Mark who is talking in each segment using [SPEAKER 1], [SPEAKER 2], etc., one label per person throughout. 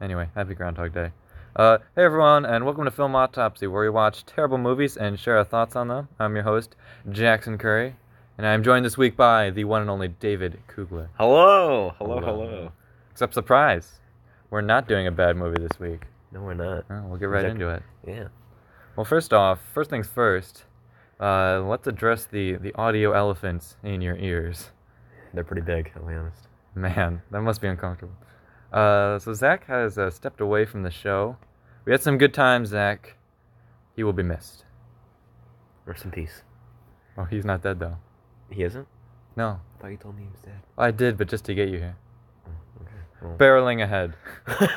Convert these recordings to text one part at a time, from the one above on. [SPEAKER 1] Anyway, happy Groundhog Day. Uh, hey everyone, and welcome to Film Autopsy, where we watch terrible movies and share our thoughts on them. I'm your host, Jackson Curry, and I'm joined this week by the one and only David Kugler.
[SPEAKER 2] Hello, hello,
[SPEAKER 1] Hello.
[SPEAKER 2] hello.
[SPEAKER 1] Except surprise, we're not doing a bad movie this week.
[SPEAKER 2] No, we're not.
[SPEAKER 1] Oh, we'll get right
[SPEAKER 2] Exactly.
[SPEAKER 1] into it.
[SPEAKER 2] Yeah.
[SPEAKER 1] Well, first off, first things first, uh, let's address the the audio elephants in your ears.
[SPEAKER 2] They're pretty big, I'll be honest.
[SPEAKER 1] Man, that must be uncomfortable. Uh, so Zach has uh, stepped away from the show. We had some good times, Zach. He will be missed.
[SPEAKER 2] Rest in peace.
[SPEAKER 1] Oh, he's not dead though.
[SPEAKER 2] He isn't?
[SPEAKER 1] No,
[SPEAKER 2] I thought you told me he was dead.
[SPEAKER 1] I did, but just to get you here.
[SPEAKER 2] Oh, okay. Well-
[SPEAKER 1] Barreling ahead.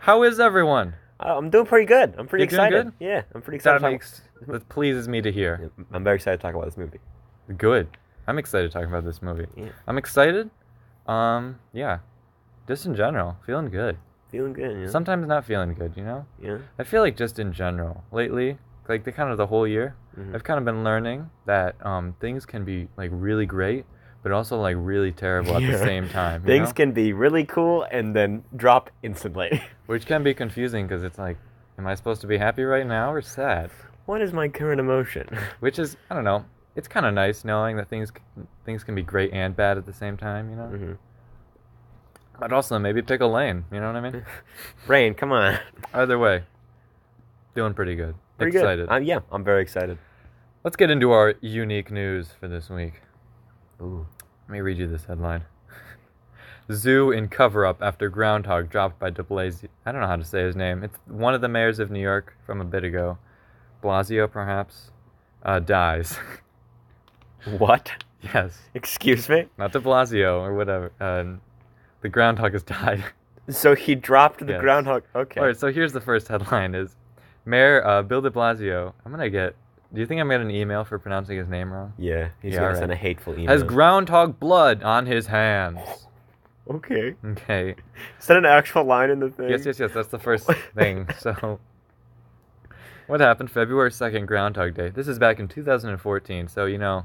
[SPEAKER 1] How is everyone?
[SPEAKER 2] Oh, I'm doing pretty good. I'm pretty
[SPEAKER 1] You're doing
[SPEAKER 2] excited.
[SPEAKER 1] good?
[SPEAKER 2] Yeah, I'm pretty excited.
[SPEAKER 1] That
[SPEAKER 2] to talk-
[SPEAKER 1] makes that pleases me to hear.
[SPEAKER 2] Yeah, I'm very excited to talk about this movie.
[SPEAKER 1] Good. I'm excited talking about this movie.
[SPEAKER 2] Yeah.
[SPEAKER 1] I'm excited. Um, yeah. Just in general, feeling good.
[SPEAKER 2] Feeling good, you know?
[SPEAKER 1] Sometimes not feeling good, you know?
[SPEAKER 2] yeah.
[SPEAKER 1] I feel like just in general, lately, like the kind of the whole year,
[SPEAKER 2] Mhm.
[SPEAKER 1] I've kind of been learning that um, things can be like really great, but also like really terrible at
[SPEAKER 2] Yeah.
[SPEAKER 1] the same time. you
[SPEAKER 2] Things
[SPEAKER 1] know?
[SPEAKER 2] can be really cool and then drop instantly.
[SPEAKER 1] Which can be confusing because it's like, am I supposed to be happy right now or sad?
[SPEAKER 2] what is my current emotion?
[SPEAKER 1] Which is, I don't know. It's kind of nice knowing that things c- things can be great and bad at the same time, you know.
[SPEAKER 2] Mhm.
[SPEAKER 1] But also maybe pick a lane. You know what I mean?
[SPEAKER 2] Rain, come on.
[SPEAKER 1] Either way, doing pretty good.
[SPEAKER 2] Pretty
[SPEAKER 1] Excited.
[SPEAKER 2] good. I'm, yeah, I'm very excited.
[SPEAKER 1] Let's get into our unique news for this week.
[SPEAKER 2] Ooh.
[SPEAKER 1] Let me read you this headline. Zoo in cover up after groundhog dropped by de Blasio. I don't know how to say his name. It's one of the mayors of New York from a bit ago. Blasio, perhaps, uh, dies.
[SPEAKER 2] What?
[SPEAKER 1] yes,
[SPEAKER 2] Excuse me?
[SPEAKER 1] not de Blasio or whatever. Um, the groundhog has died.
[SPEAKER 2] So he dropped the
[SPEAKER 1] Yes.
[SPEAKER 2] groundhog. Okay.
[SPEAKER 1] All right, so here's the first headline: is Mayor uh, Bill De Blasio. I'm gonna get. Do you think I'm gonna get an email for pronouncing his name wrong?
[SPEAKER 2] Yeah, he's
[SPEAKER 1] Yeah,
[SPEAKER 2] gonna
[SPEAKER 1] alright.
[SPEAKER 2] send a hateful email.
[SPEAKER 1] Has groundhog blood on his hands.
[SPEAKER 2] okay.
[SPEAKER 1] Okay.
[SPEAKER 2] Send an actual line in the thing.
[SPEAKER 1] Yes, yes, yes. That's the first thing. So, what happened February 2nd, Groundhog Day? This is back in 2014. So, you know,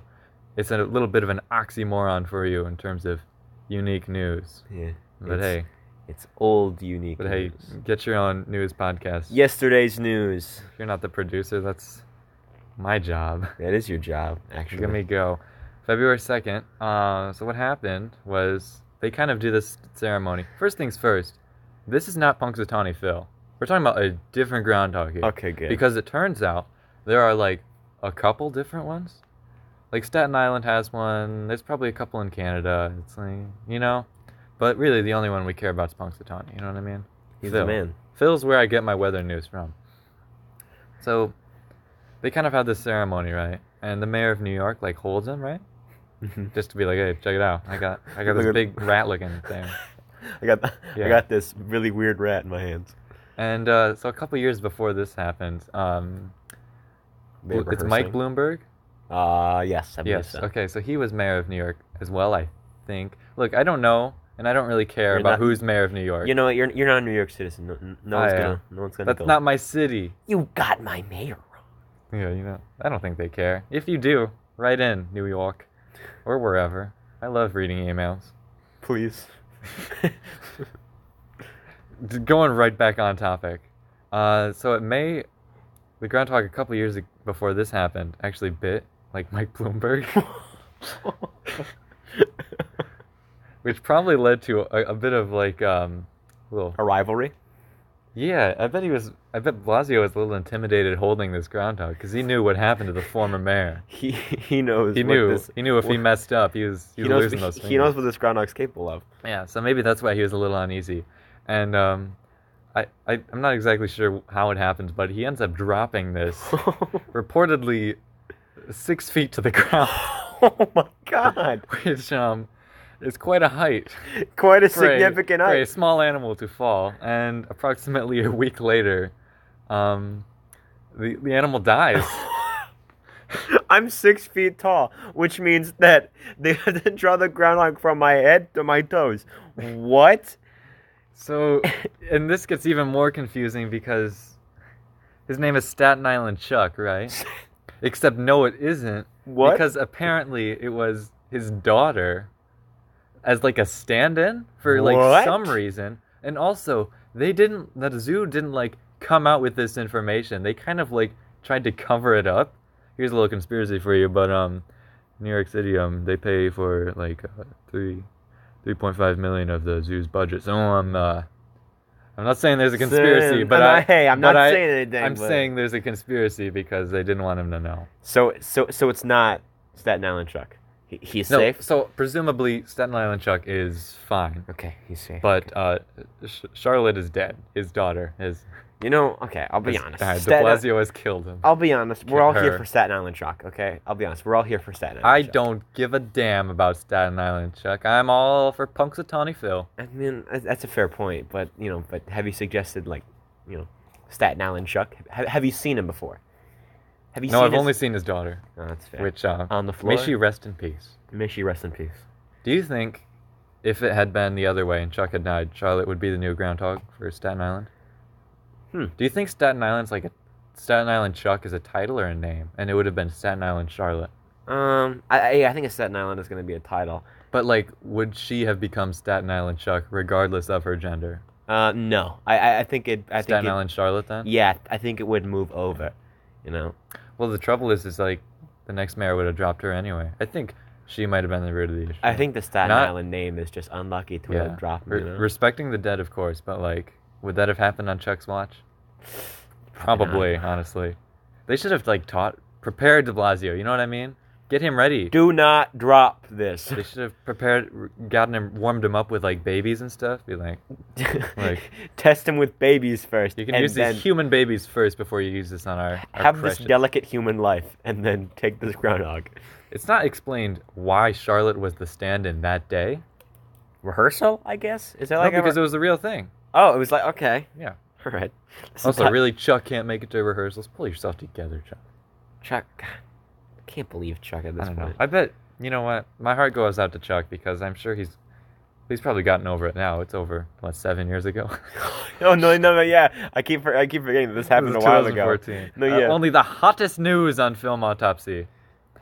[SPEAKER 1] it's a little bit of an oxymoron for you in terms of unique news.
[SPEAKER 2] Yeah.
[SPEAKER 1] But
[SPEAKER 2] it's,
[SPEAKER 1] hey,
[SPEAKER 2] it's old unique.
[SPEAKER 1] but hey,
[SPEAKER 2] news.
[SPEAKER 1] get your own news podcast.
[SPEAKER 2] yesterday's news.
[SPEAKER 1] If you're not the producer, that's my job.
[SPEAKER 2] That is your job, actually.
[SPEAKER 1] Let me go. February 2nd. Uh, so, what happened was they kind of do this ceremony. First things first, this is not Punxsutawney Phil. We're talking about a different groundhog here.
[SPEAKER 2] Okay, good.
[SPEAKER 1] Because it turns out there are like a couple different ones. Like Staten Island has one. There's probably a couple in Canada. It's like you know, but really the only one we care about is Punxsutawney. You know what I mean?
[SPEAKER 2] he's
[SPEAKER 1] Phil.
[SPEAKER 2] the man.
[SPEAKER 1] Phil's where I get my weather news from. So, they kind of had this ceremony, right? And the mayor of New York like holds him, right? Just to be like, hey, check it out. I got I got
[SPEAKER 2] Mm-hmm. Look
[SPEAKER 1] this
[SPEAKER 2] at-
[SPEAKER 1] big rat looking thing.
[SPEAKER 2] I got
[SPEAKER 1] Yeah.
[SPEAKER 2] I got this really weird rat in my hands.
[SPEAKER 1] And uh, so a couple years before this happened, um,
[SPEAKER 2] They
[SPEAKER 1] it's Mike
[SPEAKER 2] rehearsing.
[SPEAKER 1] Bloomberg.
[SPEAKER 2] Uh yes, I believe
[SPEAKER 1] Yes.
[SPEAKER 2] so.
[SPEAKER 1] Okay. So he was mayor of New York as well, I think. Look, I don't know, and I don't really care
[SPEAKER 2] You're
[SPEAKER 1] about
[SPEAKER 2] not-
[SPEAKER 1] who's mayor of New York.
[SPEAKER 2] You know what? You're you're not a New York citizen. No, no one's
[SPEAKER 1] I am.
[SPEAKER 2] gonna no one's gonna
[SPEAKER 1] that's
[SPEAKER 2] go.
[SPEAKER 1] not my city.
[SPEAKER 2] You got my mayor. wrong.
[SPEAKER 1] Yeah, you know, I don't think they care. If you do, write in New York, or wherever. I love reading emails.
[SPEAKER 2] Please.
[SPEAKER 1] D- Going right back on topic. Uh, so it may, the groundhog a couple years ag- before this happened actually bit like Mike Bloomberg, which probably led to a, a bit of like um, little
[SPEAKER 2] a rivalry.
[SPEAKER 1] Yeah, I bet he was. I bet Blasio was a little intimidated holding this groundhog because he knew what happened to the former mayor.
[SPEAKER 2] He he knows.
[SPEAKER 1] He
[SPEAKER 2] what
[SPEAKER 1] knew.
[SPEAKER 2] This,
[SPEAKER 1] he knew if he
[SPEAKER 2] what-
[SPEAKER 1] messed up, he was. He, was
[SPEAKER 2] he knows.
[SPEAKER 1] losing those
[SPEAKER 2] He,
[SPEAKER 1] fingers.
[SPEAKER 2] he knows what this groundhog's capable of.
[SPEAKER 1] Yeah, so maybe that's why he was a little uneasy, and um, I, I I'm not exactly sure how it happens, but he ends up dropping this reportedly six feet to the ground,
[SPEAKER 2] oh my god!
[SPEAKER 1] which um is quite a height.
[SPEAKER 2] Quite a
[SPEAKER 1] for a-
[SPEAKER 2] significant
[SPEAKER 1] for a
[SPEAKER 2] ice.
[SPEAKER 1] small animal to fall, and approximately a week later, um, the the animal dies.
[SPEAKER 2] I'm six feet tall, which means that they had to draw the groundhog from my head to my toes. What?
[SPEAKER 1] So, and this gets even more confusing because his name is Staten Island Chuck, right? Except no, it isn't.
[SPEAKER 2] What?
[SPEAKER 1] Because apparently it was his daughter as like a stand-in for like
[SPEAKER 2] What?
[SPEAKER 1] some reason, and also they didn't the zoo didn't like come out with this information. They kind of like tried to cover it up. Here's a little conspiracy for you, but um, New York City um they pay for like uh, three, three point five million of the zoo's budget. So um uh, I'm not saying there's a conspiracy,
[SPEAKER 2] Sin-
[SPEAKER 1] but
[SPEAKER 2] I'm
[SPEAKER 1] I,
[SPEAKER 2] not- hey, I'm
[SPEAKER 1] but
[SPEAKER 2] not
[SPEAKER 1] I-
[SPEAKER 2] saying anything.
[SPEAKER 1] I'm
[SPEAKER 2] but-
[SPEAKER 1] saying there's a conspiracy because they didn't want him to know.
[SPEAKER 2] so. So so it's not Staten Island Chuck. He, he's
[SPEAKER 1] No,
[SPEAKER 2] safe.
[SPEAKER 1] so presumably Staten Island Chuck is fine,
[SPEAKER 2] Okay, he's safe.
[SPEAKER 1] but uh, Sh- Charlotte is dead. His daughter is.
[SPEAKER 2] you know, okay, I'll be
[SPEAKER 1] is
[SPEAKER 2] honest.
[SPEAKER 1] died. De
[SPEAKER 2] Staten-
[SPEAKER 1] Blasio has killed him.
[SPEAKER 2] I'll be honest. We're
[SPEAKER 1] Kill
[SPEAKER 2] all here
[SPEAKER 1] her.
[SPEAKER 2] for Staten Island Chuck. Okay, I'll be honest. We're all here for Staten Island.
[SPEAKER 1] I
[SPEAKER 2] Chuck.
[SPEAKER 1] don't give a damn about Staten Island Chuck. I'm all for Punxsutawney Phil.
[SPEAKER 2] I mean, tha- that's a fair point, but you know, but have you suggested like, you know, Staten Island Chuck? Have, have you seen him before? Have you
[SPEAKER 1] No,
[SPEAKER 2] seen
[SPEAKER 1] I've
[SPEAKER 2] his-
[SPEAKER 1] only seen his daughter,
[SPEAKER 2] No, that's fair.
[SPEAKER 1] which uh,
[SPEAKER 2] on the floor.
[SPEAKER 1] may she rest in peace.
[SPEAKER 2] may she rest in peace.
[SPEAKER 1] Do you think if it had been the other way and Chuck had died, Charlotte would be the new groundhog for Staten Island?
[SPEAKER 2] Hmm.
[SPEAKER 1] Do you think Staten Island's like a Staten Island Chuck is a title or a name, and it would have been Staten Island Charlotte?
[SPEAKER 2] Um, I I I think a Staten Island is going to be a title.
[SPEAKER 1] But like, would she have become Staten Island Chuck regardless of her gender?
[SPEAKER 2] Uh, no, I I, I think it. I
[SPEAKER 1] Staten
[SPEAKER 2] think it-
[SPEAKER 1] Island Charlotte then?
[SPEAKER 2] Yeah, I think it would move over. You know.
[SPEAKER 1] Well, the trouble is, is like the next mayor would have dropped her anyway. I think she might have been the root of the issue.
[SPEAKER 2] I think the Staten
[SPEAKER 1] Not-
[SPEAKER 2] Island name is just unlucky to
[SPEAKER 1] Yeah.
[SPEAKER 2] have dropped.
[SPEAKER 1] Re-
[SPEAKER 2] you know?
[SPEAKER 1] respecting the dead, of course, but like, would that have happened on Chuck's watch?
[SPEAKER 2] Probably not.
[SPEAKER 1] Probably, honestly. They should have like taught, prepared De Blasio. You know what I mean? Get him ready.
[SPEAKER 2] Do not drop this.
[SPEAKER 1] They should have prepared, gotten him, warmed him up with like babies and stuff. Be like, Like-
[SPEAKER 2] Test him with babies first.
[SPEAKER 1] you can
[SPEAKER 2] and
[SPEAKER 1] use
[SPEAKER 2] then
[SPEAKER 1] these human babies first before you use this on our, our
[SPEAKER 2] have this
[SPEAKER 1] precious.
[SPEAKER 2] delicate human life and then take this groundhog.
[SPEAKER 1] it's not explained why Charlotte was the stand-in that day.
[SPEAKER 2] Rehearsal, I guess. Is that
[SPEAKER 1] No,
[SPEAKER 2] like a
[SPEAKER 1] because
[SPEAKER 2] re-
[SPEAKER 1] it was the real thing.
[SPEAKER 2] oh, it was like okay,
[SPEAKER 1] Yeah.
[SPEAKER 2] all right. This is
[SPEAKER 1] Also,
[SPEAKER 2] not-
[SPEAKER 1] really, Chuck can't make it to rehearsals. Pull yourself together, Chuck.
[SPEAKER 2] Chuck. God, I can't believe Chuck at
[SPEAKER 1] I
[SPEAKER 2] this
[SPEAKER 1] don't know.
[SPEAKER 2] point.
[SPEAKER 1] I bet you know what. My heart goes out to Chuck because I'm sure he's he's probably gotten over it now. It's over what seven years ago.
[SPEAKER 2] Oh no, no, no, yeah. I keep for- I keep forgetting that this
[SPEAKER 1] It was
[SPEAKER 2] happened a while ago.
[SPEAKER 1] 2014.
[SPEAKER 2] No,
[SPEAKER 1] Uh,
[SPEAKER 2] yeah.
[SPEAKER 1] only the hottest news on Film Autopsy.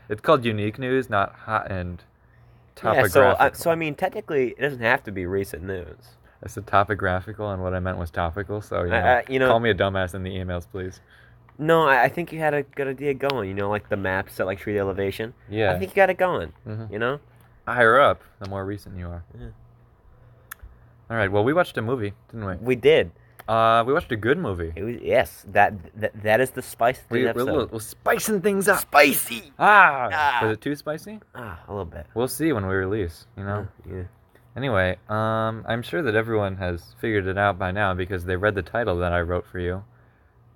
[SPEAKER 1] It's called unique news, not hot and
[SPEAKER 2] Yeah,
[SPEAKER 1] topographical.
[SPEAKER 2] so I, so I mean, technically, it doesn't have to be recent news.
[SPEAKER 1] I said topographical, and what I meant was topical. So you know,
[SPEAKER 2] I- I- you know-
[SPEAKER 1] call me a dumbass in the emails, please.
[SPEAKER 2] No, I, I think you had a good idea going. You know, like the maps that like show the elevation.
[SPEAKER 1] Yeah.
[SPEAKER 2] I think you got it going.
[SPEAKER 1] Mhm.
[SPEAKER 2] You know.
[SPEAKER 1] higher up, the more recent you are.
[SPEAKER 2] Yeah.
[SPEAKER 1] All right. Well, we watched a movie, didn't we?
[SPEAKER 2] We did.
[SPEAKER 1] Uh, we watched a good movie.
[SPEAKER 2] It was yes. That that, that is the spice to
[SPEAKER 1] We,
[SPEAKER 2] the
[SPEAKER 1] are
[SPEAKER 2] episode.
[SPEAKER 1] we're spicing things up.
[SPEAKER 2] Spicy.
[SPEAKER 1] Ah,
[SPEAKER 2] Ah.
[SPEAKER 1] was it too spicy?
[SPEAKER 2] Ah, a little bit.
[SPEAKER 1] We'll see when we release. You know.
[SPEAKER 2] Yeah.
[SPEAKER 1] Anyway, um, I'm sure that everyone has figured it out by now because they read the title that I wrote for you,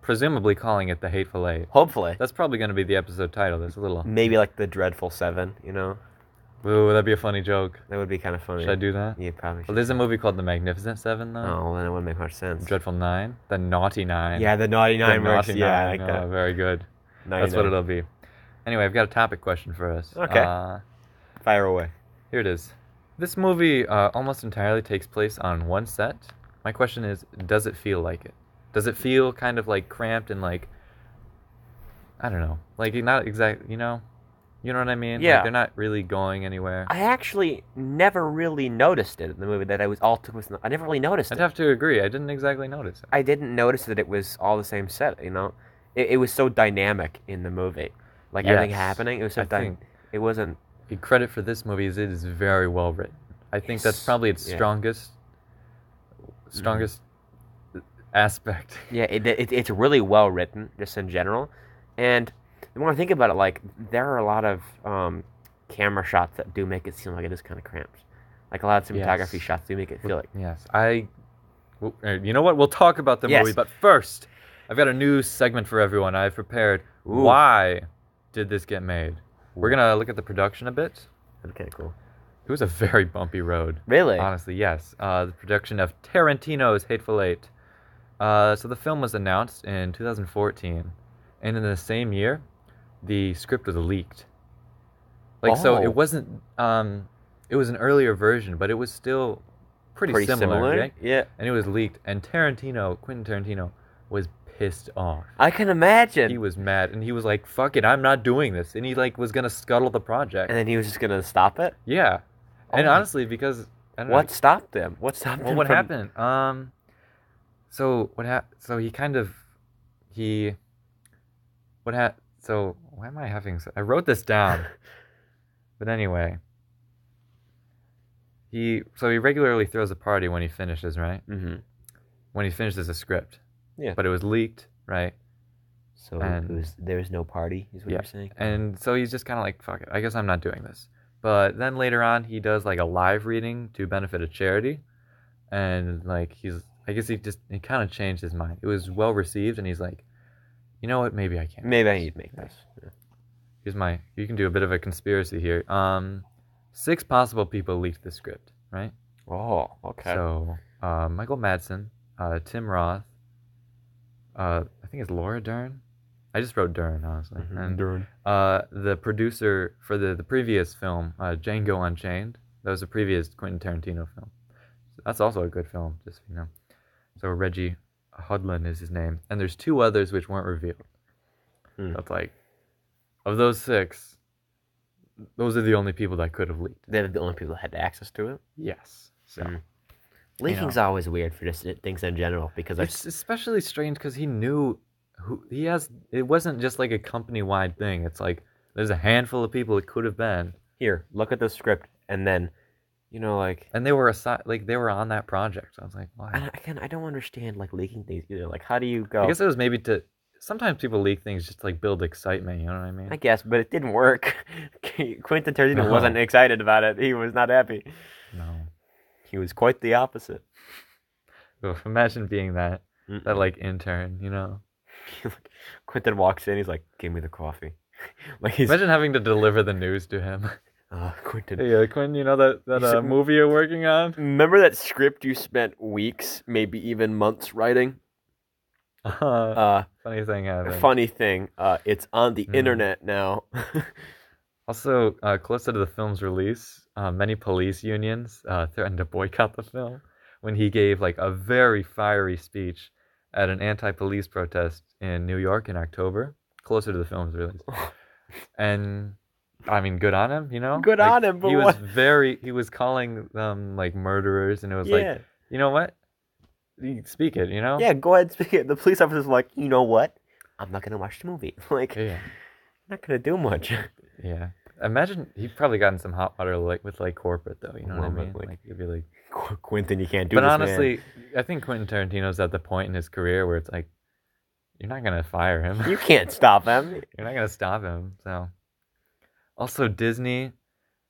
[SPEAKER 1] presumably calling it the Hateful Eight.
[SPEAKER 2] Hopefully.
[SPEAKER 1] That's probably going to be the episode title. That's a little.
[SPEAKER 2] Maybe like the dreadful seven. You know,
[SPEAKER 1] Ooh, that'd be a funny joke.
[SPEAKER 2] that would be kind of funny.
[SPEAKER 1] Should I do that?
[SPEAKER 2] Oh, Yeah, probably.
[SPEAKER 1] Well,
[SPEAKER 2] Should.
[SPEAKER 1] there's a movie called The Magnificent Seven, though.
[SPEAKER 2] Oh, well, then it wouldn't make much sense.
[SPEAKER 1] Dreadful Nine, The Naughty Nine.
[SPEAKER 2] yeah, the naughty
[SPEAKER 1] The
[SPEAKER 2] nine works.
[SPEAKER 1] Naughty
[SPEAKER 2] Yeah, I
[SPEAKER 1] Nine,
[SPEAKER 2] like that.
[SPEAKER 1] oh, very good.
[SPEAKER 2] Naughty
[SPEAKER 1] That's what
[SPEAKER 2] nine.
[SPEAKER 1] it'll be. Anyway, I've got a topic question for us.
[SPEAKER 2] Okay.
[SPEAKER 1] Uh,
[SPEAKER 2] Fire away.
[SPEAKER 1] here it is. This movie uh, almost entirely takes place on one set. My question is, does it feel like it? Does it feel kind of like cramped and like, I don't know, like not exactly, you know, you know what I mean? Like,
[SPEAKER 2] Yeah.
[SPEAKER 1] they're not really going anywhere.
[SPEAKER 2] I actually never really noticed it in the movie that I was all took was. I never really noticed
[SPEAKER 1] I'd
[SPEAKER 2] it.
[SPEAKER 1] have to agree. I didn't exactly notice it.
[SPEAKER 2] I didn't notice that it was all the same set. You know, it, it was so dynamic in the movie, like everything
[SPEAKER 1] Yes.
[SPEAKER 2] happening. It was so
[SPEAKER 1] I
[SPEAKER 2] dy-
[SPEAKER 1] think-
[SPEAKER 2] It wasn't.
[SPEAKER 1] The credit for this movie is it is very well written. I think that's
[SPEAKER 2] Yes.
[SPEAKER 1] probably its
[SPEAKER 2] Yeah. Mm-hmm.
[SPEAKER 1] strongest, strongest aspect.
[SPEAKER 2] Yeah, it, it, it's really well written, just in general. And the more I think about it, like there are a lot of um, camera shots that do make it seem like it is kind of cramped. Like a lot of cinematography
[SPEAKER 1] Yes.
[SPEAKER 2] shots do make it feel like.
[SPEAKER 1] Yes, I. w- uh, You know what? We'll talk about the
[SPEAKER 2] Yes.
[SPEAKER 1] movie, but first, I've got a new segment for everyone. I've prepared.
[SPEAKER 2] Ooh.
[SPEAKER 1] Why did this get made? We're gonna look at the production a bit.
[SPEAKER 2] Okay, cool.
[SPEAKER 1] It was a very bumpy road.
[SPEAKER 2] Really?
[SPEAKER 1] Honestly, yes. Uh, the production of Tarantino's Hateful Eight. Uh, so the film was announced in 2014, and in the same year, the script was leaked. Like so,
[SPEAKER 2] Oh.
[SPEAKER 1] it wasn't. Um, it was an earlier version, but it was still pretty, similar. right?
[SPEAKER 2] Yeah.
[SPEAKER 1] And it was leaked, and Tarantino, Quentin Tarantino, was pissed off.
[SPEAKER 2] I can imagine.
[SPEAKER 1] He was mad, and he was like, "Fuck it, I'm not doing this," and he like was gonna scuttle the project.
[SPEAKER 2] and then he was just gonna stop it.
[SPEAKER 1] yeah,
[SPEAKER 2] Oh
[SPEAKER 1] and
[SPEAKER 2] my-
[SPEAKER 1] honestly, because I don't know,
[SPEAKER 2] What stopped him? What stopped
[SPEAKER 1] well,
[SPEAKER 2] him?
[SPEAKER 1] what
[SPEAKER 2] from-
[SPEAKER 1] happened? Um, so what hap so he kind of he what ha so why am I having so I wrote this down. but anyway. He so he regularly throws a party when he finishes, right?
[SPEAKER 2] Mm-hmm.
[SPEAKER 1] When he finishes a script.
[SPEAKER 2] Yeah.
[SPEAKER 1] But it was leaked, right?
[SPEAKER 2] So
[SPEAKER 1] And-
[SPEAKER 2] it was, there was no party, is what
[SPEAKER 1] Yeah.
[SPEAKER 2] you're saying.
[SPEAKER 1] And so he's just kind of like, fuck it, I guess I'm not doing this. But then later on, he does like a live reading to benefit a charity. And like, he's, I guess he just, he kind of changed his mind. It was well received, and he's like, you know what, maybe I can.
[SPEAKER 2] Maybe I need to make
[SPEAKER 1] Yeah.
[SPEAKER 2] this. Yeah.
[SPEAKER 1] Here's my, you can do a bit of a conspiracy here. Um, six possible people leaked the script, right?
[SPEAKER 2] Oh, okay.
[SPEAKER 1] So, uh, Michael Madsen, uh, Tim Roth, uh, I think it's Laura Dern. I just wrote Dern, honestly.
[SPEAKER 2] Mhm.
[SPEAKER 1] And uh, the producer for the, the previous film, uh, Django Unchained. That was a previous Quentin Tarantino film. So that's also a good film, just so you know. So Reggie Hudlin is his name, and there's two others which weren't revealed.
[SPEAKER 2] Hmm.
[SPEAKER 1] That's like, of those six, those are the only people that could have leaked.
[SPEAKER 2] They're the only people that had access to it.
[SPEAKER 1] Yes. So
[SPEAKER 2] Hmm. Leaking's always weird for just uh, things in general because I
[SPEAKER 1] it's especially strange because he knew who he has. It wasn't just like a company wide thing. It's like there's a handful of people it could have been,
[SPEAKER 2] here look at the script and then, you know, like
[SPEAKER 1] and they were aside, like they were on that project. I was like, why?
[SPEAKER 2] I, I can I don't understand like leaking things either. Like how do you go?
[SPEAKER 1] I guess it was maybe to. Sometimes people leak things just to, like build excitement. You know what I mean?
[SPEAKER 2] I guess, but it didn't work. Quentin Tarantino
[SPEAKER 1] No.
[SPEAKER 2] wasn't excited about it. He was not happy.
[SPEAKER 1] no.
[SPEAKER 2] He was quite the opposite.
[SPEAKER 1] Oof, imagine being that
[SPEAKER 2] Mm-mm.
[SPEAKER 1] that like intern. You know?
[SPEAKER 2] Quentin walks in. He's like, "Give me the coffee." like he's
[SPEAKER 1] Imagine having to deliver the news to him.
[SPEAKER 2] oh, Quentin.
[SPEAKER 1] hey, uh, Quinn, you know that that
[SPEAKER 2] He's-
[SPEAKER 1] uh, movie you're working on?
[SPEAKER 2] Remember that script you spent weeks, maybe even months writing?
[SPEAKER 1] Uh,
[SPEAKER 2] Uh,
[SPEAKER 1] funny thing happened.
[SPEAKER 2] funny thing, uh, it's on the
[SPEAKER 1] Mhm.
[SPEAKER 2] internet now.
[SPEAKER 1] Also, uh, closer to the film's release, uh, many police unions uh, threatened to boycott the film when he gave like a very fiery speech at an anti-police protest in New York in October, closer to the film's release. and I mean, good on him, you know.
[SPEAKER 2] Good
[SPEAKER 1] Like,
[SPEAKER 2] on him, but
[SPEAKER 1] he
[SPEAKER 2] what?
[SPEAKER 1] was very he was calling them like murderers, and it was
[SPEAKER 2] yeah,
[SPEAKER 1] like, you know what? You Speak it, you know.
[SPEAKER 2] yeah. Go ahead, speak it. The police officers were like, you know what? I'm not gonna watch the movie. Like, I'm
[SPEAKER 1] Yeah.
[SPEAKER 2] not gonna do much.
[SPEAKER 1] Yeah. Imagine he probably gotten some hot water like with like corporate though. You know what I
[SPEAKER 2] Well, but,
[SPEAKER 1] mean?
[SPEAKER 2] like-
[SPEAKER 1] Like it'd be like.
[SPEAKER 2] Qu- Quentin, you can't do
[SPEAKER 1] but
[SPEAKER 2] this. man.
[SPEAKER 1] honestly, I think Quentin Tarantino's at the point in his career where it's like, you're not gonna fire him.
[SPEAKER 2] you can't stop him.
[SPEAKER 1] you're not gonna stop him. So, also Disney,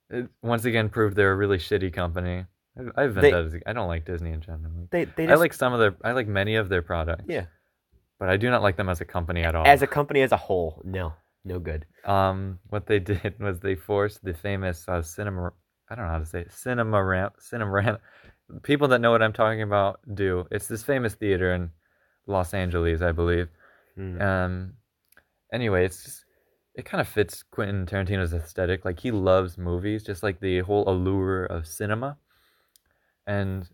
[SPEAKER 1] it, once again proved they're a really shitty company. I've, I've been
[SPEAKER 2] They-
[SPEAKER 1] to- I don't like Disney in general.
[SPEAKER 2] They, they just,
[SPEAKER 1] I like some of their, I like many of their products.
[SPEAKER 2] Yeah.
[SPEAKER 1] But I do not like them as a company at all.
[SPEAKER 2] as a company as a whole. No, no good.
[SPEAKER 1] um, what they did was they forced the famous uh, cinema. I don't know how to say it, cinema ramp, cinema ramp. People that know what I'm talking about do. It's this famous theater in Los Angeles, I believe.
[SPEAKER 2] Mm.
[SPEAKER 1] Um, anyway, it's just, it kind of fits Quentin Tarantino's aesthetic. Like he loves movies, just like the whole allure of cinema. And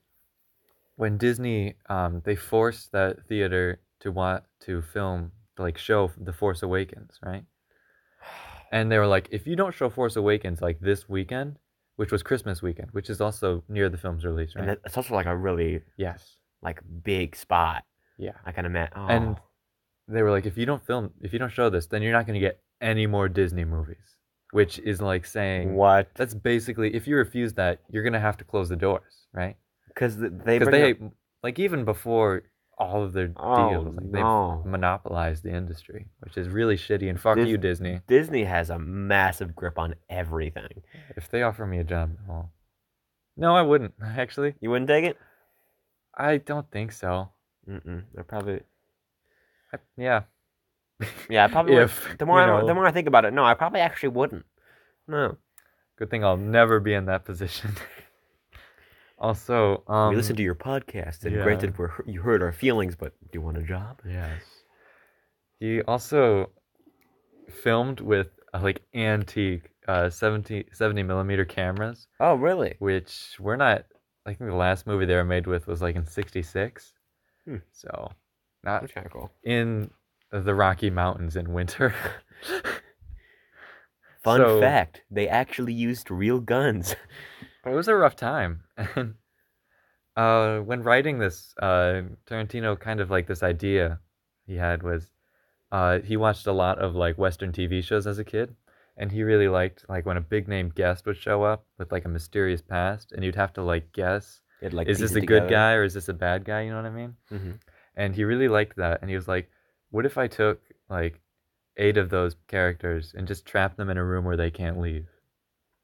[SPEAKER 1] when Disney, um, they forced that theater to want to film, like show The Force Awakens, right? And they were like, if you don't show Force Awakens like this weekend, which was Christmas weekend, which is also near the film's release, right?
[SPEAKER 2] And it's also like a really
[SPEAKER 1] yes.
[SPEAKER 2] like big spot.
[SPEAKER 1] Yeah.
[SPEAKER 2] I can imagine. Oh.
[SPEAKER 1] And they were like, if you don't film, if you don't show this, then you're not going to get any more Disney movies, which is like saying
[SPEAKER 2] what?
[SPEAKER 1] that's basically if you refuse that, you're going to have to close the doors, right?
[SPEAKER 2] Because they
[SPEAKER 1] Because
[SPEAKER 2] bring
[SPEAKER 1] they
[SPEAKER 2] up-
[SPEAKER 1] like even before all of their deals,
[SPEAKER 2] oh
[SPEAKER 1] like
[SPEAKER 2] no.
[SPEAKER 1] they've monopolized the industry, which is really shitty. And fuck
[SPEAKER 2] Dis-
[SPEAKER 1] you, Disney.
[SPEAKER 2] Disney has a massive grip on everything.
[SPEAKER 1] If they offer me a job, well, no, I wouldn't actually.
[SPEAKER 2] You wouldn't take it?
[SPEAKER 1] I don't think so.
[SPEAKER 2] Mm-mm. I probably.
[SPEAKER 1] I, yeah.
[SPEAKER 2] Yeah, I probably. would-
[SPEAKER 1] If,
[SPEAKER 2] the more
[SPEAKER 1] you
[SPEAKER 2] I,
[SPEAKER 1] know.
[SPEAKER 2] the more I think about it, no, I probably actually wouldn't. No.
[SPEAKER 1] Good thing I'll never be in that position. also, um,
[SPEAKER 2] we listened to your podcast, and
[SPEAKER 1] yeah.
[SPEAKER 2] granted, we're, you heard our feelings, but do you want a job?
[SPEAKER 1] Yes. He also filmed with uh, like antique uh, 70, 70 millimeter cameras,
[SPEAKER 2] Oh, really?
[SPEAKER 1] which we're not. I think the last movie they were made with was like in '66.
[SPEAKER 2] Hmm.
[SPEAKER 1] So, not
[SPEAKER 2] Okay, cool.
[SPEAKER 1] in the Rocky Mountains in winter.
[SPEAKER 2] Fun
[SPEAKER 1] So-
[SPEAKER 2] fact: they actually used real guns.
[SPEAKER 1] But it was a rough time. And uh, when writing this, uh, Tarantino kind of like this idea he had was uh, he watched a lot of like Western TV shows as a kid, and he really liked like when a big name guest would show up with like a mysterious past, and you'd have to like guess
[SPEAKER 2] It, like,
[SPEAKER 1] is this
[SPEAKER 2] piece
[SPEAKER 1] a
[SPEAKER 2] it
[SPEAKER 1] good
[SPEAKER 2] together.
[SPEAKER 1] guy or is this a bad guy? You know what I mean?
[SPEAKER 2] Mhm.
[SPEAKER 1] And he really liked that, and he was like, what if I took like eight of those characters and just trapped them in a room where they can't leave?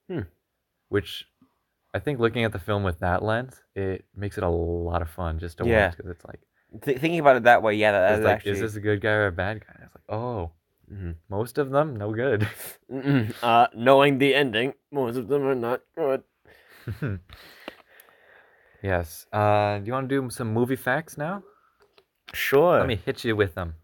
[SPEAKER 2] Hmm.
[SPEAKER 1] Which I think looking at the film with that lens, it makes it a lot of fun just to watch 'cause
[SPEAKER 2] Yeah.
[SPEAKER 1] watch because it's like.
[SPEAKER 2] Th- thinking about it that way, yeah, that,
[SPEAKER 1] It's
[SPEAKER 2] that's
[SPEAKER 1] like,
[SPEAKER 2] actually.
[SPEAKER 1] is this a good guy or a bad guy? And it's like, oh,
[SPEAKER 2] Mhm.
[SPEAKER 1] most of them, no good.
[SPEAKER 2] Mm-mm. Uh, knowing the ending, most of them are not good.
[SPEAKER 1] yes. Uh, do you want to do some movie facts now?
[SPEAKER 2] Sure.
[SPEAKER 1] Let me hit you with them.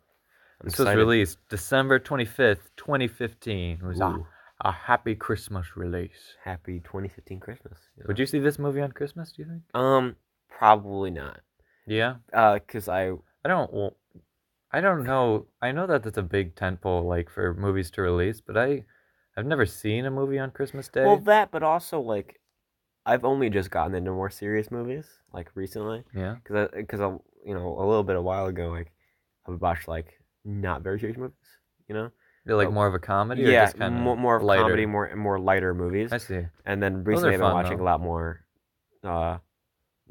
[SPEAKER 2] I'm
[SPEAKER 1] This was
[SPEAKER 2] excited.
[SPEAKER 1] released December 25th, 2015. It was a,
[SPEAKER 2] Ooh.
[SPEAKER 1] a happy Christmas release.
[SPEAKER 2] Happy 2015 Christmas.
[SPEAKER 1] Would you see this movie on Christmas, do you think?
[SPEAKER 2] know? Um, probably not.
[SPEAKER 1] Yeah.
[SPEAKER 2] Uh, cause I
[SPEAKER 1] I don't. w- I don't know. I know that that's a big tentpole, like for movies to release, but I, I've never seen a movie on Christmas Day.
[SPEAKER 2] well that, but also like, I've only just gotten into more serious movies like recently.
[SPEAKER 1] yeah.
[SPEAKER 2] because because you know a little bit a while ago like I would watch like not very serious movies you know
[SPEAKER 1] They're like
[SPEAKER 2] Oh.
[SPEAKER 1] more of a comedy. or
[SPEAKER 2] yeah
[SPEAKER 1] just kinda
[SPEAKER 2] more, more of
[SPEAKER 1] lighter?
[SPEAKER 2] comedy more more lighter movies
[SPEAKER 1] I see.
[SPEAKER 2] and then
[SPEAKER 1] Those are
[SPEAKER 2] recently I've been
[SPEAKER 1] fun,
[SPEAKER 2] watching
[SPEAKER 1] though.
[SPEAKER 2] a lot more uh a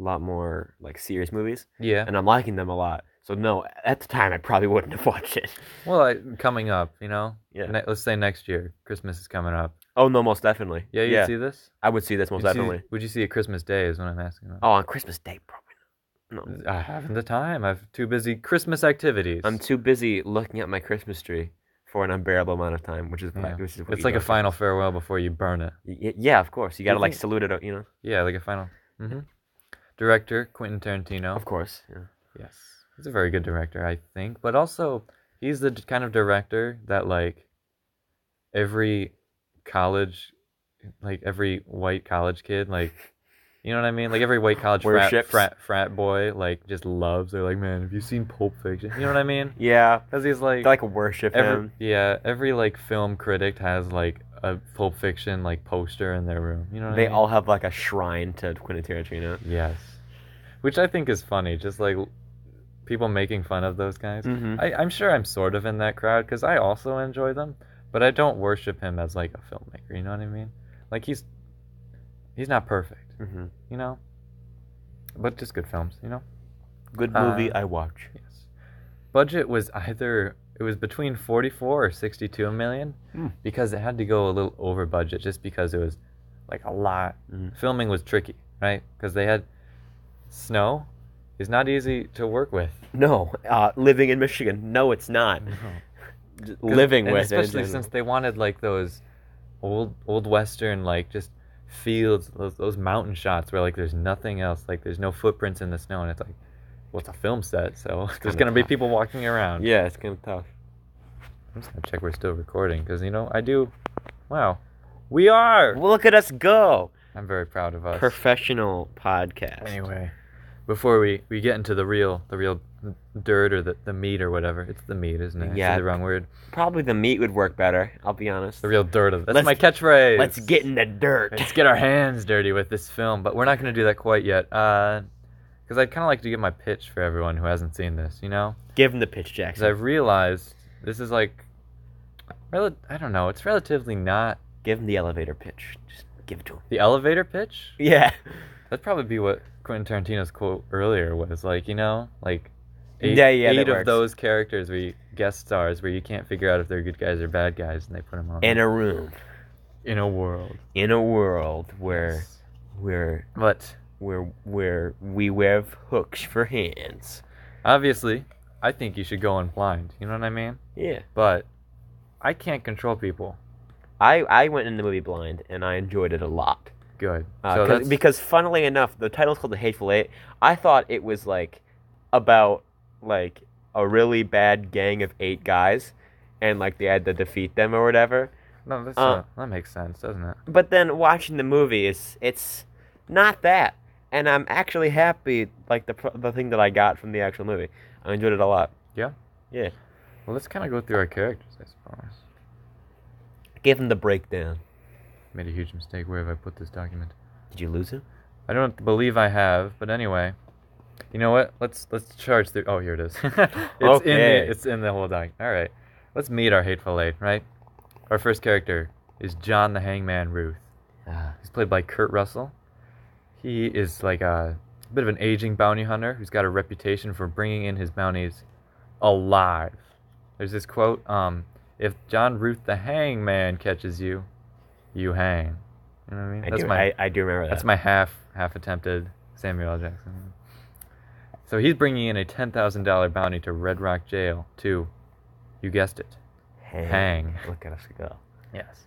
[SPEAKER 2] lot more like serious movies
[SPEAKER 1] Yeah.
[SPEAKER 2] and I'm liking them a lot so no at the time I probably wouldn't have watched it
[SPEAKER 1] Well, I, coming up, you know.
[SPEAKER 2] yeah
[SPEAKER 1] Ne- let's say next year, Christmas is coming up.
[SPEAKER 2] oh no most definitely
[SPEAKER 1] Yeah, you
[SPEAKER 2] yeah
[SPEAKER 1] see this?
[SPEAKER 2] I would see this most
[SPEAKER 1] You'd see-
[SPEAKER 2] definitely
[SPEAKER 1] would you see it Christmas Day? Is what I'm asking. About.
[SPEAKER 2] oh on Christmas Day probably no
[SPEAKER 1] I haven't the time. I'm too busy. Christmas activities.
[SPEAKER 2] I'm too busy looking at my Christmas tree for an unbearable amount of time which is what I-
[SPEAKER 1] Yeah.
[SPEAKER 2] which is what
[SPEAKER 1] it's
[SPEAKER 2] you
[SPEAKER 1] like a
[SPEAKER 2] don't-
[SPEAKER 1] final farewell before you burn it.
[SPEAKER 2] Y- Yeah, of course. You
[SPEAKER 1] Do you
[SPEAKER 2] gotta like
[SPEAKER 1] think-
[SPEAKER 2] salute it, you know.
[SPEAKER 1] Yeah, like a final. hmm Director Quentin Tarantino.
[SPEAKER 2] Of course. Yeah.
[SPEAKER 1] Yes, he's a very good director, I think. But also, he's the d- kind of director that like every college, like every white college kid, like you know what I mean. Like every white college frat,
[SPEAKER 2] Worships.
[SPEAKER 1] frat frat boy, like just loves. They're like, man, have you seen Pulp Fiction? You know what I mean?
[SPEAKER 2] Yeah,
[SPEAKER 1] Because he's like,
[SPEAKER 2] they, like worship
[SPEAKER 1] every
[SPEAKER 2] him.
[SPEAKER 1] yeah, every like film critic has like a Pulp Fiction like poster in their room. You know what I
[SPEAKER 2] They
[SPEAKER 1] mean?
[SPEAKER 2] all have like a shrine to Quentin Tarantino.
[SPEAKER 1] Yes. Which I think is funny, just like l- people making fun of those guys.
[SPEAKER 2] Mm-hmm.
[SPEAKER 1] I, I'm sure I'm sort of in that crowd because I also enjoy them, but I don't worship him as like a filmmaker. You know what I mean? Like he's he's not perfect,
[SPEAKER 2] hmm
[SPEAKER 1] you know. But just good films, you know.
[SPEAKER 2] Good
[SPEAKER 1] Uh,
[SPEAKER 2] movie I watch.
[SPEAKER 1] Yes. Budget was either it was between 44 or 62 million
[SPEAKER 2] Hmm.
[SPEAKER 1] because it had to go a little over budget just because it was like a lot.
[SPEAKER 2] Mhm.
[SPEAKER 1] Filming was tricky, right? Because they had snow is not easy to work with.
[SPEAKER 2] No, uh, living in Michigan. No, it's not. J- Living
[SPEAKER 1] and
[SPEAKER 2] with it in
[SPEAKER 1] especially
[SPEAKER 2] general.
[SPEAKER 1] since they wanted like those old old western like just fields those, those mountain shots where like there's nothing else like there's no footprints in the snow and it's like well it's a film set so there's
[SPEAKER 2] kinda
[SPEAKER 1] gonna be
[SPEAKER 2] tough.
[SPEAKER 1] people walking around
[SPEAKER 2] Yeah, it's kind of tough.
[SPEAKER 1] I'm just gonna check we're still recording because you know I do. Wow, we are.
[SPEAKER 2] Well, look at us go!
[SPEAKER 1] I'm very proud of us.
[SPEAKER 2] Professional podcast.
[SPEAKER 1] Anyway, before we we get into the real the real dirt or the the meat or whatever, it's the meat, isn't it? I said
[SPEAKER 2] Yeah.
[SPEAKER 1] the wrong word.
[SPEAKER 2] Probably the meat would work better. I'll be honest.
[SPEAKER 1] The real dirt of that's
[SPEAKER 2] Let's-
[SPEAKER 1] my catchphrase.
[SPEAKER 2] Let's get in the dirt.
[SPEAKER 1] let's get our hands dirty with this film, but we're not gonna do that quite yet. Uh. Because I'd kind of like to give my pitch for everyone who hasn't seen this, you know.
[SPEAKER 2] Give him the pitch,
[SPEAKER 1] Because
[SPEAKER 2] Jackson.
[SPEAKER 1] I've realized this is like, rel- I don't know. It's relatively not
[SPEAKER 2] Give him the elevator pitch. Just give it to him.
[SPEAKER 1] the elevator pitch.
[SPEAKER 2] Yeah.
[SPEAKER 1] That'd probably be what Quentin Tarantino's quote earlier was like, you know, like eight,
[SPEAKER 2] Yeah, yeah, that
[SPEAKER 1] eight of
[SPEAKER 2] works.
[SPEAKER 1] those characters where you, guest stars where you can't figure out if they're good guys or bad guys, and they put them on
[SPEAKER 2] In a room.
[SPEAKER 1] in a world
[SPEAKER 2] in a world where
[SPEAKER 1] Yes.
[SPEAKER 2] where
[SPEAKER 1] But
[SPEAKER 2] where where we wear hooks for hands.
[SPEAKER 1] obviously, I think you should go in blind. You know what I mean?
[SPEAKER 2] Yeah.
[SPEAKER 1] But I can't control people.
[SPEAKER 2] I I went in the movie blind and I enjoyed it a lot.
[SPEAKER 1] Good.
[SPEAKER 2] Uh,
[SPEAKER 1] so
[SPEAKER 2] 'cause-
[SPEAKER 1] that's
[SPEAKER 2] because funnily enough, the title's called The Hateful Eight. I thought it was like about like a really bad gang of eight guys and like they had to defeat them or whatever.
[SPEAKER 1] no, that's
[SPEAKER 2] uh,
[SPEAKER 1] not, that makes sense, doesn't it?
[SPEAKER 2] But then watching the movie is it's not that. And I'm actually happy like the pro- the thing that I got from the actual movie. I enjoyed it a lot.
[SPEAKER 1] Well, let's kind of go through our characters, I suppose.
[SPEAKER 2] Give him the breakdown.
[SPEAKER 1] Made a huge mistake. Where have I put this document?
[SPEAKER 2] Did you lose him?
[SPEAKER 1] I don't believe I have, but anyway. You know what? Let's let's charge through. Oh, here it is. it's in
[SPEAKER 2] Okay.
[SPEAKER 1] the it's in the whole doc. All right. Let's meet our hateful eight, right? Our first character is John the Hangman Ruth.
[SPEAKER 2] Ah,
[SPEAKER 1] He's played by Kurt Russell. He is like a, bit of an aging bounty hunter who's got a reputation for bringing in his bounties alive. There's this quote: um, "If John Ruth the Hangman catches you, you hang." You know what I mean?
[SPEAKER 2] I, do, I, I do remember that.
[SPEAKER 1] That's my half half attempted Samuel L. Jackson. So he's bringing in a ten thousand dollar bounty to Red Rock Jail to, you guessed it,
[SPEAKER 2] hang.
[SPEAKER 1] hang.
[SPEAKER 2] Look at us go.
[SPEAKER 1] Yes.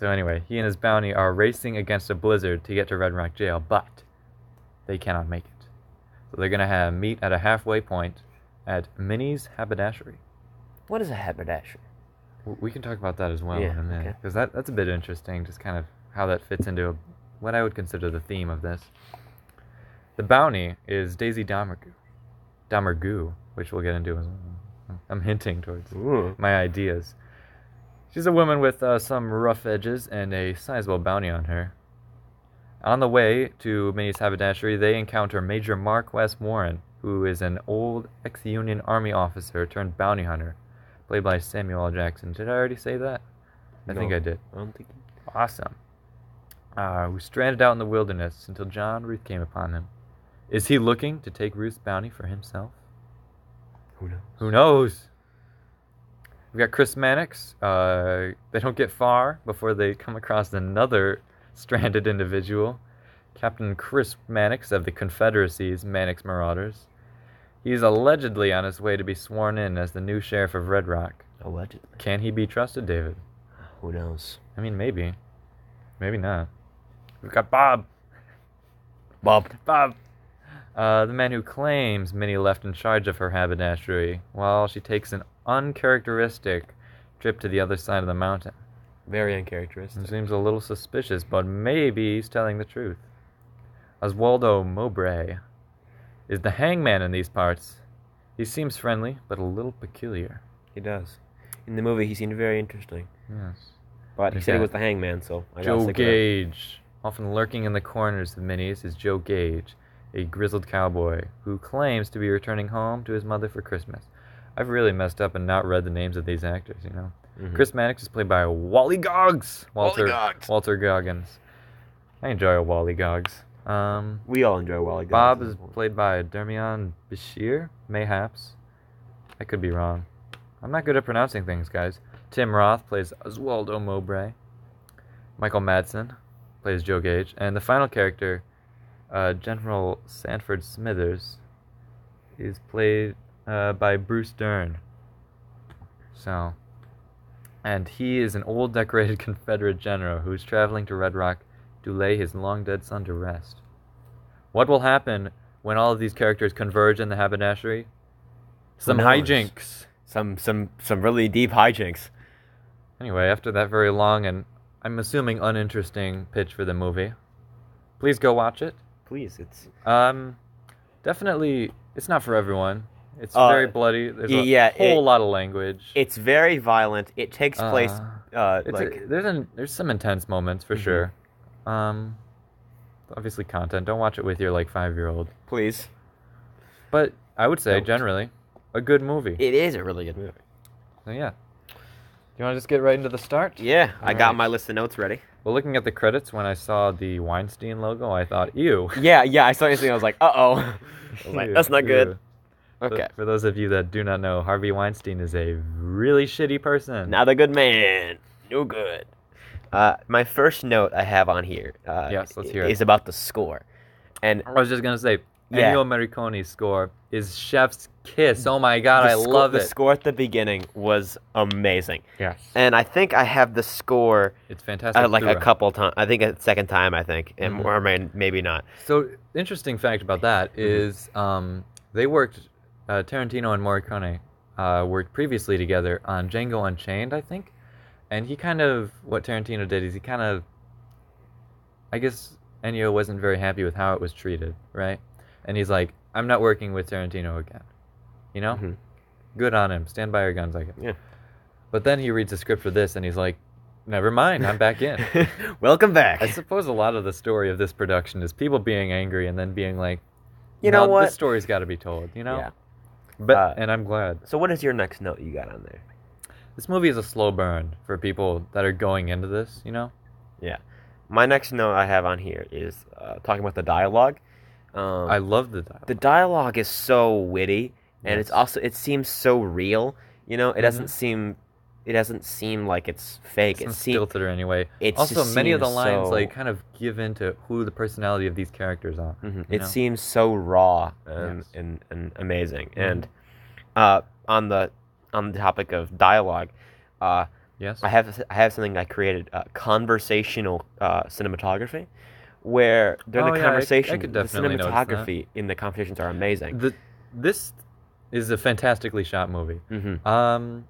[SPEAKER 1] So anyway, he and his bounty are racing against a blizzard to get to Red Rock Jail, but they cannot make it. So they're gonna have meet at a halfway point at Minnie's haberdashery.
[SPEAKER 2] What is a haberdashery?
[SPEAKER 1] W- We can talk about that as well
[SPEAKER 2] Yeah,
[SPEAKER 1] in a minute
[SPEAKER 2] okay.
[SPEAKER 1] because that, that's a bit interesting, just kind of how that fits into what I would consider the theme of this. The bounty is Daisy Damergu, Damergu, which we'll get into as well. I'm hinting towards
[SPEAKER 2] Ooh.
[SPEAKER 1] my ideas. She's a woman with uh, some rough edges and a sizable bounty on her. On the way to Minnie's haberdashery, they encounter Major Mark West Warren, who is an old ex-Union Army officer turned bounty hunter, played by Samuel L. Jackson. Did I already say that? I think
[SPEAKER 2] No.
[SPEAKER 1] I did.
[SPEAKER 2] I don't think.
[SPEAKER 1] Awesome. Uh, we stranded out in the wilderness until John Ruth came upon him. Is he looking to take Ruth's bounty for himself?
[SPEAKER 2] Who knows?
[SPEAKER 1] Who knows? We've got Chris Mannix. Uh, they don't get far before they come across another stranded individual, Captain Chris Mannix of the Confederacy's Mannix Marauders. He's allegedly on his way to be sworn in as the new sheriff of Red Rock.
[SPEAKER 2] Allegedly.
[SPEAKER 1] Can he be trusted, David?
[SPEAKER 2] Who knows?
[SPEAKER 1] I mean, maybe. Maybe not. We've got Bob.
[SPEAKER 2] Bob.
[SPEAKER 1] Bob. Uh, the man who claims Minnie left in charge of her haberdashery while she takes an uncharacteristic trip to the other side of the mountain.
[SPEAKER 2] Very
[SPEAKER 1] It
[SPEAKER 2] uncharacteristic.
[SPEAKER 1] seems a little suspicious, but maybe he's telling the truth. Oswaldo Mowbray is the hangman in these parts. He seems friendly, but a little peculiar.
[SPEAKER 2] He does. In the movie, he seemed very interesting.
[SPEAKER 1] Yes.
[SPEAKER 2] But he said he
[SPEAKER 1] Okay.
[SPEAKER 2] was the hangman, so I gotta
[SPEAKER 1] Joe
[SPEAKER 2] stick with that.
[SPEAKER 1] Gage. Often lurking in the corners of Minnie's is Joe Gage, a grizzled cowboy who claims to be returning home to his mother for Christmas. I've really messed up and not read the names of these actors, you know.
[SPEAKER 2] Mhm.
[SPEAKER 1] Chris Mannix is played by Wally Goggs. Walter
[SPEAKER 2] Goggs.
[SPEAKER 1] Walter Goggins. I enjoy a Wally Goggs. Um,
[SPEAKER 2] We all enjoy Wally.
[SPEAKER 1] Bob
[SPEAKER 2] Goggins.
[SPEAKER 1] is played by Dermion Bashir, mayhaps. I could be wrong. I'm not good at pronouncing things, guys. Tim Roth plays Oswaldo Mowbray. Michael Madsen plays Joe Gage. And the final character, uh, General Sanford Smithers, is played uh, by Bruce Dern. So. And he is an old decorated Confederate general who is traveling to Red Rock to lay his long dead son to rest. What will happen when all of these characters converge in the haberdashery? Some
[SPEAKER 2] knows?
[SPEAKER 1] hijinks.
[SPEAKER 2] some some some really deep hijinks.
[SPEAKER 1] Anyway, after that very long and I'm assuming uninteresting pitch for the movie, please go watch it.
[SPEAKER 2] Please, it's
[SPEAKER 1] Um, definitely, it's not for everyone. It's
[SPEAKER 2] Uh,
[SPEAKER 1] very bloody. There's
[SPEAKER 2] y-
[SPEAKER 1] a
[SPEAKER 2] yeah,
[SPEAKER 1] whole
[SPEAKER 2] it-
[SPEAKER 1] lot of language.
[SPEAKER 2] it's very violent. It takes place
[SPEAKER 1] Uh,
[SPEAKER 2] uh,
[SPEAKER 1] It's a-
[SPEAKER 2] like
[SPEAKER 1] there's an, there's some intense moments for
[SPEAKER 2] Mhm.
[SPEAKER 1] sure. Um, obviously content. Don't watch it with your like five year old.
[SPEAKER 2] please.
[SPEAKER 1] But I would say
[SPEAKER 2] Don't.
[SPEAKER 1] generally a good movie.
[SPEAKER 2] It is a really good movie.
[SPEAKER 1] So yeah. Do you want to just get right into the start?
[SPEAKER 2] Yeah, I got
[SPEAKER 1] Alright.
[SPEAKER 2] my list of notes ready.
[SPEAKER 1] Well, looking at the credits, when I saw the Weinstein logo, I thought, ew.
[SPEAKER 2] Yeah, yeah, I saw anything. I was like, uh oh. was like,
[SPEAKER 1] Ew,
[SPEAKER 2] "That's not good."
[SPEAKER 1] ew. For-
[SPEAKER 2] Okay,
[SPEAKER 1] For those of you that do not know, Harvey Weinstein is a really shitty person.
[SPEAKER 2] not a good man. No good. Uh, my first note I have on here uh,
[SPEAKER 1] Yes, let's hear it.
[SPEAKER 2] is about the score, and
[SPEAKER 1] I was just gonna say,
[SPEAKER 2] Yeah.
[SPEAKER 1] Ennio Morricone's score is Chef's Kiss. Oh my god,
[SPEAKER 2] the
[SPEAKER 1] I
[SPEAKER 2] sco-
[SPEAKER 1] love
[SPEAKER 2] the
[SPEAKER 1] it.
[SPEAKER 2] score at the beginning was amazing,
[SPEAKER 1] Yes,
[SPEAKER 2] and I think I have the score
[SPEAKER 1] it's fantastic.
[SPEAKER 2] uh, like a
[SPEAKER 1] throughout.
[SPEAKER 2] couple times. I think a second time. I think, and
[SPEAKER 1] Mhm.
[SPEAKER 2] or may- maybe not.
[SPEAKER 1] So, interesting fact about that is, um, they worked. Uh, Tarantino and Morricone uh, worked previously together on Django Unchained, I think. And he kind of what Tarantino did is he kind of, I guess Ennio wasn't very happy with how it was treated, right? And he's like, I'm not working with Tarantino again. You know,
[SPEAKER 2] Mhm.
[SPEAKER 1] good on him. Stand by your guns, I guess.
[SPEAKER 2] Yeah.
[SPEAKER 1] But then he reads the script for this, and he's like, Never mind, I'm back in.
[SPEAKER 2] Welcome back.
[SPEAKER 1] I suppose a lot of the story of this production is people being angry and then being like,
[SPEAKER 2] You know
[SPEAKER 1] "No,
[SPEAKER 2] what?
[SPEAKER 1] This story's got to be told, you know?
[SPEAKER 2] Yeah.
[SPEAKER 1] But
[SPEAKER 2] Uh,
[SPEAKER 1] and I'm glad.
[SPEAKER 2] So what is your next note you got on there?
[SPEAKER 1] This movie is a slow burn for people that are going into this, you know?
[SPEAKER 2] My next note I have on here is uh, talking about the dialogue. Um,
[SPEAKER 1] I love the dialogue.
[SPEAKER 2] the dialogue is so witty, and it's
[SPEAKER 1] Yes. Mm-hmm.
[SPEAKER 2] also it seems so real. You know, it doesn't seem it doesn't seem like it's fake.
[SPEAKER 1] It's
[SPEAKER 2] It
[SPEAKER 1] not
[SPEAKER 2] seems
[SPEAKER 1] stilted or anyway.
[SPEAKER 2] it
[SPEAKER 1] Also,
[SPEAKER 2] just
[SPEAKER 1] many of the
[SPEAKER 2] seems
[SPEAKER 1] lines
[SPEAKER 2] so-
[SPEAKER 1] like kind of give into who the personality of these characters are.
[SPEAKER 2] Mhm.
[SPEAKER 1] you
[SPEAKER 2] It
[SPEAKER 1] know?
[SPEAKER 2] seems so raw and,
[SPEAKER 1] Yes. Mm-hmm.
[SPEAKER 2] and, and amazing. And uh, on the on the topic of dialogue, uh,
[SPEAKER 1] Yes.
[SPEAKER 2] I have I have something I created uh, conversational uh, cinematography, where during
[SPEAKER 1] Oh,
[SPEAKER 2] the
[SPEAKER 1] yeah, I- I
[SPEAKER 2] conversation,
[SPEAKER 1] could
[SPEAKER 2] the
[SPEAKER 1] definitely notice that.
[SPEAKER 2] cinematography in the conversations are amazing.
[SPEAKER 1] The, this is a fantastically shot movie.
[SPEAKER 2] hmm
[SPEAKER 1] Um,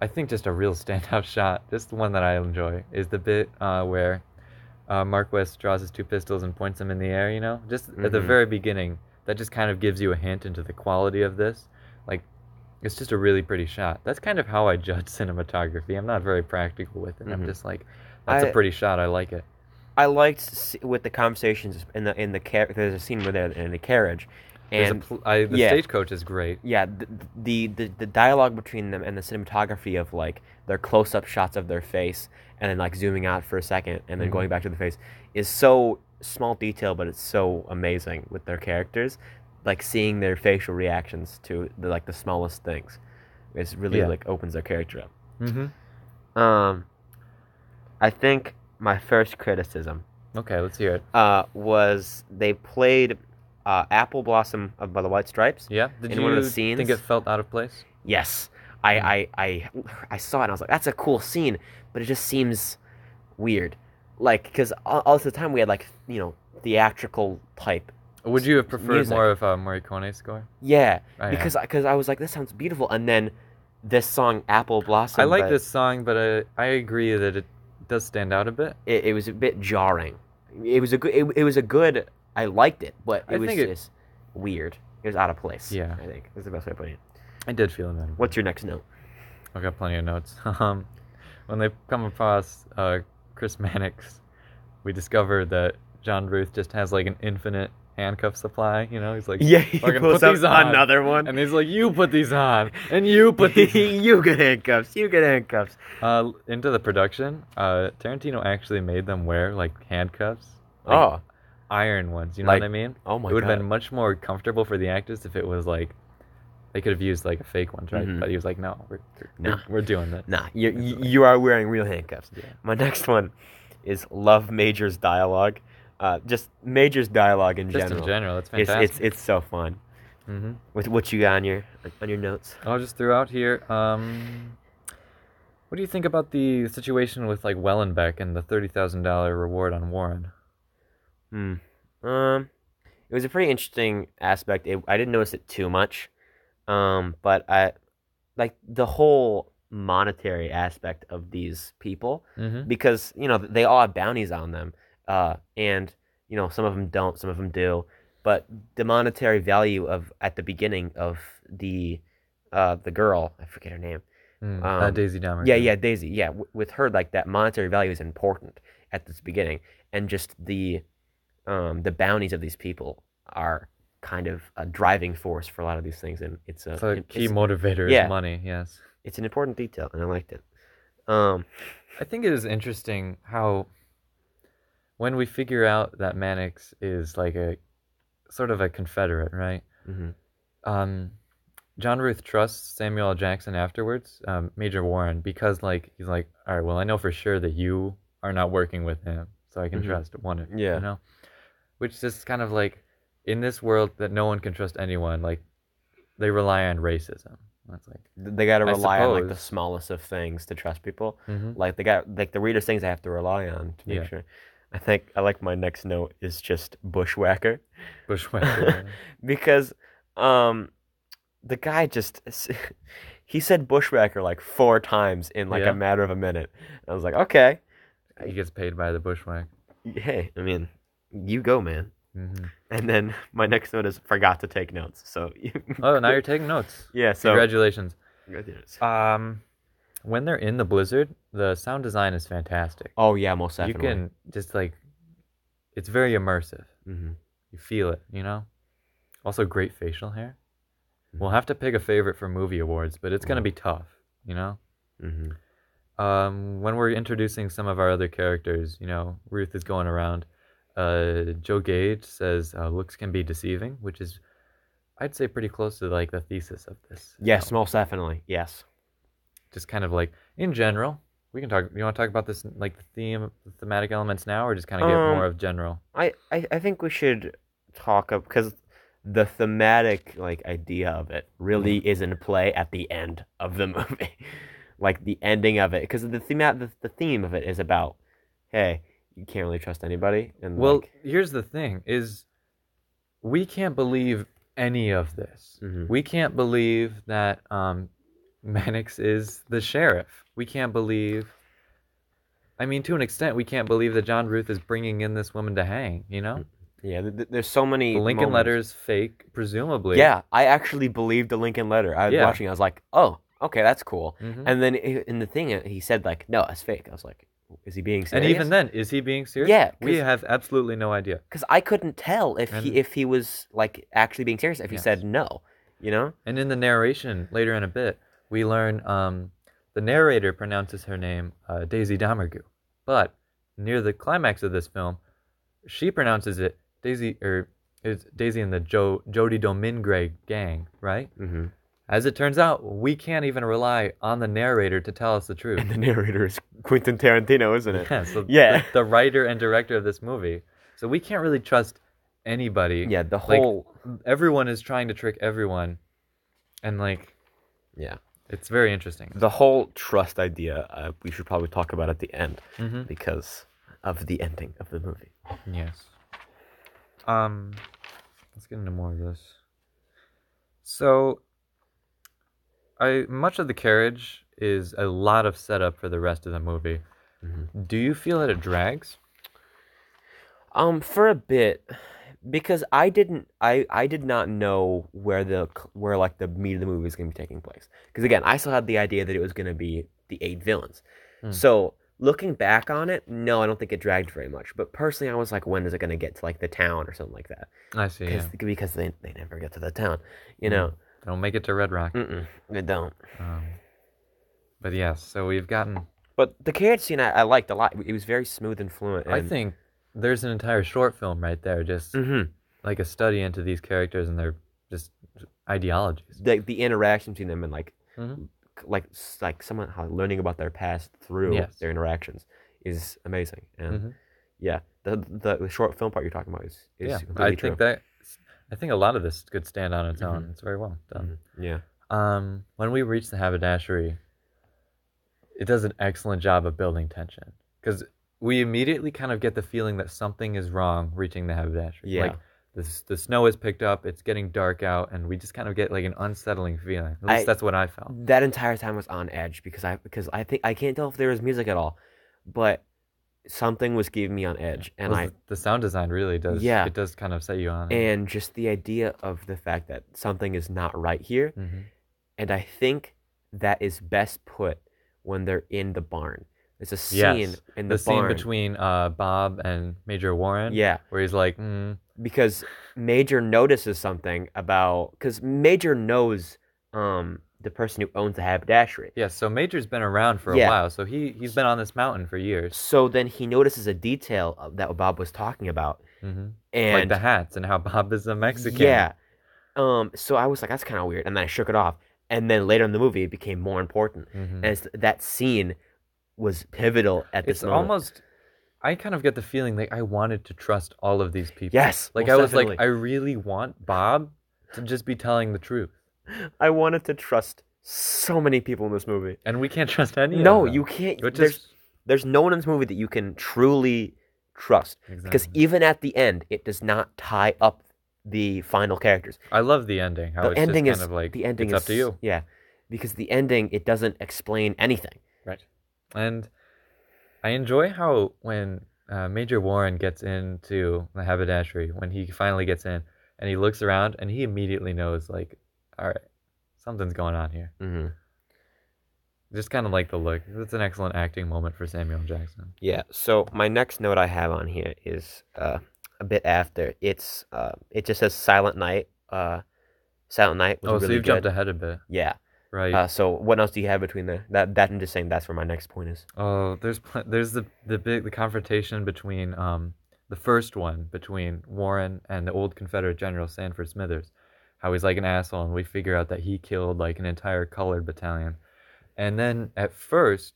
[SPEAKER 1] I think just a real standout shot, just the one that I enjoy, is the bit uh, where uh, Mark West draws his two pistols and points them in the air. You know, just at the
[SPEAKER 2] Mhm.
[SPEAKER 1] very beginning, that just kind of gives you a hint into the quality of this. Like, it's just a really pretty shot. That's kind of how I judge cinematography. I'm not very practical with it.
[SPEAKER 2] Mhm.
[SPEAKER 1] I'm just like, that's a
[SPEAKER 2] I-
[SPEAKER 1] pretty shot. I like it.
[SPEAKER 2] I liked s- with the conversations in the in the car- there's a scene where they're in a carriage,
[SPEAKER 1] There's a
[SPEAKER 2] and
[SPEAKER 1] pl- I, the
[SPEAKER 2] yeah.
[SPEAKER 1] stagecoach is great.
[SPEAKER 2] yeah, the, the the the dialogue between them and the cinematography of like their close up shots of their face and then like zooming out for a second and then
[SPEAKER 1] Mhm.
[SPEAKER 2] going back to the face is so small detail, but it's so amazing with their characters, like seeing their facial reactions to the, like the smallest things. It's really
[SPEAKER 1] Yeah.
[SPEAKER 2] like opens their character up.
[SPEAKER 1] Mm-hmm.
[SPEAKER 2] Um, I think my first criticism
[SPEAKER 1] Okay, let's hear it.
[SPEAKER 2] uh, was they played uh, Apple Blossom by the White Stripes.
[SPEAKER 1] Yeah, did
[SPEAKER 2] In
[SPEAKER 1] you
[SPEAKER 2] one of the
[SPEAKER 1] think it
[SPEAKER 2] scenes?
[SPEAKER 1] felt out of place?
[SPEAKER 2] Yes.
[SPEAKER 1] Hmm.
[SPEAKER 2] I, I, I, I saw it and I was like, that's a cool scene, but it just seems weird. Like, because all of the time we had, like, you know, theatrical type.
[SPEAKER 1] Would you have preferred
[SPEAKER 2] music.
[SPEAKER 1] more of uh, Morricone's score?
[SPEAKER 2] Yeah.
[SPEAKER 1] I am.
[SPEAKER 2] because I, cause I was like, this sounds beautiful. And then this song, Apple Blossom.
[SPEAKER 1] I like
[SPEAKER 2] but
[SPEAKER 1] this song, but I I agree that it does stand out a bit.
[SPEAKER 2] It, it was a bit jarring. It was a good, it, it was a good, I liked it, but it
[SPEAKER 1] I
[SPEAKER 2] was
[SPEAKER 1] think it-
[SPEAKER 2] just weird. It was out of place.
[SPEAKER 1] Yeah.
[SPEAKER 2] I think. That's the best way of putting it.
[SPEAKER 1] I did feel that.
[SPEAKER 2] What's your next note?
[SPEAKER 1] I've got plenty of notes. Um, when they come across uh, Chris Mannix, we discover that John Ruth just has like an infinite handcuff supply. You know, he's like,
[SPEAKER 2] he
[SPEAKER 1] Fucking pulls put up these on. another
[SPEAKER 2] one.
[SPEAKER 1] and he's like, you put these on, and you put these
[SPEAKER 2] you get handcuffs. You get handcuffs.
[SPEAKER 1] uh, into the production. Uh, Tarantino actually made them wear like handcuffs, Like-
[SPEAKER 2] oh,
[SPEAKER 1] iron ones. You know
[SPEAKER 2] Like-
[SPEAKER 1] what I mean?
[SPEAKER 2] oh my
[SPEAKER 1] it would
[SPEAKER 2] god.
[SPEAKER 1] have been much more comfortable for the actors if it was like they could have used like a fake one, right?
[SPEAKER 2] Mhm.
[SPEAKER 1] But he was like, no, we're
[SPEAKER 2] Nah.
[SPEAKER 1] we're, we're doing that.
[SPEAKER 2] Nah, you, you you are wearing real handcuffs.
[SPEAKER 1] Yeah.
[SPEAKER 2] My next one is love Major's dialogue. Uh, just Major's dialogue in
[SPEAKER 1] Just
[SPEAKER 2] general.
[SPEAKER 1] in general, that's
[SPEAKER 2] it's,
[SPEAKER 1] fantastic.
[SPEAKER 2] it's it's so fun.
[SPEAKER 1] hmm
[SPEAKER 2] With what you got on your on your notes?
[SPEAKER 1] I'll just throw out here. Um, what do you think about the situation with like Wellenbeck and the thirty thousand dollar reward on Warren?
[SPEAKER 2] Hmm. Um, it was a pretty interesting aspect. It, I didn't notice it too much, um, but I like the whole monetary aspect of these people
[SPEAKER 1] Mm-hmm.
[SPEAKER 2] because you know they all have bounties on them, uh, and you know some of them don't, some of them do. But the monetary value of at the beginning of the uh, the girl, I forget her name.
[SPEAKER 1] uh,
[SPEAKER 2] Um,
[SPEAKER 1] Daisy Dahmer.
[SPEAKER 2] Yeah, yeah, Daisy. Yeah, w- with her like that monetary value is important at this beginning, and just the um, the bounties of these people are kind of a driving force for a lot of these things, and it's a
[SPEAKER 1] It's a
[SPEAKER 2] it-
[SPEAKER 1] key
[SPEAKER 2] it's,
[SPEAKER 1] motivator
[SPEAKER 2] yeah.
[SPEAKER 1] is money. Yes.
[SPEAKER 2] it's an important detail, and I liked it. Um,
[SPEAKER 1] I think it is interesting how when we figure out that Mannix is like a sort of a Confederate, right?
[SPEAKER 2] mhm.
[SPEAKER 1] um, John Ruth trusts Samuel L. Jackson afterwards, um, Major Warren, because like he's like, all right, well, I know for sure that you are not working with him, so I can
[SPEAKER 2] Mhm.
[SPEAKER 1] trust one of you.
[SPEAKER 2] Yeah.
[SPEAKER 1] You know, which just kind of like in this world that no one can trust anyone, like they rely on racism. That's like,
[SPEAKER 2] Th- They gotta
[SPEAKER 1] I
[SPEAKER 2] rely on like the
[SPEAKER 1] suppose.
[SPEAKER 2] smallest of things to trust people.
[SPEAKER 1] hmm
[SPEAKER 2] like the guy like the weirdest things I have to rely on to make
[SPEAKER 1] Yeah.
[SPEAKER 2] sure. I think I like my next note is just bushwhacker
[SPEAKER 1] bushwhacker.
[SPEAKER 2] because um the guy just he said bushwhacker like four times in like
[SPEAKER 1] Yeah.
[SPEAKER 2] a matter of a minute. I was like, okay,
[SPEAKER 1] he gets paid by the bushwhack.
[SPEAKER 2] hey, I mean, you go, man.
[SPEAKER 1] hmm
[SPEAKER 2] And then my next note is forgot to take notes. So
[SPEAKER 1] Oh, now you're taking notes.
[SPEAKER 2] yeah, so
[SPEAKER 1] Congratulations. Um, when they're in the blizzard, the sound design is fantastic.
[SPEAKER 2] Oh yeah, most
[SPEAKER 1] You
[SPEAKER 2] definitely.
[SPEAKER 1] can just like, it's very immersive.
[SPEAKER 2] Mm-hmm.
[SPEAKER 1] You feel it, you know? Also, great facial hair.
[SPEAKER 2] Mm-hmm.
[SPEAKER 1] We'll have to pick a favorite for movie awards, but it's going to be tough, you know?
[SPEAKER 2] Mm-hmm.
[SPEAKER 1] Um, when we're introducing some of our other characters, you know, Ruth is going around. Uh, Joe Gage says uh, looks can be deceiving, which is, I'd say, pretty close to like the thesis of this.
[SPEAKER 2] Yes, most definitely. Yes.
[SPEAKER 1] Just kind of like in general. We can talk. You want to talk about this, like the theme, the thematic elements now, or just kind of get
[SPEAKER 2] Um,
[SPEAKER 1] more of general?
[SPEAKER 2] I, I, I think we should talk up because the thematic like idea of it really
[SPEAKER 1] Mm-hmm.
[SPEAKER 2] is in play at the end of the movie, like the ending of it. Because the theme the, the theme of it is about, hey, you can't really trust anybody, and
[SPEAKER 1] Well,
[SPEAKER 2] like,
[SPEAKER 1] here's the thing: is we can't believe any of this.
[SPEAKER 2] Mhm.
[SPEAKER 1] We can't believe that um, Mannix is the sheriff. We can't believe. I mean, to an extent, we can't believe that John Ruth is bringing in this woman to hang. You know,
[SPEAKER 2] yeah, th- th- there's so many
[SPEAKER 1] the Lincoln
[SPEAKER 2] moments.
[SPEAKER 1] letter's fake, presumably.
[SPEAKER 2] Yeah, I actually believed the Lincoln letter. I was
[SPEAKER 1] Yeah.
[SPEAKER 2] watching. I was like, oh, okay, that's cool.
[SPEAKER 1] Mhm.
[SPEAKER 2] And then i- in the thing, uh, he said like, no, it's fake. I was like, is he being
[SPEAKER 1] And
[SPEAKER 2] serious?
[SPEAKER 1] even then, is he being serious?
[SPEAKER 2] Yeah,
[SPEAKER 1] we
[SPEAKER 2] 'cause-
[SPEAKER 1] have absolutely no idea.
[SPEAKER 2] because I couldn't tell if
[SPEAKER 1] And-
[SPEAKER 2] he if he was like actually being serious if he
[SPEAKER 1] Yes.
[SPEAKER 2] said no, you know.
[SPEAKER 1] And in the narration later in a bit, we learn um, the narrator pronounces her name uh, Daisy Domergue, but near the climax of this film, she pronounces it Daisy or it's Daisy and the jo- Jody Domingray gang, right?
[SPEAKER 2] Mm-hmm.
[SPEAKER 1] As it turns out, we can't even rely on the narrator to tell us the truth.
[SPEAKER 2] The narrator is Quentin Tarantino, isn't it?
[SPEAKER 1] yeah, so
[SPEAKER 2] Yeah.
[SPEAKER 1] The, the writer and director of this movie. So we can't really trust anybody.
[SPEAKER 2] Yeah, the
[SPEAKER 1] Like-
[SPEAKER 2] whole
[SPEAKER 1] Everyone is trying to trick everyone, and like
[SPEAKER 2] yeah
[SPEAKER 1] it's very interesting.
[SPEAKER 2] the whole trust idea uh, we should probably talk about at the end
[SPEAKER 1] hmm
[SPEAKER 2] because of the ending of the movie.
[SPEAKER 1] Yes. Um, let's get into more of this. So, I much of the carriage is a lot of setup for the rest of the movie. Do you feel that it drags?
[SPEAKER 2] Um, for a bit, because I didn't, I, I did not know where the c- where like the meat of the movie was going to be taking place. Because again, I still had the idea that it was going to be the eight villains.
[SPEAKER 1] Hmm.
[SPEAKER 2] So looking back on it, no, I don't think it dragged very much. But personally, I was like, when is it going to get to like the town or something like that?
[SPEAKER 1] I see.
[SPEAKER 2] 'Cause-
[SPEAKER 1] Yeah.
[SPEAKER 2] Because they they never get to the town, you
[SPEAKER 1] Hmm.
[SPEAKER 2] know.
[SPEAKER 1] Don't make it to Red Rock.
[SPEAKER 2] Mm-mm, they don't.
[SPEAKER 1] Um, but yes, so we've gotten.
[SPEAKER 2] But the carriage scene I, I liked a lot. It was very smooth and fluent.
[SPEAKER 1] I
[SPEAKER 2] and-
[SPEAKER 1] think there's an entire short film right there, just
[SPEAKER 2] Mhm.
[SPEAKER 1] like a study into these characters and their just ideologies.
[SPEAKER 2] the the interaction between them and like
[SPEAKER 1] Mhm.
[SPEAKER 2] c- like s- like someone how learning about their past through
[SPEAKER 1] Yes.
[SPEAKER 2] their interactions is amazing and
[SPEAKER 1] Mhm.
[SPEAKER 2] yeah the, the the short film part you're talking about is, is
[SPEAKER 1] yeah,
[SPEAKER 2] completely
[SPEAKER 1] I
[SPEAKER 2] true.
[SPEAKER 1] think that I think a lot of this could stand on its own. It's very well done.
[SPEAKER 2] Mhm. yeah
[SPEAKER 1] Um, when we reach the haberdashery, it does an excellent job of building tension because we immediately kind of get the feeling that something is wrong reaching the haberdashery.
[SPEAKER 2] Yeah.
[SPEAKER 1] Like the s- the snow has picked up. It's getting dark out, and we just kind of get like an unsettling feeling. At least
[SPEAKER 2] I-
[SPEAKER 1] that's what I felt.
[SPEAKER 2] that entire time was on edge because I because I think I can't tell if there was music at all but something was keeping me on edge and
[SPEAKER 1] Was
[SPEAKER 2] I
[SPEAKER 1] the- the sound design really does.
[SPEAKER 2] Yeah.
[SPEAKER 1] it does kind of set you on. edge.
[SPEAKER 2] and just the idea of the fact that something is not right here
[SPEAKER 1] Mhm.
[SPEAKER 2] and I think that is best put when they're in the barn. There's a scene
[SPEAKER 1] Yes,
[SPEAKER 2] in the,
[SPEAKER 1] The scene
[SPEAKER 2] barn.
[SPEAKER 1] between uh, Bob and Major Warren,
[SPEAKER 2] yeah,
[SPEAKER 1] where he's like, mm,
[SPEAKER 2] because Major notices something about because Major knows um the person who owns the haberdashery.
[SPEAKER 1] Yeah, so Major's been around for a
[SPEAKER 2] Yeah.
[SPEAKER 1] while, so he he's been on this mountain for years.
[SPEAKER 2] So then he notices a detail of- that Bob was talking about,
[SPEAKER 1] hmm Like
[SPEAKER 2] and
[SPEAKER 1] the hats and how Bob is a Mexican.
[SPEAKER 2] yeah, um. So I was like, that's kind of weird, and then I shook it off. And then later in the movie, it became more important,
[SPEAKER 1] Mhm.
[SPEAKER 2] as that scene was pivotal at this
[SPEAKER 1] it's
[SPEAKER 2] moment.
[SPEAKER 1] almost. I kind of get the feeling like I wanted to trust all of these people.
[SPEAKER 2] yes,
[SPEAKER 1] Like I
[SPEAKER 2] most
[SPEAKER 1] was like,
[SPEAKER 2] definitely.
[SPEAKER 1] I really want Bob to just be telling the truth,
[SPEAKER 2] I wanted to trust so many people in this movie.
[SPEAKER 1] and we can't trust any. of
[SPEAKER 2] No,
[SPEAKER 1] them,
[SPEAKER 2] you can't.
[SPEAKER 1] Which
[SPEAKER 2] there's
[SPEAKER 1] is
[SPEAKER 2] there's no one in this movie that you can truly trust because
[SPEAKER 1] Exactly.
[SPEAKER 2] even at the end, it does not tie up the final characters.
[SPEAKER 1] I love the ending. How
[SPEAKER 2] the
[SPEAKER 1] it's
[SPEAKER 2] ending
[SPEAKER 1] just
[SPEAKER 2] is
[SPEAKER 1] kind of like
[SPEAKER 2] the ending
[SPEAKER 1] it's
[SPEAKER 2] is
[SPEAKER 1] up to you.
[SPEAKER 2] Yeah, because the ending it doesn't explain anything.
[SPEAKER 1] And I enjoy how when uh, Major Warren gets into the haberdashery, when he finally gets in and he looks around and he immediately knows, like, all right, something's going on here.
[SPEAKER 2] Mm-hmm.
[SPEAKER 1] Just kind of like the look. It's an excellent acting moment for Samuel Jackson.
[SPEAKER 2] Yeah. So my next note I have on here is uh, a bit after. It's uh, it just says Silent Night. Uh, Silent Night was
[SPEAKER 1] Oh,
[SPEAKER 2] really
[SPEAKER 1] so you've
[SPEAKER 2] good.
[SPEAKER 1] jumped ahead a bit,
[SPEAKER 2] Yeah.
[SPEAKER 1] right?
[SPEAKER 2] Uh, so what else do you have between there? That that I'm just saying that's where my next point is.
[SPEAKER 1] Oh, there's pl- there's the the big the confrontation between um the first one between Warren and the old Confederate General Sanford Smithers, how he's like an asshole, and we figure out that he killed like an entire colored battalion, and then at first,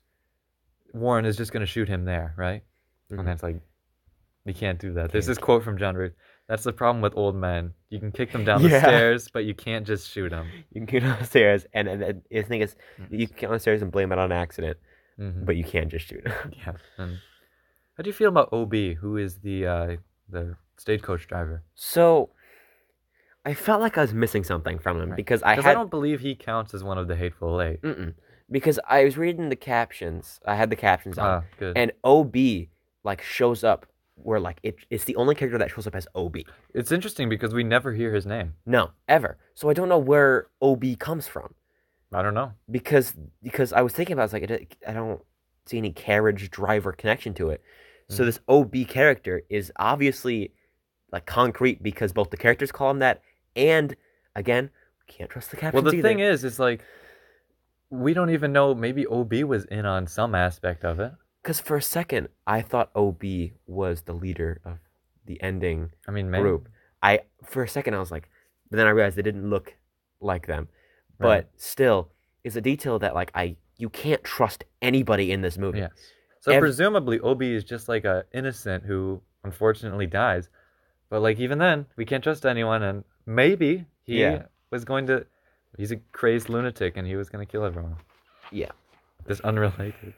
[SPEAKER 1] Warren is just gonna shoot him there, right? And that's like, you can't do that. There's
[SPEAKER 2] Mm-hmm. Can't.
[SPEAKER 1] this quote from John Ruth. That's the problem with old men. You can kick them down the
[SPEAKER 2] Yeah.
[SPEAKER 1] stairs, but you can't just shoot them.
[SPEAKER 2] You can go downstairs and, and, and the thing is you can go downstairs and blame it on accident,
[SPEAKER 1] Mhm.
[SPEAKER 2] but you can't just shoot.
[SPEAKER 1] Yeah. And how do you feel about OB, who is the uh, the stagecoach driver?
[SPEAKER 2] so I felt like I was missing something from him
[SPEAKER 1] Right.
[SPEAKER 2] because I
[SPEAKER 1] Because
[SPEAKER 2] had Mm,
[SPEAKER 1] I, don't believe he counts as one of the hateful eight.
[SPEAKER 2] Mm-mm. because I was reading the captions. I had the captions on.
[SPEAKER 1] Ah, good.
[SPEAKER 2] and OB like shows up where like it, it's the only character that shows up as OB.
[SPEAKER 1] it's interesting because we never hear his name.
[SPEAKER 2] No, ever. So I don't know where OB comes from
[SPEAKER 1] I don't know.
[SPEAKER 2] because because I was thinking about it, I was like it- I don't see any carriage driver connection to it. So
[SPEAKER 1] Mhm.
[SPEAKER 2] this OB character is obviously like concrete because both the characters call him that and again, we can't trust the
[SPEAKER 1] Well,
[SPEAKER 2] captions
[SPEAKER 1] the
[SPEAKER 2] either.
[SPEAKER 1] thing is, it's like we don't even know. Maybe OB was in on some aspect of it.
[SPEAKER 2] Cuz for a second I thought OB was the leader of the ending
[SPEAKER 1] I mean, maybe.
[SPEAKER 2] group. I for a second I was like, but then I realized they didn't look like them. But
[SPEAKER 1] Right.
[SPEAKER 2] still, it's a detail that like I you can't trust anybody in this movie.
[SPEAKER 1] Yes. So
[SPEAKER 2] Ev-
[SPEAKER 1] presumably OB is just like a innocent who unfortunately dies. But like even then, we can't trust anyone and maybe he
[SPEAKER 2] Yeah.
[SPEAKER 1] was going to he's a crazed lunatic and he was going to kill everyone.
[SPEAKER 2] Yeah.
[SPEAKER 1] This unrelated.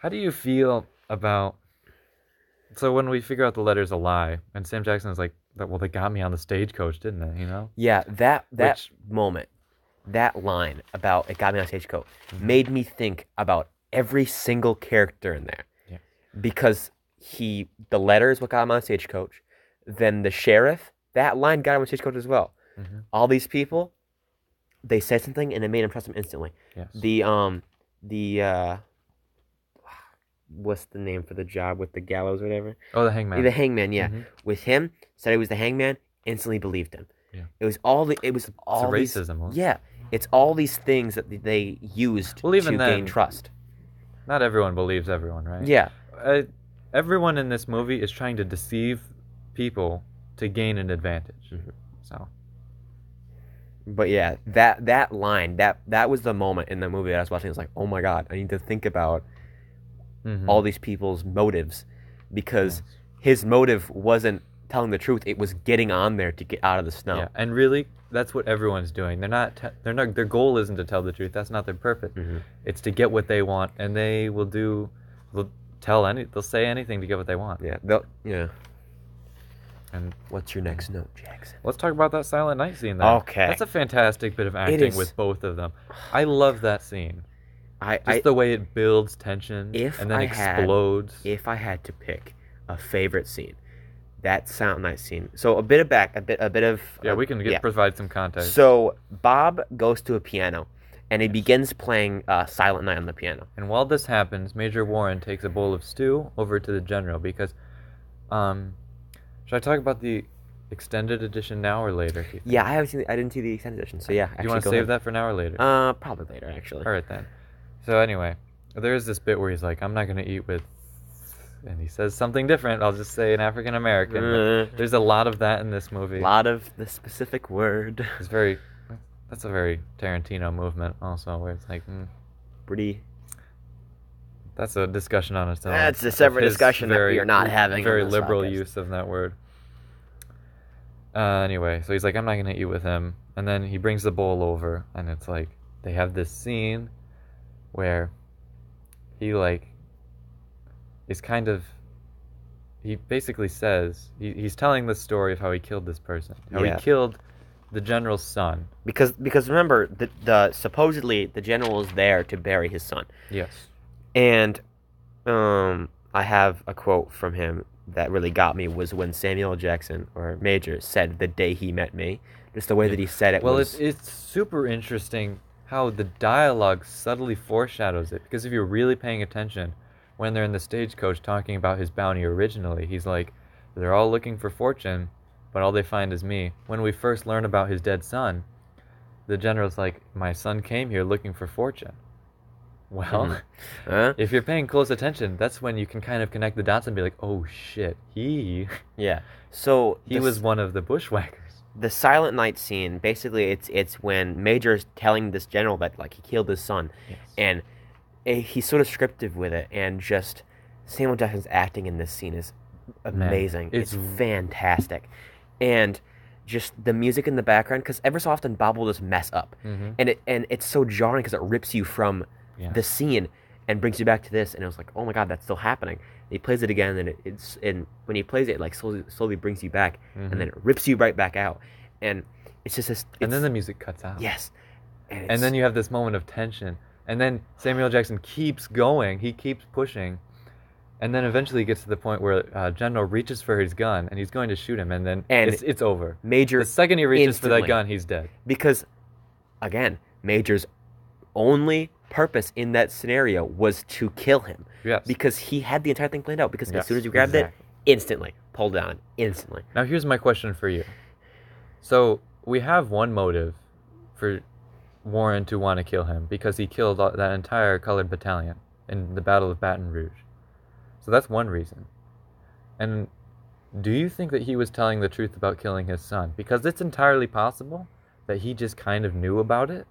[SPEAKER 1] How do you feel about so when we figure out the letter's a lie and Sam Jackson is like that well they got me on the stagecoach, didn't they, you know?
[SPEAKER 2] Yeah, that that
[SPEAKER 1] Which-
[SPEAKER 2] moment, that line about it got me on stagecoach
[SPEAKER 1] Mm-hmm.
[SPEAKER 2] made me think about every single character in there.
[SPEAKER 1] Yeah.
[SPEAKER 2] Because he the letter is what got him on stagecoach. Then the sheriff, that line got him on stagecoach as well.
[SPEAKER 1] Mhm.
[SPEAKER 2] All these people, they said something and it made him trust him instantly.
[SPEAKER 1] Yes.
[SPEAKER 2] the um the uh what's the name for the job with the gallows or whatever
[SPEAKER 1] oh, the hangman.
[SPEAKER 2] the hangman yeah
[SPEAKER 1] Mhm.
[SPEAKER 2] with him said he was the hangman instantly believed him
[SPEAKER 1] Yeah.
[SPEAKER 2] it was all the it was
[SPEAKER 1] It's a
[SPEAKER 2] all these,
[SPEAKER 1] racism. huh?
[SPEAKER 2] yeah it's all these things that they used
[SPEAKER 1] Well, even
[SPEAKER 2] to
[SPEAKER 1] then-
[SPEAKER 2] gain trust
[SPEAKER 1] Not everyone believes everyone, right?
[SPEAKER 2] yeah
[SPEAKER 1] uh, everyone in this movie is trying to deceive people to gain an advantage.
[SPEAKER 2] Mhm.
[SPEAKER 1] So
[SPEAKER 2] but yeah that that line that that was the moment in the movie that i was watching i was like oh my god i need to think about
[SPEAKER 1] mhm.
[SPEAKER 2] Mm-hmm. all these people's motives because his motive wasn't telling the truth it was getting on there to get out of the snow
[SPEAKER 1] yeah, and really, that's what everyone's doing. They're not. Te- they're not. Their goal isn't to tell the truth. That's not their purpose.
[SPEAKER 2] Mhm.
[SPEAKER 1] It's to get what they want, and they will do. They'll tell any. They'll say anything to get what they want.
[SPEAKER 2] Yeah. They'll, yeah.
[SPEAKER 1] And
[SPEAKER 2] What's your next note, Jackson?
[SPEAKER 1] let's talk about that Silent Night scene. Then.
[SPEAKER 2] Okay.
[SPEAKER 1] That's a fantastic bit of acting
[SPEAKER 2] is-
[SPEAKER 1] with both of them. I love that scene.
[SPEAKER 2] I,
[SPEAKER 1] Just
[SPEAKER 2] I
[SPEAKER 1] the way it builds tension
[SPEAKER 2] If
[SPEAKER 1] and then
[SPEAKER 2] I had-
[SPEAKER 1] explodes.
[SPEAKER 2] if I had to pick a favorite scene, that Silent Night scene. So a bit of back, a bit, a bit of
[SPEAKER 1] yeah, we can get,
[SPEAKER 2] yeah.
[SPEAKER 1] provide some context.
[SPEAKER 2] So Bob goes to a piano, and he begins playing uh, Silent Night on the piano.
[SPEAKER 1] And while this happens, Major Warren takes a bowl of stew over to the general because, um, should I talk about the extended edition now or later? Do you, think?
[SPEAKER 2] Yeah, I haven't seen. The, I didn't see the extended edition. So yeah,
[SPEAKER 1] Do
[SPEAKER 2] actually,
[SPEAKER 1] you want
[SPEAKER 2] go
[SPEAKER 1] to save
[SPEAKER 2] ahead.
[SPEAKER 1] that for now or later?
[SPEAKER 2] Uh, probably later actually.
[SPEAKER 1] All right then. So anyway, there is this bit where he's like, "I'm not gonna eat with," and he says something different. I'll just say an African American. but
[SPEAKER 2] Uh,
[SPEAKER 1] There's a lot of that in this movie.
[SPEAKER 2] a lot of the specific word.
[SPEAKER 1] It's very. That's a very Tarantino movement, also, where it's like, mm,
[SPEAKER 2] Pretty.
[SPEAKER 1] that's a discussion on its own.
[SPEAKER 2] That's a
[SPEAKER 1] of
[SPEAKER 2] separate
[SPEAKER 1] his
[SPEAKER 2] discussion that we are not having on
[SPEAKER 1] Very
[SPEAKER 2] this
[SPEAKER 1] liberal
[SPEAKER 2] podcast.
[SPEAKER 1] use of that word. Uh, anyway, so he's like, I'm not gonna eat with him, and then he brings the bowl over, and it's like they have this scene where he like is kind of he basically says he, he's telling the story of how he killed this person, how
[SPEAKER 2] Yeah.
[SPEAKER 1] he killed the general's son.
[SPEAKER 2] Because because remember the, the supposedly the general is there to bury his son.
[SPEAKER 1] Yes.
[SPEAKER 2] And um, I have a quote from him that really got me was when Samuel Jackson or Major said the day he met me. Just the way that he said it
[SPEAKER 1] Well,
[SPEAKER 2] was
[SPEAKER 1] it's it's super interesting how the dialogue subtly foreshadows it. Because if you're really paying attention, when they're in the stagecoach talking about his bounty originally, he's like, they're all looking for fortune, but all they find is me. When we first learn about his dead son, the general's like, my son came here looking for fortune. Well,
[SPEAKER 2] Mhm. Huh?
[SPEAKER 1] if you're paying close attention, that's when you can kind of connect the dots and be like, oh shit, he
[SPEAKER 2] Yeah. So
[SPEAKER 1] he
[SPEAKER 2] the
[SPEAKER 1] was one of the bushwhackers.
[SPEAKER 2] the Silent Night scene, basically, it's it's when Major's telling this general that like he killed his son, and eh, he's so descriptive with it, and just Samuel Jackson's acting in this scene is amazing.
[SPEAKER 1] it's-
[SPEAKER 2] it's, fantastic, and just the music in the background because ever so often Bob will just mess up,
[SPEAKER 1] Mm-hmm.
[SPEAKER 2] and it and it's so jarring because it rips you from
[SPEAKER 1] Yeah.
[SPEAKER 2] the scene and brings you back to this and it was like oh my god that's still happening and he plays it again and it, it's and when he plays it, it like slowly, slowly brings you back and then it rips you right back out and it's just this
[SPEAKER 1] Mm-hmm. and then
[SPEAKER 2] Mm-hmm. it's-
[SPEAKER 1] the music cuts out.
[SPEAKER 2] yes and,
[SPEAKER 1] And
[SPEAKER 2] it's-
[SPEAKER 1] then you have this moment of tension. And then Samuel Jackson keeps going. He keeps pushing. And then eventually he gets to the point where uh, General reaches for his gun and he's going to shoot him. And then
[SPEAKER 2] And-
[SPEAKER 1] it's, it's over.
[SPEAKER 2] major
[SPEAKER 1] The second he reaches for that
[SPEAKER 2] instantly.
[SPEAKER 1] gun, he's dead.
[SPEAKER 2] because again major's only purpose in that scenario was to kill him
[SPEAKER 1] Yes.
[SPEAKER 2] because he had the entire thing planned out because
[SPEAKER 1] Yes,
[SPEAKER 2] as soon as you grabbed
[SPEAKER 1] exactly.
[SPEAKER 2] it instantly pulled down instantly
[SPEAKER 1] Now here's my question for you. So we have one motive for Warren to want to kill him because he killed all- that entire colored battalion in the Battle of Baton Rouge. So that's one reason. And do you think that he was telling the truth about killing his son? Because it's entirely possible that he just kind of knew about it,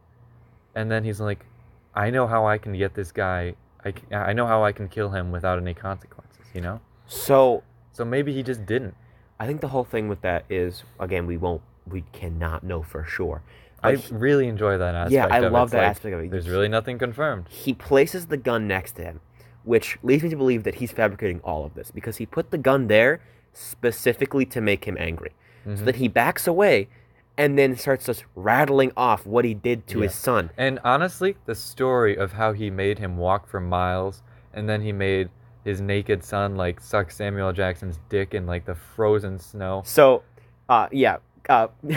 [SPEAKER 1] and then he's like, "I know how I can get this guy. I, c- I know how I can kill him without any consequences." You know.
[SPEAKER 2] so
[SPEAKER 1] So maybe he just didn't.
[SPEAKER 2] i think the whole thing with that is again we won't we cannot know for sure
[SPEAKER 1] I
[SPEAKER 2] But he-
[SPEAKER 1] really enjoy that aspect.
[SPEAKER 2] Yeah, I
[SPEAKER 1] of it.
[SPEAKER 2] love
[SPEAKER 1] It's
[SPEAKER 2] that
[SPEAKER 1] like,
[SPEAKER 2] aspect of it.
[SPEAKER 1] There's really nothing confirmed.
[SPEAKER 2] he places the gun next to him, which leads me to believe that he's fabricating all of this because he put the gun there specifically to make him angry.
[SPEAKER 1] Mm-hmm.
[SPEAKER 2] So that he backs away and then starts just rattling off what he did to
[SPEAKER 1] Yeah.
[SPEAKER 2] his son.
[SPEAKER 1] And honestly, the story of how he made him walk for miles, and then he made his naked son like suck Samuel Jackson's dick in like the frozen snow.
[SPEAKER 2] So, uh, yeah. Uh,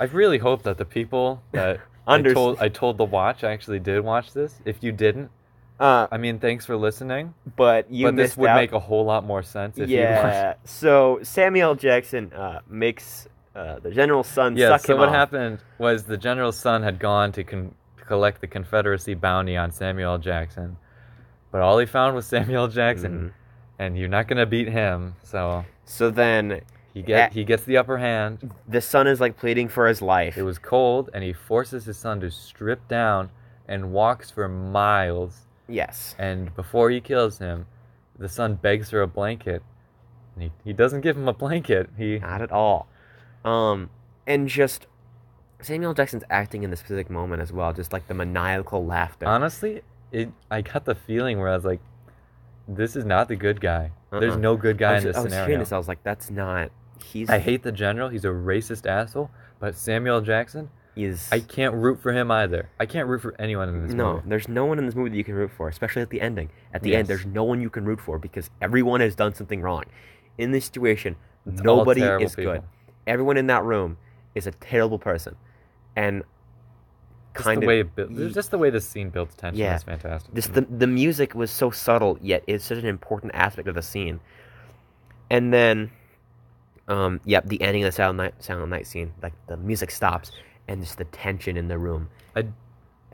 [SPEAKER 1] I really hope that the people that I
[SPEAKER 2] Unders-
[SPEAKER 1] told I told the watch actually did watch this. If you didn't,
[SPEAKER 2] uh,
[SPEAKER 1] I mean, thanks for listening.
[SPEAKER 2] but you
[SPEAKER 1] but this
[SPEAKER 2] missed
[SPEAKER 1] would
[SPEAKER 2] out.
[SPEAKER 1] make a whole lot more sense if you watched.
[SPEAKER 2] yeah. So Samuel Jackson uh, makes uh, the general's son
[SPEAKER 1] Yeah,
[SPEAKER 2] suck
[SPEAKER 1] so
[SPEAKER 2] him
[SPEAKER 1] what
[SPEAKER 2] off.
[SPEAKER 1] happened was the general's son had gone to con- collect the Confederacy bounty on Samuel L. Jackson, but all he found was Samuel L. Jackson,
[SPEAKER 2] Mhm.
[SPEAKER 1] and you're not gonna beat him. So
[SPEAKER 2] So then
[SPEAKER 1] he get
[SPEAKER 2] Eh.
[SPEAKER 1] he gets the upper hand.
[SPEAKER 2] the son is like pleading for his life.
[SPEAKER 1] It was cold, and he forces his son to strip down and walks for miles.
[SPEAKER 2] yes.
[SPEAKER 1] And before he kills him, the son begs for a blanket, and he, he doesn't give him a blanket. He
[SPEAKER 2] Not at all. Um, and just Samuel Jackson's acting in the specific moment as well, just like the maniacal laughter.
[SPEAKER 1] Honestly, it I got the feeling where I was like, this is not the good guy. There's
[SPEAKER 2] Uh-uh.
[SPEAKER 1] no good guy
[SPEAKER 2] I was,
[SPEAKER 1] in this
[SPEAKER 2] I was hearing
[SPEAKER 1] scenario.
[SPEAKER 2] this, I was like, that's not. He's
[SPEAKER 1] I hate the general. He's a racist asshole. But Samuel Jackson,
[SPEAKER 2] is.
[SPEAKER 1] I can't root for him either. I can't root for anyone in this
[SPEAKER 2] no,
[SPEAKER 1] movie.
[SPEAKER 2] there's no one in this movie that you can root for, especially at the ending. At the
[SPEAKER 1] Yes.
[SPEAKER 2] end, there's no one you can root for because everyone has done something wrong. In this situation,
[SPEAKER 1] It's all
[SPEAKER 2] nobody
[SPEAKER 1] terrible
[SPEAKER 2] is good.
[SPEAKER 1] people.
[SPEAKER 2] Everyone in that room is a terrible person, and
[SPEAKER 1] Just
[SPEAKER 2] kind
[SPEAKER 1] the
[SPEAKER 2] of
[SPEAKER 1] way it built,
[SPEAKER 2] ye-
[SPEAKER 1] just the way the scene builds tension
[SPEAKER 2] Yeah.
[SPEAKER 1] is fantastic.
[SPEAKER 2] This the the music was so subtle, yet it's such an important aspect of the scene. And then, um, yep, the ending of the Silent Night, Silent Night scene, like the music stops, and just the tension in the room.
[SPEAKER 1] I-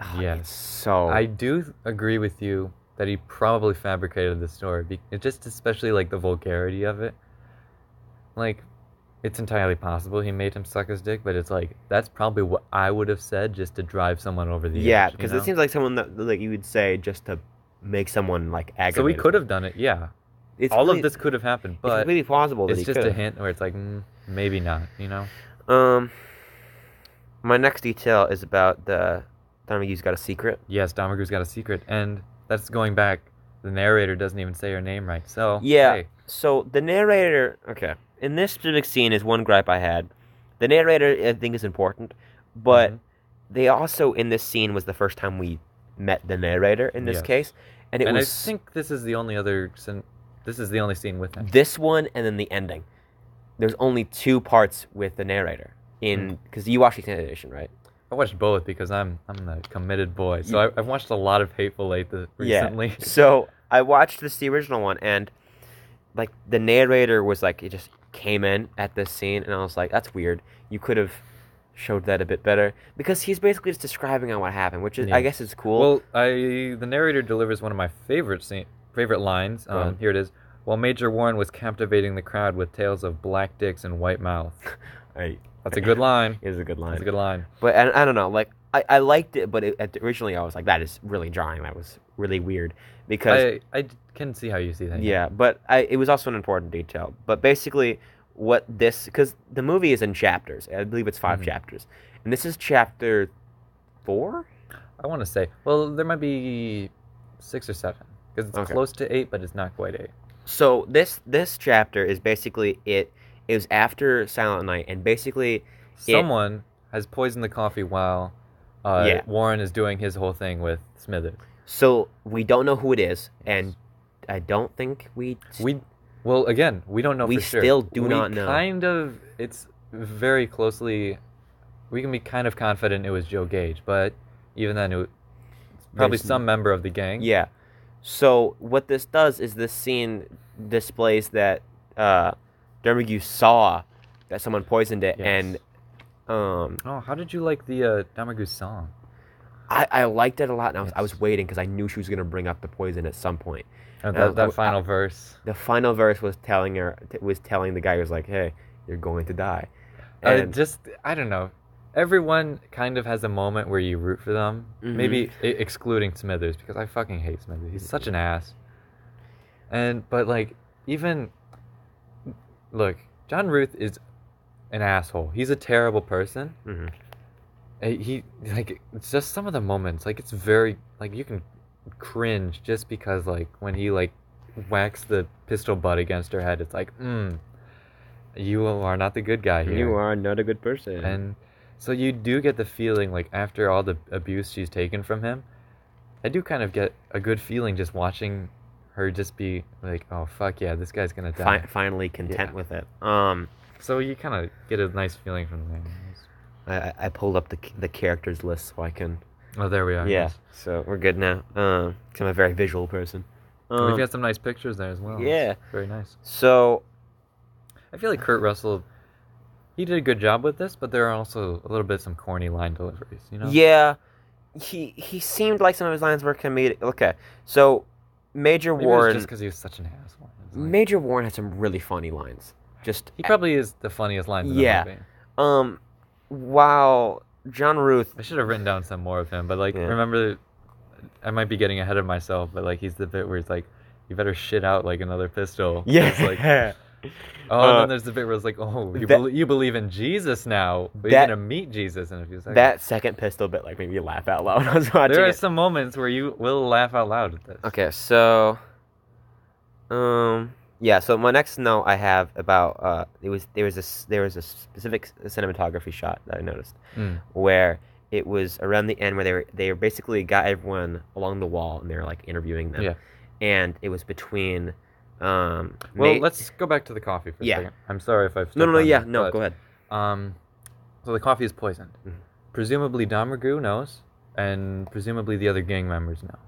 [SPEAKER 2] Ah,
[SPEAKER 1] yes.
[SPEAKER 2] it's so
[SPEAKER 1] I do agree with you that he probably fabricated the story. Be- it just especially like the vulgarity of it. Like, it's entirely possible he made him suck his dick, but it's like that's probably what I would have said just to drive someone over the edge.
[SPEAKER 2] yeah,
[SPEAKER 1] you
[SPEAKER 2] because
[SPEAKER 1] know?
[SPEAKER 2] it seems like someone that like you would say just to make someone like aggravated.
[SPEAKER 1] so we could have done it. Yeah,
[SPEAKER 2] It's
[SPEAKER 1] all
[SPEAKER 2] really-
[SPEAKER 1] of this could have happened,
[SPEAKER 2] It's
[SPEAKER 1] but
[SPEAKER 2] completely plausible. that
[SPEAKER 1] it's
[SPEAKER 2] he
[SPEAKER 1] just a
[SPEAKER 2] could've.
[SPEAKER 1] hint where it's like mm, maybe not. You know,
[SPEAKER 2] Um, my next detail is about the. Donoghue's got a secret.
[SPEAKER 1] yes, Domagoo's got a secret, and that's going back. The narrator doesn't even say her name right. So
[SPEAKER 2] Yeah.
[SPEAKER 1] hey,
[SPEAKER 2] So the narrator, okay, in this specific scene is one gripe I had. The narrator I think is important, but
[SPEAKER 1] mhm.
[SPEAKER 2] they also in this scene was the first time we met the narrator in this
[SPEAKER 1] Yes.
[SPEAKER 2] case, and it
[SPEAKER 1] and
[SPEAKER 2] was
[SPEAKER 1] I think this is the only other. Sin- this is the only scene with him.
[SPEAKER 2] this one and then the ending.
[SPEAKER 1] Mm.
[SPEAKER 2] There's only two parts with the narrator in because you watched the extended edition, right?
[SPEAKER 1] I watched both because I'm I'm a committed boy. So I, I've watched a lot of Hateful Eight the, recently.
[SPEAKER 2] Yeah. So I watched this the original one and like the narrator was like it just came in at this scene and I was like that's weird. You could have showed that a bit better because he's basically just describing on what happened, which is
[SPEAKER 1] Yeah.
[SPEAKER 2] I guess is cool.
[SPEAKER 1] Well, I the narrator delivers one of my favorite scene, favorite lines.
[SPEAKER 2] Go
[SPEAKER 1] Um,
[SPEAKER 2] on.
[SPEAKER 1] here it is. While Major Warren was captivating the crowd with tales of black dicks and white mouth.
[SPEAKER 2] I,
[SPEAKER 1] That's a good line.
[SPEAKER 2] it is a good line.
[SPEAKER 1] That's a good line.
[SPEAKER 2] But I, I don't know, like I, I liked it, but it, at, originally I was like that is really jarring. That was really weird because
[SPEAKER 1] I, I can see how you see that.
[SPEAKER 2] Yeah, but I, it was also an important detail. But basically, what this because the movie is in chapters. I believe it's 5
[SPEAKER 1] Mhm.
[SPEAKER 2] chapters, and this is chapter four.
[SPEAKER 1] I want to say. Well, there might be six or seven because it's
[SPEAKER 2] Okay.
[SPEAKER 1] close to eight, but it's not quite eight.
[SPEAKER 2] So this this chapter is basically it. It was after Silent Night, and basically, Yeah.
[SPEAKER 1] Someone has poisoned the coffee while uh,
[SPEAKER 2] Yeah.
[SPEAKER 1] Warren is doing his whole thing with Smithers.
[SPEAKER 2] so we don't know who it is, and I don't think we.
[SPEAKER 1] We well again, we don't know
[SPEAKER 2] We
[SPEAKER 1] for sure.
[SPEAKER 2] still do
[SPEAKER 1] We
[SPEAKER 2] not know.
[SPEAKER 1] Kind of it's very closely we can be kind of confident it was Joe Gage, but even then it was probably
[SPEAKER 2] There's-
[SPEAKER 1] some member of the gang.
[SPEAKER 2] Yeah. So what this does is this scene displays that uh, Dermagu saw that someone poisoned it,
[SPEAKER 1] Yes.
[SPEAKER 2] and um,
[SPEAKER 1] Oh, how did you like the uh Damagu song?
[SPEAKER 2] I, I liked it a lot, and I was, I was
[SPEAKER 1] Yes.
[SPEAKER 2] waiting because I knew she was gonna bring up the poison at some point.
[SPEAKER 1] Oh,
[SPEAKER 2] Uh,
[SPEAKER 1] that, that
[SPEAKER 2] I-
[SPEAKER 1] final verse.
[SPEAKER 2] The final verse was telling her t- was telling the guy who was like, "Hey, you're going to die,"
[SPEAKER 1] I
[SPEAKER 2] and
[SPEAKER 1] just I don't know. Everyone kind of has a moment where you root for them.
[SPEAKER 2] Mhm.
[SPEAKER 1] Maybe e- excluding Smithers because I fucking hate Smithers. He's such an ass. And but like even look, John Ruth is an asshole. He's a terrible person.
[SPEAKER 2] Mhm.
[SPEAKER 1] Uh, He like it's just some of the moments like it's very like you can cringe just because like when he like whacks the pistol butt against her head. It's like mm, you are not the good guy here.
[SPEAKER 2] you are not a good person.
[SPEAKER 1] And so you do get the feeling, like, after all the abuse she's taken from him, I do kind of get a good feeling just watching her just be like, oh, fuck yeah, this guy's gonna die.
[SPEAKER 2] Fi- finally content
[SPEAKER 1] Yeah.
[SPEAKER 2] with it. Um,
[SPEAKER 1] So you kind of get a nice feeling from there.
[SPEAKER 2] I, I- I pulled up the c- the characters list so I can.
[SPEAKER 1] Oh, there we are.
[SPEAKER 2] Yeah. So we're good now. Um, 'cause I'm a very visual person.
[SPEAKER 1] We've
[SPEAKER 2] Um,
[SPEAKER 1] got some nice pictures there as well. It's
[SPEAKER 2] yeah.
[SPEAKER 1] Very nice.
[SPEAKER 2] So
[SPEAKER 1] I feel like Kurt Russell, he did a good job with this, but there are also a little bit some corny line deliveries, you know?
[SPEAKER 2] yeah, he he seemed like some of his lines were comedic. Okay, so Major
[SPEAKER 1] Maybe it was
[SPEAKER 2] Warren,
[SPEAKER 1] just because he was such an asshole. It's like-
[SPEAKER 2] Major Warren had some really funny lines. Just
[SPEAKER 1] he probably is the funniest line in the
[SPEAKER 2] Yeah.
[SPEAKER 1] movie.
[SPEAKER 2] um, while John Ruth,
[SPEAKER 1] I should have written down some more of him, but like
[SPEAKER 2] Yeah.
[SPEAKER 1] remember, I might be getting ahead of myself. But like he's the bit where he's like, "You better shit out like another pistol." It's like,
[SPEAKER 2] yeah,
[SPEAKER 1] oh, and
[SPEAKER 2] Uh,
[SPEAKER 1] then there's the bit where it's like, "Oh, you,
[SPEAKER 2] that-
[SPEAKER 1] bel you believe in Jesus now? But
[SPEAKER 2] that-
[SPEAKER 1] you're gonna meet Jesus in a few seconds."
[SPEAKER 2] that second pistol bit like made me laugh out loud. when I was watching
[SPEAKER 1] there are
[SPEAKER 2] it.
[SPEAKER 1] some moments where you will laugh out loud at this.
[SPEAKER 2] Okay, so um yeah, so my next note I have about uh it was there was this there was a specific cinematography shot that I noticed
[SPEAKER 1] Mm.
[SPEAKER 2] where it was around the end where they were they were basically got everyone along the wall and they were like interviewing them.
[SPEAKER 1] Yeah.
[SPEAKER 2] And it was between um
[SPEAKER 1] Well,
[SPEAKER 2] Ma-
[SPEAKER 1] let's go back to the coffee for
[SPEAKER 2] Yeah.
[SPEAKER 1] a second. I'm sorry if I've
[SPEAKER 2] No,
[SPEAKER 1] stepped
[SPEAKER 2] no, no,
[SPEAKER 1] on
[SPEAKER 2] yeah,
[SPEAKER 1] you,
[SPEAKER 2] no,
[SPEAKER 1] but,
[SPEAKER 2] go ahead.
[SPEAKER 1] Um, so the coffee is poisoned.
[SPEAKER 2] Mhm.
[SPEAKER 1] Presumably, Domragoo knows, and presumably the other gang members know.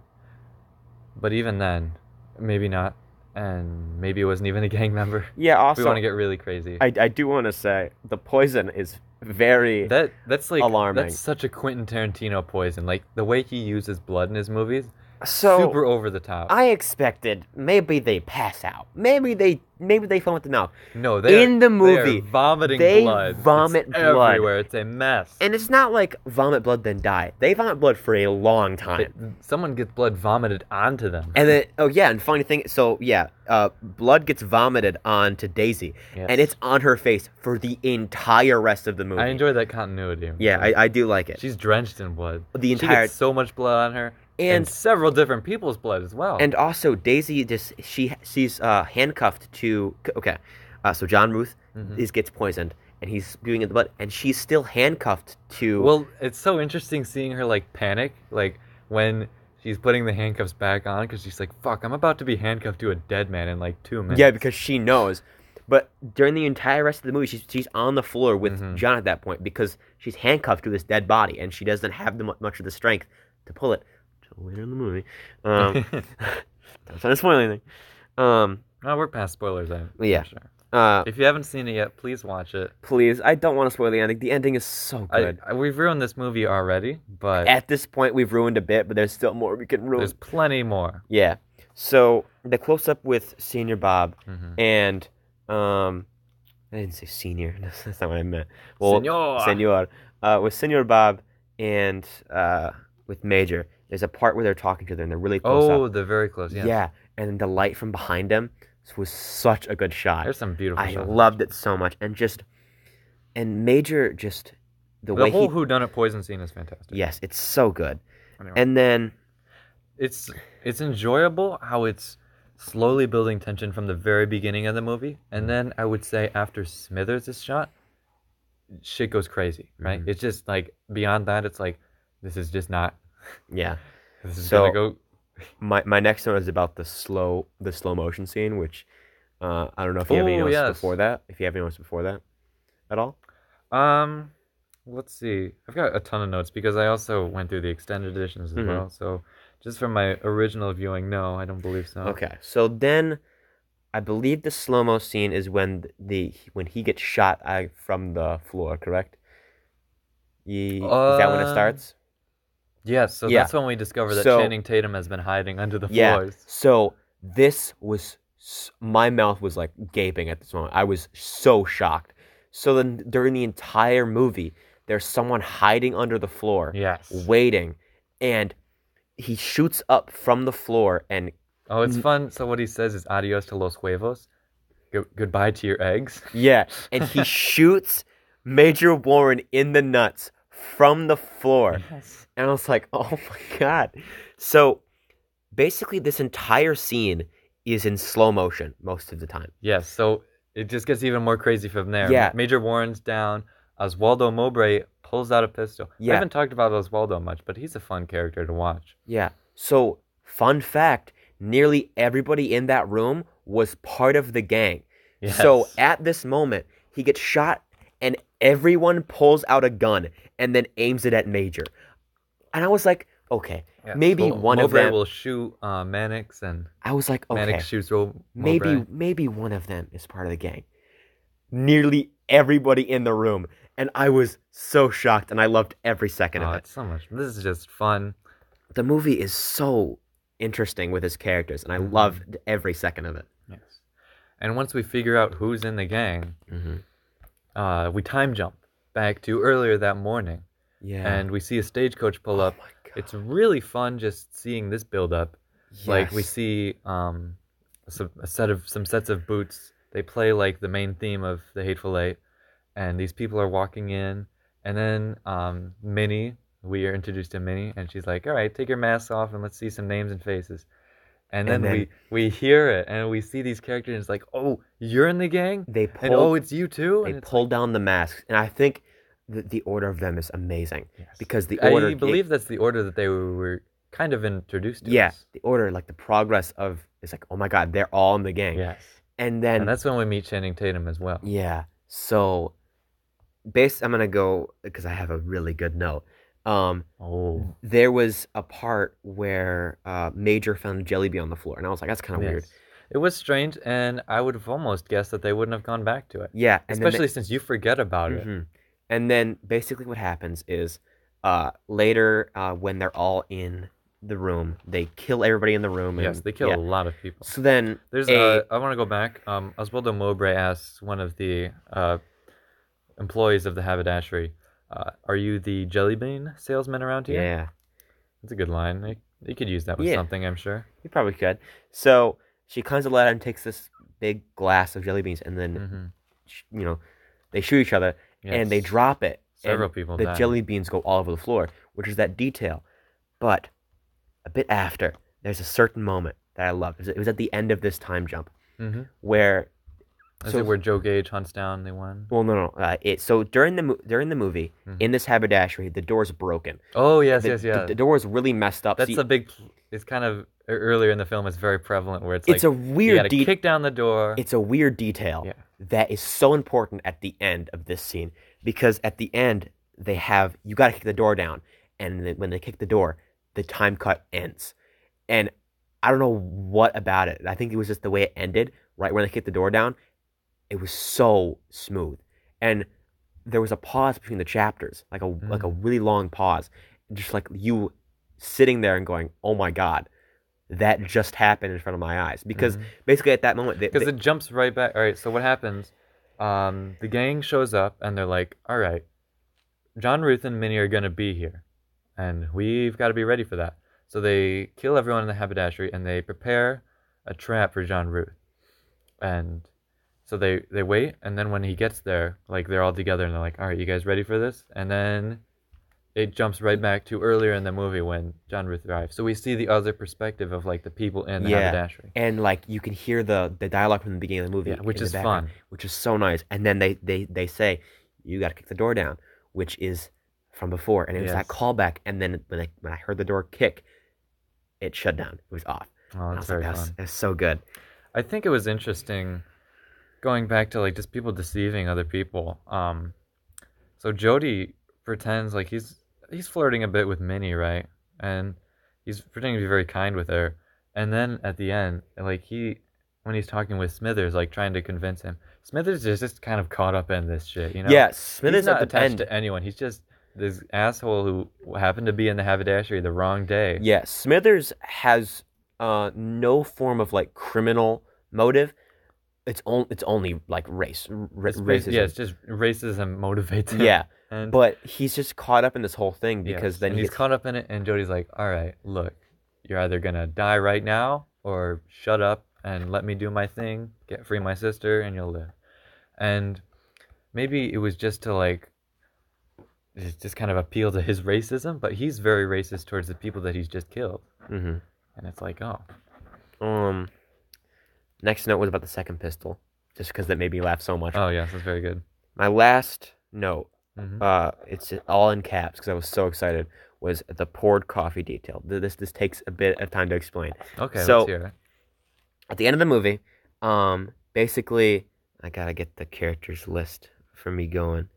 [SPEAKER 1] But even then, maybe not, and maybe it wasn't even a gang member.
[SPEAKER 2] Yeah,
[SPEAKER 1] If we
[SPEAKER 2] also
[SPEAKER 1] want to get really crazy.
[SPEAKER 2] I I do want to say the poison is very
[SPEAKER 1] that that's like
[SPEAKER 2] Alarming.
[SPEAKER 1] That's such a Quentin Tarantino poison. Like the way he uses blood in his movies,
[SPEAKER 2] so
[SPEAKER 1] super over the top.
[SPEAKER 2] I expected maybe they pass out. Maybe they maybe they foam at the mouth.
[SPEAKER 1] no, they
[SPEAKER 2] in
[SPEAKER 1] are,
[SPEAKER 2] the
[SPEAKER 1] they are
[SPEAKER 2] movie,
[SPEAKER 1] vomiting
[SPEAKER 2] they
[SPEAKER 1] blood. It's
[SPEAKER 2] vomit blood.
[SPEAKER 1] everywhere. It's a mess.
[SPEAKER 2] And it's not like vomit blood then die. They vomit blood for a long
[SPEAKER 1] It-
[SPEAKER 2] time.
[SPEAKER 1] someone gets blood vomited onto them.
[SPEAKER 2] And then oh yeah, and funny thing so yeah, uh, blood gets vomited onto Daisy.
[SPEAKER 1] Yes.
[SPEAKER 2] And it's on her face for the entire rest of the movie.
[SPEAKER 1] I enjoy that continuity.
[SPEAKER 2] yeah, I, I do like it.
[SPEAKER 1] She's drenched in blood.
[SPEAKER 2] The
[SPEAKER 1] She
[SPEAKER 2] entire-
[SPEAKER 1] gets so much blood on her, and,
[SPEAKER 2] and
[SPEAKER 1] several different people's blood as well.
[SPEAKER 2] and also Daisy just she she's uh, handcuffed to okay. Uh, so John Ruth
[SPEAKER 1] Mhm.
[SPEAKER 2] is gets poisoned and he's spewing in the blood and she's still handcuffed to
[SPEAKER 1] well, it's so interesting seeing her like panic, like when she's putting the handcuffs back on because she's like, "Fuck, I'm about to be handcuffed to a dead man in like two minutes."
[SPEAKER 2] Yeah, because she knows. But during the entire rest of the movie, she's she's on the floor with
[SPEAKER 1] Mhm.
[SPEAKER 2] John at that point because she's handcuffed to this dead body and she doesn't have the, mu- much of the strength to pull it. Till later in the movie, um, don't try to spoil anything. Um,
[SPEAKER 1] no, we're past spoilers. I'm
[SPEAKER 2] Yeah.
[SPEAKER 1] Sure.
[SPEAKER 2] uh,
[SPEAKER 1] If you haven't seen it yet, please watch it.
[SPEAKER 2] please, I don't want to spoil the ending. The ending is so
[SPEAKER 1] I,
[SPEAKER 2] good.
[SPEAKER 1] I, we've ruined this movie already, but
[SPEAKER 2] At this point, we've ruined a bit, but there's still more we can ruin.
[SPEAKER 1] there's plenty more.
[SPEAKER 2] Yeah. So the close up with Senior Bob
[SPEAKER 1] Mm-hmm.
[SPEAKER 2] and um, I didn't say senior. That's not what I meant. Well,
[SPEAKER 1] Senor.
[SPEAKER 2] Senor. Uh, with Senor Bob and uh, with Major, there's a part where they're talking to them. They're really close
[SPEAKER 1] Oh,
[SPEAKER 2] up.
[SPEAKER 1] the very close. Yeah.
[SPEAKER 2] Yeah, and the light from behind them was such a good shot.
[SPEAKER 1] There's some beautiful
[SPEAKER 2] I
[SPEAKER 1] shots.
[SPEAKER 2] loved it so much, and just and Major just
[SPEAKER 1] The
[SPEAKER 2] the, way
[SPEAKER 1] whole
[SPEAKER 2] he
[SPEAKER 1] Who Done It poison scene is fantastic.
[SPEAKER 2] yes, it's so good.
[SPEAKER 1] Anyway.
[SPEAKER 2] And then
[SPEAKER 1] it's it's enjoyable how it's slowly building tension from the very beginning of the movie,
[SPEAKER 2] Mm-hmm.
[SPEAKER 1] and then I would say after Smithers is shot, shit goes crazy. Right?
[SPEAKER 2] Mhm.
[SPEAKER 1] It's just like beyond that, it's like this is just not.
[SPEAKER 2] yeah,
[SPEAKER 1] This is
[SPEAKER 2] So-
[SPEAKER 1] gonna go.
[SPEAKER 2] my my next note is about the slow the slow motion scene, which uh, I don't know if you have any
[SPEAKER 1] Ooh,
[SPEAKER 2] notes
[SPEAKER 1] yes.
[SPEAKER 2] before that. If you have any notes before that, at all.
[SPEAKER 1] Um, let's see. I've got a ton of notes because I also went through the extended editions as
[SPEAKER 2] Mhm.
[SPEAKER 1] well. So just from my original viewing, no, I don't believe so.
[SPEAKER 2] Okay, so then I believe the slow mo scene is when the when he gets shot uh, from the floor, correct? Ye- is that when it
[SPEAKER 1] Uh,
[SPEAKER 2] starts?
[SPEAKER 1] Yes, so
[SPEAKER 2] Yeah.
[SPEAKER 1] that's when we discover that
[SPEAKER 2] So-
[SPEAKER 1] Channing Tatum has been hiding under the
[SPEAKER 2] Yeah.
[SPEAKER 1] floors.
[SPEAKER 2] So this was s- my mouth was like gaping at this moment. I was so shocked. So then during the entire movie, there's someone hiding under the floor,
[SPEAKER 1] Yes.
[SPEAKER 2] waiting, and he shoots up from the floor and
[SPEAKER 1] Oh, it's
[SPEAKER 2] Mm.
[SPEAKER 1] fun. So what he says is adios to los huevos. Go- goodbye to your eggs.
[SPEAKER 2] yeah, and he shoots Major Warren in the nuts from the floor.
[SPEAKER 1] Yes.
[SPEAKER 2] And I was like, oh my God. So basically, this entire scene is in slow motion most of the time.
[SPEAKER 1] Yes, so it just gets even more crazy from there.
[SPEAKER 2] Yeah.
[SPEAKER 1] Major Warren's down. Oswaldo Mowbray pulls out a pistol.
[SPEAKER 2] Yeah.
[SPEAKER 1] I haven't talked about Oswaldo much, but he's a fun character to watch.
[SPEAKER 2] Yeah. So, fun fact nearly everybody in that room was part of the gang. So,
[SPEAKER 1] Yes.
[SPEAKER 2] at this moment, he gets shot and everyone pulls out a gun and then aims it at Major. And I was like, okay.
[SPEAKER 1] Yeah,
[SPEAKER 2] maybe
[SPEAKER 1] so
[SPEAKER 2] one of
[SPEAKER 1] Mowbray
[SPEAKER 2] them-
[SPEAKER 1] will shoot uh, Mannix, and
[SPEAKER 2] I was like, okay.
[SPEAKER 1] Mannix shoots Ro-
[SPEAKER 2] maybe
[SPEAKER 1] Mowbray.
[SPEAKER 2] maybe one of them is part of the gang. Nearly everybody in the room, and I was so shocked, and I loved every second
[SPEAKER 1] Oh,
[SPEAKER 2] of it.
[SPEAKER 1] it's so much. This is just fun.
[SPEAKER 2] The movie is so interesting with his characters, and I
[SPEAKER 1] Mm-hmm.
[SPEAKER 2] loved every second of it.
[SPEAKER 1] Yes. And once we figure out who's in the gang,
[SPEAKER 2] Mm-hmm.
[SPEAKER 1] uh, we time jump back to earlier that morning,
[SPEAKER 2] Yeah,
[SPEAKER 1] and we see a stagecoach pull
[SPEAKER 2] oh
[SPEAKER 1] up.
[SPEAKER 2] my God.
[SPEAKER 1] It's really fun just seeing this build up. Like we
[SPEAKER 2] Yes.
[SPEAKER 1] see um, some, a set of some sets of boots. They play like the main theme of the Hateful Eight, and these people are walking in. And then um, Minnie, we are introduced to Minnie, and she's like, "All right, take your mask off and let's see some names and faces." And then,
[SPEAKER 2] And then-
[SPEAKER 1] we we hear it and we see these characters. And it's like, "Oh, you're in the gang,"
[SPEAKER 2] they pulled
[SPEAKER 1] and "Oh, it's you too."
[SPEAKER 2] they
[SPEAKER 1] and it's
[SPEAKER 2] pulled down the masks, and I think the, the order of them is amazing
[SPEAKER 1] Yes.
[SPEAKER 2] because the
[SPEAKER 1] I
[SPEAKER 2] order
[SPEAKER 1] believe that's the order that they were kind of introduced to.
[SPEAKER 2] yeah
[SPEAKER 1] us.
[SPEAKER 2] the order like the progress of it's like oh my God they're all in the gang,
[SPEAKER 1] Yes.
[SPEAKER 2] and then
[SPEAKER 1] And that's when we meet Channing Tatum as well.
[SPEAKER 2] Yeah. So, based, I'm gonna go because I have a really good note. Um,
[SPEAKER 1] Oh.
[SPEAKER 2] there was a part where uh, Major found a jelly bee on the floor, and I was like, "That's kind of weird."
[SPEAKER 1] Yes. It was strange, and I would have almost guessed that they wouldn't have gone back to it.
[SPEAKER 2] Yeah, and then they-
[SPEAKER 1] Especially since you forget about it.
[SPEAKER 2] Mhm. And then basically what happens is uh, later uh, when they're all in the room, they kill everybody in the room. And,
[SPEAKER 1] Yes, they kill
[SPEAKER 2] Mm-hmm. yeah.
[SPEAKER 1] a lot of people.
[SPEAKER 2] So then
[SPEAKER 1] There's
[SPEAKER 2] a-
[SPEAKER 1] a. I want to go back. Um, Oswaldo Mowbray asks one of the uh, employees of the haberdashery, uh, "Are you the jelly bean salesman around here?"
[SPEAKER 2] yeah,
[SPEAKER 1] That's a good line. They, they could use that with
[SPEAKER 2] Yeah.
[SPEAKER 1] something, I'm sure.
[SPEAKER 2] you probably could. So she comes to ladder and takes this big glass of jelly beans, and then
[SPEAKER 1] hmm
[SPEAKER 2] sh you know they shoot each other, and they drop it. and
[SPEAKER 1] Several people
[SPEAKER 2] The
[SPEAKER 1] die.
[SPEAKER 2] jelly beans go all over the floor, which is that detail. But a bit after, there's a certain moment that I love. It was- It was at the end of this time jump
[SPEAKER 1] hmm
[SPEAKER 2] where
[SPEAKER 1] Is
[SPEAKER 2] So-
[SPEAKER 1] it where Joe Gage hunts down the one?
[SPEAKER 2] Well, no, no. Uh, it, so during the mo- during the movie,
[SPEAKER 1] Mhm.
[SPEAKER 2] in this haberdashery, the door's broken.
[SPEAKER 1] Oh yes,
[SPEAKER 2] the,
[SPEAKER 1] yes,
[SPEAKER 2] the-
[SPEAKER 1] yeah.
[SPEAKER 2] The, door is really messed up. so
[SPEAKER 1] That's
[SPEAKER 2] you-
[SPEAKER 1] a big. It's kind of e- earlier in the film. It's very prevalent where it's like
[SPEAKER 2] it's a
[SPEAKER 1] you
[SPEAKER 2] weird
[SPEAKER 1] gotta
[SPEAKER 2] de-
[SPEAKER 1] kick down the door.
[SPEAKER 2] it's a weird detail
[SPEAKER 1] Yeah.
[SPEAKER 2] that is so important at the end of this scene because at the end they have you got to kick the door down, and then when they kick the door, the time cut ends, and I don't know what about it. I think it was just the way it ended, right when they kicked the door down. It was so smooth, and there was a pause between the chapters, like a
[SPEAKER 1] Mm.
[SPEAKER 2] like a really long pause, just like you sitting there and going, "Oh my god, that just happened in front of my eyes." Because
[SPEAKER 1] Mhm.
[SPEAKER 2] basically at that moment, they,
[SPEAKER 1] because
[SPEAKER 2] they-
[SPEAKER 1] it jumps right back. All right, so what happens? Um, the gang shows up and they're like, "All right, John Ruth and Minnie are gonna be here, and we've got to be ready for that." So they kill everyone in the haberdashery and they prepare a trap for John Ruth, and so they they wait, and then when he gets there, like they're all together and they're like, "All right, you guys ready for this?" And then it jumps right back to earlier in the movie when John Ruth arrives. So we see the other perspective of like the people in the
[SPEAKER 2] Yeah.
[SPEAKER 1] haberdashery.
[SPEAKER 2] and like you can hear the the dialogue from the beginning of the movie,
[SPEAKER 1] Yeah, which
[SPEAKER 2] in the
[SPEAKER 1] is
[SPEAKER 2] background,
[SPEAKER 1] fun.
[SPEAKER 2] which is so nice. And then they they they say, "You got to kick the door down," which is from before, and it was that
[SPEAKER 1] Yes.
[SPEAKER 2] callback. And then when I, when I heard the door kick, it shut down. It was off.
[SPEAKER 1] Oh,
[SPEAKER 2] And I
[SPEAKER 1] that's
[SPEAKER 2] was like,
[SPEAKER 1] very
[SPEAKER 2] that
[SPEAKER 1] fun.
[SPEAKER 2] was, that was so good.
[SPEAKER 1] I think it was interesting going back to like just people deceiving other people. Um so Jody pretends like he's he's flirting a bit with Minnie, right? And he's pretending to be very kind with her. And then at the end, like he when he's talking with Smithers, like trying to convince him, Smithers is just kind of caught up in this shit, you know?
[SPEAKER 2] yeah,
[SPEAKER 1] Smithers
[SPEAKER 2] Smithers
[SPEAKER 1] not
[SPEAKER 2] at the
[SPEAKER 1] attached
[SPEAKER 2] end.
[SPEAKER 1] to anyone. He's just this asshole who happened to be in the haberdashery the wrong day.
[SPEAKER 2] Yeah, Smithers has uh, no form of like criminal motive. It's on, it's only like race, r-
[SPEAKER 1] It's
[SPEAKER 2] racism.
[SPEAKER 1] basi- yeah, it's just racism motivates him.
[SPEAKER 2] yeah,
[SPEAKER 1] And
[SPEAKER 2] but he's just caught up in this whole thing
[SPEAKER 1] Yes,
[SPEAKER 2] because then
[SPEAKER 1] and
[SPEAKER 2] he
[SPEAKER 1] he's
[SPEAKER 2] gets-
[SPEAKER 1] caught up in it, and Jody's like, "All right, look, you're either gonna die right now, or shut up and let me do my thing, get free my sister, and you'll live." And maybe it was just to like, just just kind of appeal to his racism, but he's very racist towards the people that he's just killed,
[SPEAKER 2] Mhm.
[SPEAKER 1] and it's like, oh,
[SPEAKER 2] Um, next note was about the second pistol, just because that made me laugh so much.
[SPEAKER 1] oh yes, that's very good.
[SPEAKER 2] My last note,
[SPEAKER 1] hmm
[SPEAKER 2] uh, it's all in caps because I was so excited. Was the poured coffee detail? Th- This this takes a bit of time to explain.
[SPEAKER 1] Okay,
[SPEAKER 2] so-
[SPEAKER 1] let's hear it.
[SPEAKER 2] At the end of the movie, um, basically, I gotta get the characters list for me going.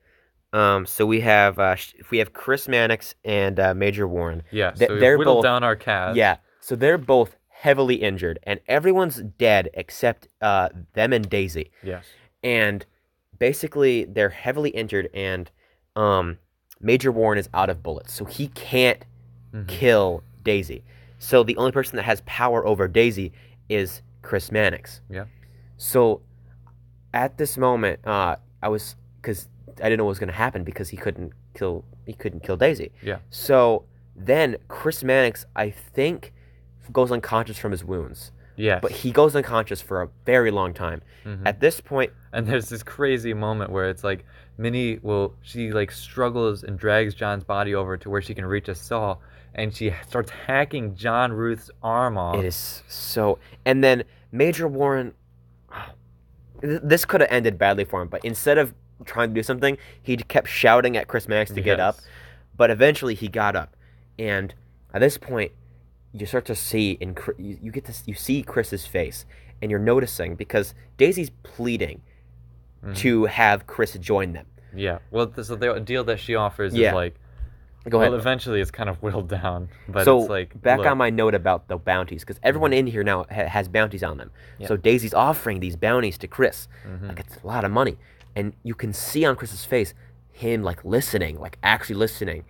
[SPEAKER 2] Um, so we have uh, sh- we have Chris Mannix and uh, Major Warren.
[SPEAKER 1] Yeah,
[SPEAKER 2] Th-
[SPEAKER 1] so we
[SPEAKER 2] they're
[SPEAKER 1] whittled
[SPEAKER 2] both-
[SPEAKER 1] down our cast.
[SPEAKER 2] Yeah. So they're both heavily injured, and everyone's dead except uh, them and Daisy.
[SPEAKER 1] yes,
[SPEAKER 2] And basically, they're heavily injured, and um, Major Warren is out of bullets, so he can't
[SPEAKER 1] Mhm.
[SPEAKER 2] kill Daisy. So the only person that has power over Daisy is Chris Mannix.
[SPEAKER 1] Yeah.
[SPEAKER 2] So at this moment, uh, I was because I didn't know what was going to happen because he couldn't kill he couldn't kill Daisy.
[SPEAKER 1] Yeah.
[SPEAKER 2] So then Chris Mannix, I think, goes unconscious from his wounds,
[SPEAKER 1] yes.
[SPEAKER 2] but he goes unconscious for a very long time.
[SPEAKER 1] Mhm.
[SPEAKER 2] At this point,
[SPEAKER 1] And there's this crazy moment where it's like Minnie will she like struggles and drags John's body over to where she can reach a saw, and she starts hacking John Ruth's arm off.
[SPEAKER 2] it is so. And then Major Warren, th- this could have ended badly for him, but instead of trying to do something, he kept shouting at Chris Mannix to get up.
[SPEAKER 1] Yes.
[SPEAKER 2] But eventually he got up, and at this point, you start to see in Chri- you you get to s- you see Chris's face, and you're noticing because Daisy's pleading
[SPEAKER 1] Mhm.
[SPEAKER 2] to have Chris join them.
[SPEAKER 1] Yeah. Well, th- so the deal that she offers
[SPEAKER 2] Yeah.
[SPEAKER 1] is like,
[SPEAKER 2] Go ahead.
[SPEAKER 1] well, eventually it's kind of whittled down, but
[SPEAKER 2] so
[SPEAKER 1] it's like
[SPEAKER 2] back
[SPEAKER 1] look, Mm.
[SPEAKER 2] on my note about the bounties, because everyone in here now ha- has bounties on them.
[SPEAKER 1] Yeah.
[SPEAKER 2] So Daisy's offering these bounties to Chris.
[SPEAKER 1] Mhm.
[SPEAKER 2] Like it's a lot of money, and you can see on Chris's face him like listening, like actually listening,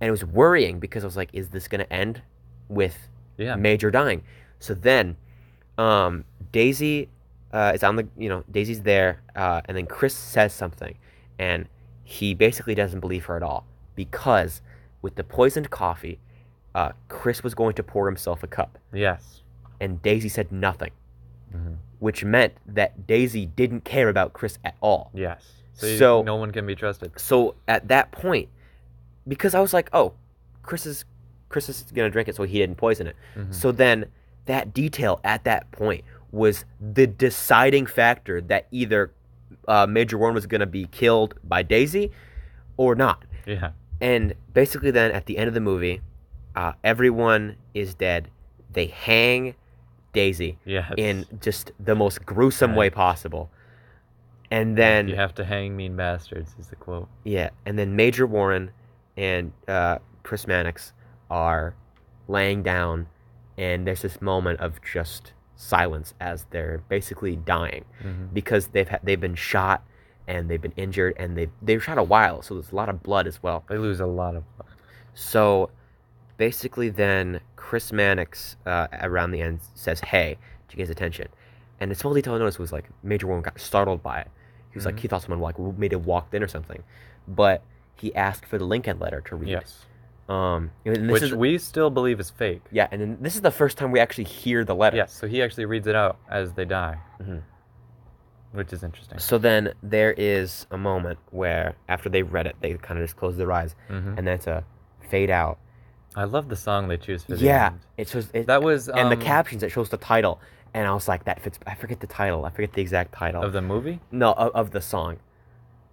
[SPEAKER 2] and it was worrying because I was like, is this gonna end with
[SPEAKER 1] yeah,
[SPEAKER 2] major dying. So then, um, Daisy uh, is on the you know Daisy's there, uh, and then Chris says something, and he basically doesn't believe her at all because with the poisoned coffee, uh, Chris was going to pour himself a cup,
[SPEAKER 1] yes.
[SPEAKER 2] and Daisy said nothing, Mm-hmm.
[SPEAKER 1] Mhm.
[SPEAKER 2] which meant that Daisy didn't care about Chris at all.
[SPEAKER 1] Yes. So, you-
[SPEAKER 2] So-
[SPEAKER 1] no one can be trusted.
[SPEAKER 2] So at that point, because I was like, oh, Chris is Chris is gonna drink it, so he didn't poison it.
[SPEAKER 1] Mhm.
[SPEAKER 2] So then that detail at that point was the deciding factor that either uh, Major Warren was going to be killed by Daisy or not.
[SPEAKER 1] Yeah.
[SPEAKER 2] And basically, then at the end of the movie, uh, everyone is dead. They hang Daisy
[SPEAKER 1] Yeah.
[SPEAKER 2] in just the most gruesome
[SPEAKER 1] Right.
[SPEAKER 2] way possible. And then
[SPEAKER 1] you have to hang mean bastards is the quote.
[SPEAKER 2] yeah, and then Major Warren and uh, Chris Mannix are laying down, and there's this moment of just silence as they're basically dying
[SPEAKER 1] hmm
[SPEAKER 2] because they've ha- they've been shot and they've been injured and they they've shot a while, so there's a lot of blood as well.
[SPEAKER 1] They lose a lot of.
[SPEAKER 2] So basically, then Chris Mannix uh, around the end says, "Hey, did you guys attention?" And the small detail I noticed was like Major Warren got startled by it. He was
[SPEAKER 1] Mhm.
[SPEAKER 2] like, he thought someone like w- made him walked in or something, but he asked for the Lincoln letter to read.
[SPEAKER 1] Yes.
[SPEAKER 2] Um, and this
[SPEAKER 1] Which
[SPEAKER 2] is,
[SPEAKER 1] we still believe is fake.
[SPEAKER 2] yeah, and then this is the first time we actually hear the letter.
[SPEAKER 1] Yes. So he actually reads it out as they die,
[SPEAKER 2] Mhm.
[SPEAKER 1] which is interesting.
[SPEAKER 2] So then there is a moment where after they read it, they kind of just close their eyes,
[SPEAKER 1] hmm
[SPEAKER 2] and that's a fade out.
[SPEAKER 1] I love the song they choose for the
[SPEAKER 2] Yeah,
[SPEAKER 1] end.
[SPEAKER 2] it's just it,
[SPEAKER 1] That was um,
[SPEAKER 2] and the captions that shows the title and i was like that fits i forget the title i forget the exact title
[SPEAKER 1] of the movie.
[SPEAKER 2] no of, of the song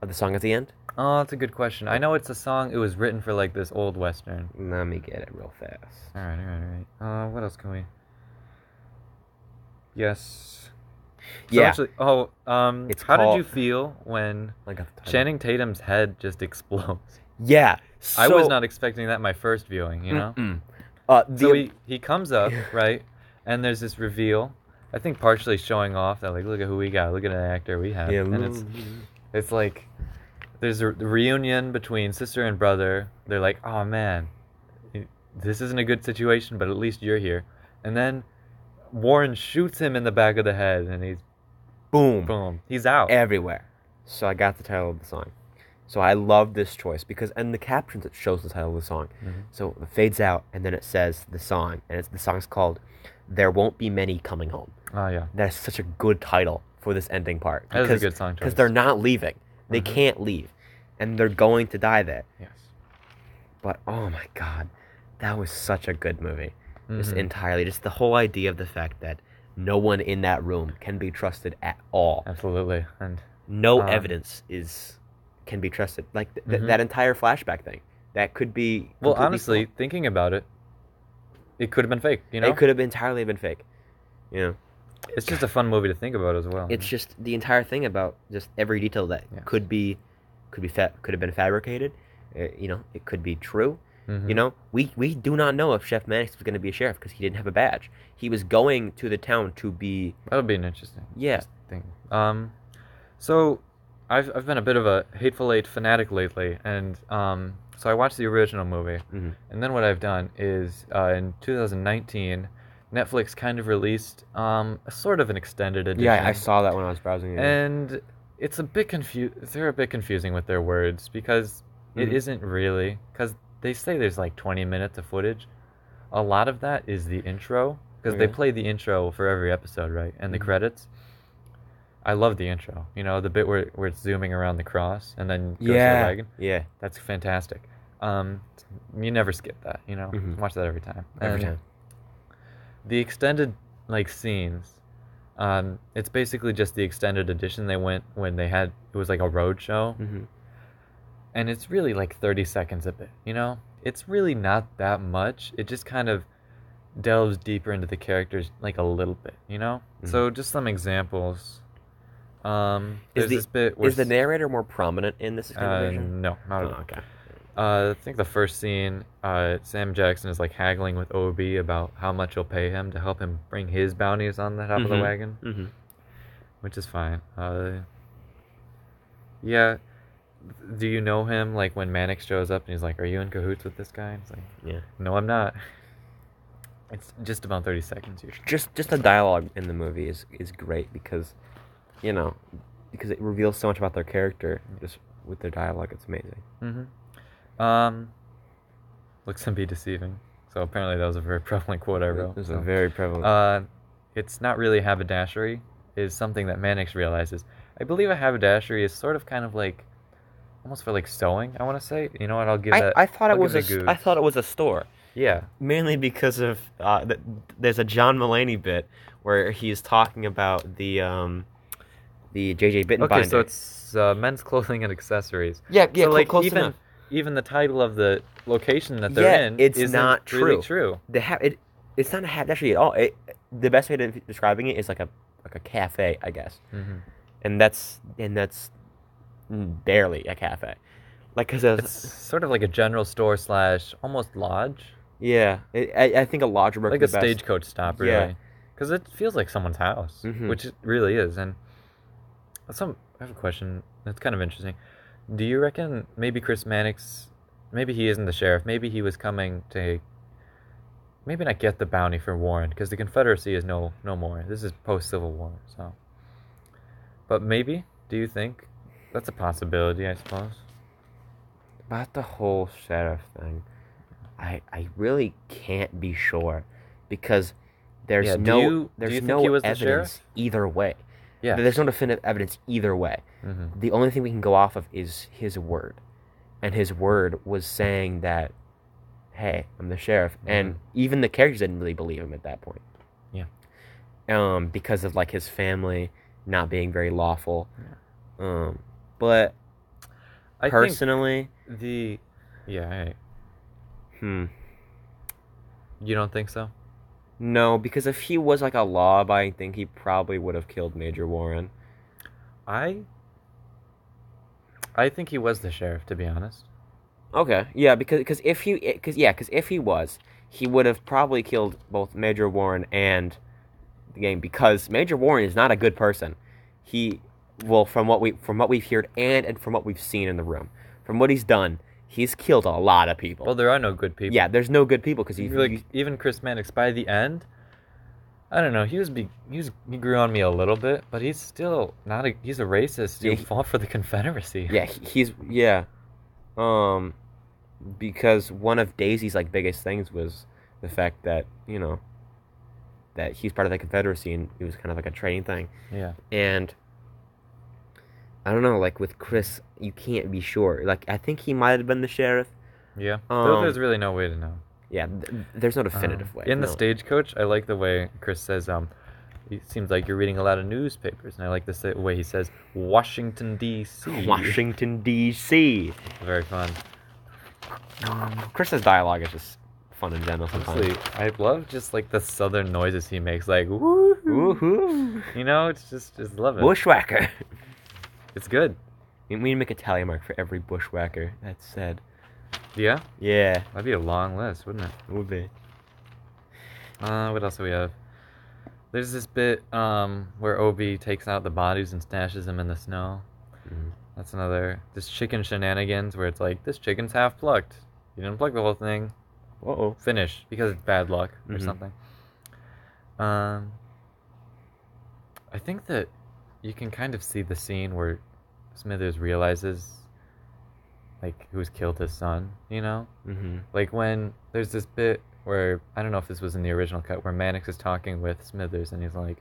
[SPEAKER 2] of the song at the end
[SPEAKER 1] Oh, that's a good question. I know it's a song. It was written for like this old western.
[SPEAKER 2] let me get it real fast
[SPEAKER 1] All right, all right, all right. Uh, what else can we? Yes. So
[SPEAKER 2] Yeah.
[SPEAKER 1] Actually, oh, um,
[SPEAKER 2] It's
[SPEAKER 1] how did
[SPEAKER 2] called-
[SPEAKER 1] you feel when
[SPEAKER 2] i got the title
[SPEAKER 1] Channing Tatum's head just explodes?
[SPEAKER 2] yeah so, Mm,
[SPEAKER 1] I was not expecting that my first viewing. You know.
[SPEAKER 2] Mm-mm. uh the
[SPEAKER 1] So he he comes up right, and there's this reveal. I think partially showing off that like look at who we got, look at an actor we have,
[SPEAKER 2] yeah,
[SPEAKER 1] and it's it's like there's a reunion between sister and brother. They're like, oh man, this isn't a good situation, but at least you're here. And then Warren shoots him in the back of the head, and he's
[SPEAKER 2] boom
[SPEAKER 1] boom, he's out.
[SPEAKER 2] everywhere so i got the title of the song so i love this choice because and the captions it shows the title of the song
[SPEAKER 1] Mhm.
[SPEAKER 2] so it fades out and then it says the song and it's the song's called there won't be many coming home
[SPEAKER 1] Oh yeah,
[SPEAKER 2] that's such a good title for this ending part
[SPEAKER 1] that is a
[SPEAKER 2] because
[SPEAKER 1] good song choice.
[SPEAKER 2] because they're not leaving. They
[SPEAKER 1] Mhm.
[SPEAKER 2] can't leave, and they're going to die there.
[SPEAKER 1] yes.
[SPEAKER 2] But oh my god, that was such a good movie. Just
[SPEAKER 1] Mhm.
[SPEAKER 2] entirely, just the whole idea of the fact that no one in that room can be trusted at all.
[SPEAKER 1] Uh, absolutely. And
[SPEAKER 2] No
[SPEAKER 1] Um,
[SPEAKER 2] evidence is can be trusted. Like th- th-
[SPEAKER 1] Mhm.
[SPEAKER 2] that entire flashback thing, that could be
[SPEAKER 1] well,
[SPEAKER 2] completely
[SPEAKER 1] honestly, thinking about it, it could have been fake. You
[SPEAKER 2] fake.
[SPEAKER 1] know,
[SPEAKER 2] it could have entirely been fake. You know,
[SPEAKER 1] it's just a fun movie to think about as well.
[SPEAKER 2] it's just the entire thing about just every detail that
[SPEAKER 1] Yes.
[SPEAKER 2] could be, could be fa- could have been fabricated. Uh, you know, it could be true.
[SPEAKER 1] Mhm.
[SPEAKER 2] You know, we we do not know if Chef Mannix was going to be a sheriff because he didn't have a badge. He was going to the town to be
[SPEAKER 1] That would be an interesting
[SPEAKER 2] Yeah.
[SPEAKER 1] interesting thing. Um, so I've I've been a bit of a Hateful Eight fanatic lately, and um, so I watched the original movie,
[SPEAKER 2] Mhm.
[SPEAKER 1] and then what I've done is uh, in 2019, Netflix kind of released um, a sort of an extended edition.
[SPEAKER 2] saw that when I was browsing.
[SPEAKER 1] And it's a bit confu They're a bit confusing with their words because it
[SPEAKER 2] Mhm.
[SPEAKER 1] isn't really because they say there's like 20 minutes of footage. A lot of that is the intro because they
[SPEAKER 2] Okay.
[SPEAKER 1] play the intro for every episode, right? And the
[SPEAKER 2] Mhm.
[SPEAKER 1] credits. I love the intro. You know, the bit where, where it's zooming around the cross and then goes to the
[SPEAKER 2] Yeah.
[SPEAKER 1] wagon.
[SPEAKER 2] yeah,
[SPEAKER 1] That's fantastic. Um, you never skip that. You know,
[SPEAKER 2] Mhm.
[SPEAKER 1] watch that every time.
[SPEAKER 2] every
[SPEAKER 1] And-
[SPEAKER 2] time.
[SPEAKER 1] the extended like scenes um it's basically just the extended edition they went when they had it was like a road show
[SPEAKER 2] Mm-hmm.
[SPEAKER 1] and it's really like 30 seconds of it you know it's really not that much it just kind of delves deeper into the characters like a little bit you know
[SPEAKER 2] Mm-hmm.
[SPEAKER 1] so just some examples um there's
[SPEAKER 2] Is the-
[SPEAKER 1] this bit where
[SPEAKER 2] Is the
[SPEAKER 1] s-
[SPEAKER 2] narrator more prominent in this
[SPEAKER 1] uh,
[SPEAKER 2] conversation?
[SPEAKER 1] no not at all
[SPEAKER 2] Oh, okay.
[SPEAKER 1] uh, I think the first scene, uh, Sam Jackson is like haggling with Obi about how much he'll pay him to help him bring his bounties on the top of the
[SPEAKER 2] Mhm.
[SPEAKER 1] wagon,
[SPEAKER 2] Mm-hmm.
[SPEAKER 1] which is fine. Uh, yeah. Do you know him? Like when Mannix shows up and he's like, "Are you in cahoots with this guy?" He's like,
[SPEAKER 2] Yeah.
[SPEAKER 1] "No, I'm not." It's just about thirty seconds usually.
[SPEAKER 2] Just just the dialogue in the movie is is great because, you know, because it reveals so much about their character just with their dialogue. It's amazing.
[SPEAKER 1] Mm-hmm. Um, looks can be deceiving. So apparently that was a very prevalent quote I wrote.
[SPEAKER 2] It was
[SPEAKER 1] so.
[SPEAKER 2] very prevalent.
[SPEAKER 1] Uh, it's not really haberdashery, is something that Mannix realizes. I believe a haberdashery is sort of kind of like, almost for like sewing, I want to say. You know what? I'll give
[SPEAKER 2] I,
[SPEAKER 1] that.
[SPEAKER 2] I thought
[SPEAKER 1] I'll
[SPEAKER 2] it
[SPEAKER 1] give
[SPEAKER 2] was a
[SPEAKER 1] the
[SPEAKER 2] s-
[SPEAKER 1] goose.
[SPEAKER 2] I thought it was a store.
[SPEAKER 1] yeah.
[SPEAKER 2] mainly because of uh, th- there's a John Mulaney bit where he's talking about the um, the JJ Bittenbinder.
[SPEAKER 1] Okay, so it's uh, men's clothing and accessories.
[SPEAKER 2] yeah, yeah,
[SPEAKER 1] so,
[SPEAKER 2] cl-
[SPEAKER 1] like
[SPEAKER 2] close
[SPEAKER 1] even
[SPEAKER 2] enough.
[SPEAKER 1] even the title of the location that they're
[SPEAKER 2] Yeah,
[SPEAKER 1] in
[SPEAKER 2] it's
[SPEAKER 1] isn't
[SPEAKER 2] not
[SPEAKER 1] really
[SPEAKER 2] true.
[SPEAKER 1] true.
[SPEAKER 2] They have it. It's not a hat actually at all. It, the best way to describing it is like a like a cafe, I guess.
[SPEAKER 1] hmm
[SPEAKER 2] and that's and that's barely a cafe like because
[SPEAKER 1] It's sort of like a general store slash almost lodge,
[SPEAKER 2] yeah it, I, I think a lodge would work
[SPEAKER 1] like
[SPEAKER 2] the
[SPEAKER 1] a
[SPEAKER 2] best.
[SPEAKER 1] stagecoach stop,
[SPEAKER 2] Yeah.
[SPEAKER 1] really, because it feels like someone's house,
[SPEAKER 2] Mhm.
[SPEAKER 1] which it really is. And some I have a question that's kind of interesting. Do you reckon maybe Chris Mannix, maybe he isn't the sheriff, maybe he was coming to, maybe not get the bounty for Warren, because the Confederacy is no no more. This is post Civil War, so. But maybe do you think that's a possibility? I suppose.
[SPEAKER 2] about the whole sheriff thing i i really can't be sure because there's
[SPEAKER 1] Yeah, do
[SPEAKER 2] no
[SPEAKER 1] you- do
[SPEAKER 2] there's
[SPEAKER 1] you think
[SPEAKER 2] no
[SPEAKER 1] he was the
[SPEAKER 2] evidence
[SPEAKER 1] sheriff?
[SPEAKER 2] either way
[SPEAKER 1] Yeah.
[SPEAKER 2] there's no definitive evidence either way
[SPEAKER 1] hmm
[SPEAKER 2] the only thing we can go off of is his word and his word was saying that hey i'm the sheriff and even the characters didn't really believe him at that point
[SPEAKER 1] Mm-hmm. Yeah.
[SPEAKER 2] um because of like his family not being very lawful um but
[SPEAKER 1] I think
[SPEAKER 2] personally
[SPEAKER 1] The yeah, I,
[SPEAKER 2] hmm
[SPEAKER 1] you don't think so?
[SPEAKER 2] no because if he was like a law-abiding thing he probably would have killed major warren
[SPEAKER 1] I I think he was the sheriff, to be honest.
[SPEAKER 2] Okay. Yeah, because because if he because yeah, because if he was, he would have probably killed both Major Warren and the game because Major Warren is not a good person. He well, from what we from what we've heard and and from what we've seen in the room, from what he's done, he's killed a lot of people.
[SPEAKER 1] Well, there are no good people.
[SPEAKER 2] yeah, there's no good people because he
[SPEAKER 1] like even Chris Mannix by the end. I don't know. He was be, he was he grew on me a little bit, but he's still not a he's a racist.
[SPEAKER 2] Yeah,
[SPEAKER 1] He
[SPEAKER 2] he-
[SPEAKER 1] fought for the Confederacy.
[SPEAKER 2] yeah he- he's yeah, um, because one of Daisy's like biggest things was the fact that you know that he's part of the Confederacy and it was kind of like a trading thing.
[SPEAKER 1] yeah.
[SPEAKER 2] and I don't know, like with Chris, you can't be sure. Like I think he might have been the sheriff.
[SPEAKER 1] Yeah.
[SPEAKER 2] Um,
[SPEAKER 1] so there's really no way to know.
[SPEAKER 2] Yeah, th- there's no definitive
[SPEAKER 1] Um,
[SPEAKER 2] way.
[SPEAKER 1] In the
[SPEAKER 2] no.
[SPEAKER 1] stagecoach, I like the way Chris says, um, it seems like you're reading a lot of newspapers, and I like the sa- way he says Washington D.C.
[SPEAKER 2] Washington D.C.
[SPEAKER 1] Very fun.
[SPEAKER 2] Chris's dialogue is just fun in general sometimes.
[SPEAKER 1] Um, Honestly, I love just like the southern noises he makes, like woo.
[SPEAKER 2] Woohoo! Woohoo!
[SPEAKER 1] You know, it's just, just love it.
[SPEAKER 2] Bushwhacker.
[SPEAKER 1] It's good.
[SPEAKER 2] we need to make a tally mark for every bushwhacker that's said.
[SPEAKER 1] Yeah,
[SPEAKER 2] Yeah,
[SPEAKER 1] that'd be a long list, wouldn't it?
[SPEAKER 2] it would be.
[SPEAKER 1] Uh, what else do we have? There's this bit um where Obi takes out the bodies and stashes them in the snow. Mm-hmm.
[SPEAKER 2] Mhm.
[SPEAKER 1] That's another. This chicken shenanigans where it's like this chicken's half plucked. You didn't pluck the whole thing.
[SPEAKER 2] Uh oh.
[SPEAKER 1] Finish because it's bad luck or
[SPEAKER 2] Mhm.
[SPEAKER 1] something. Um, I think that you can kind of see the scene where Smithers realizes like who's killed his son. You know.
[SPEAKER 2] Mm-hmm.
[SPEAKER 1] like when there's this bit where I don't know if this was in the original cut where Mannix is talking with Smithers and he's like,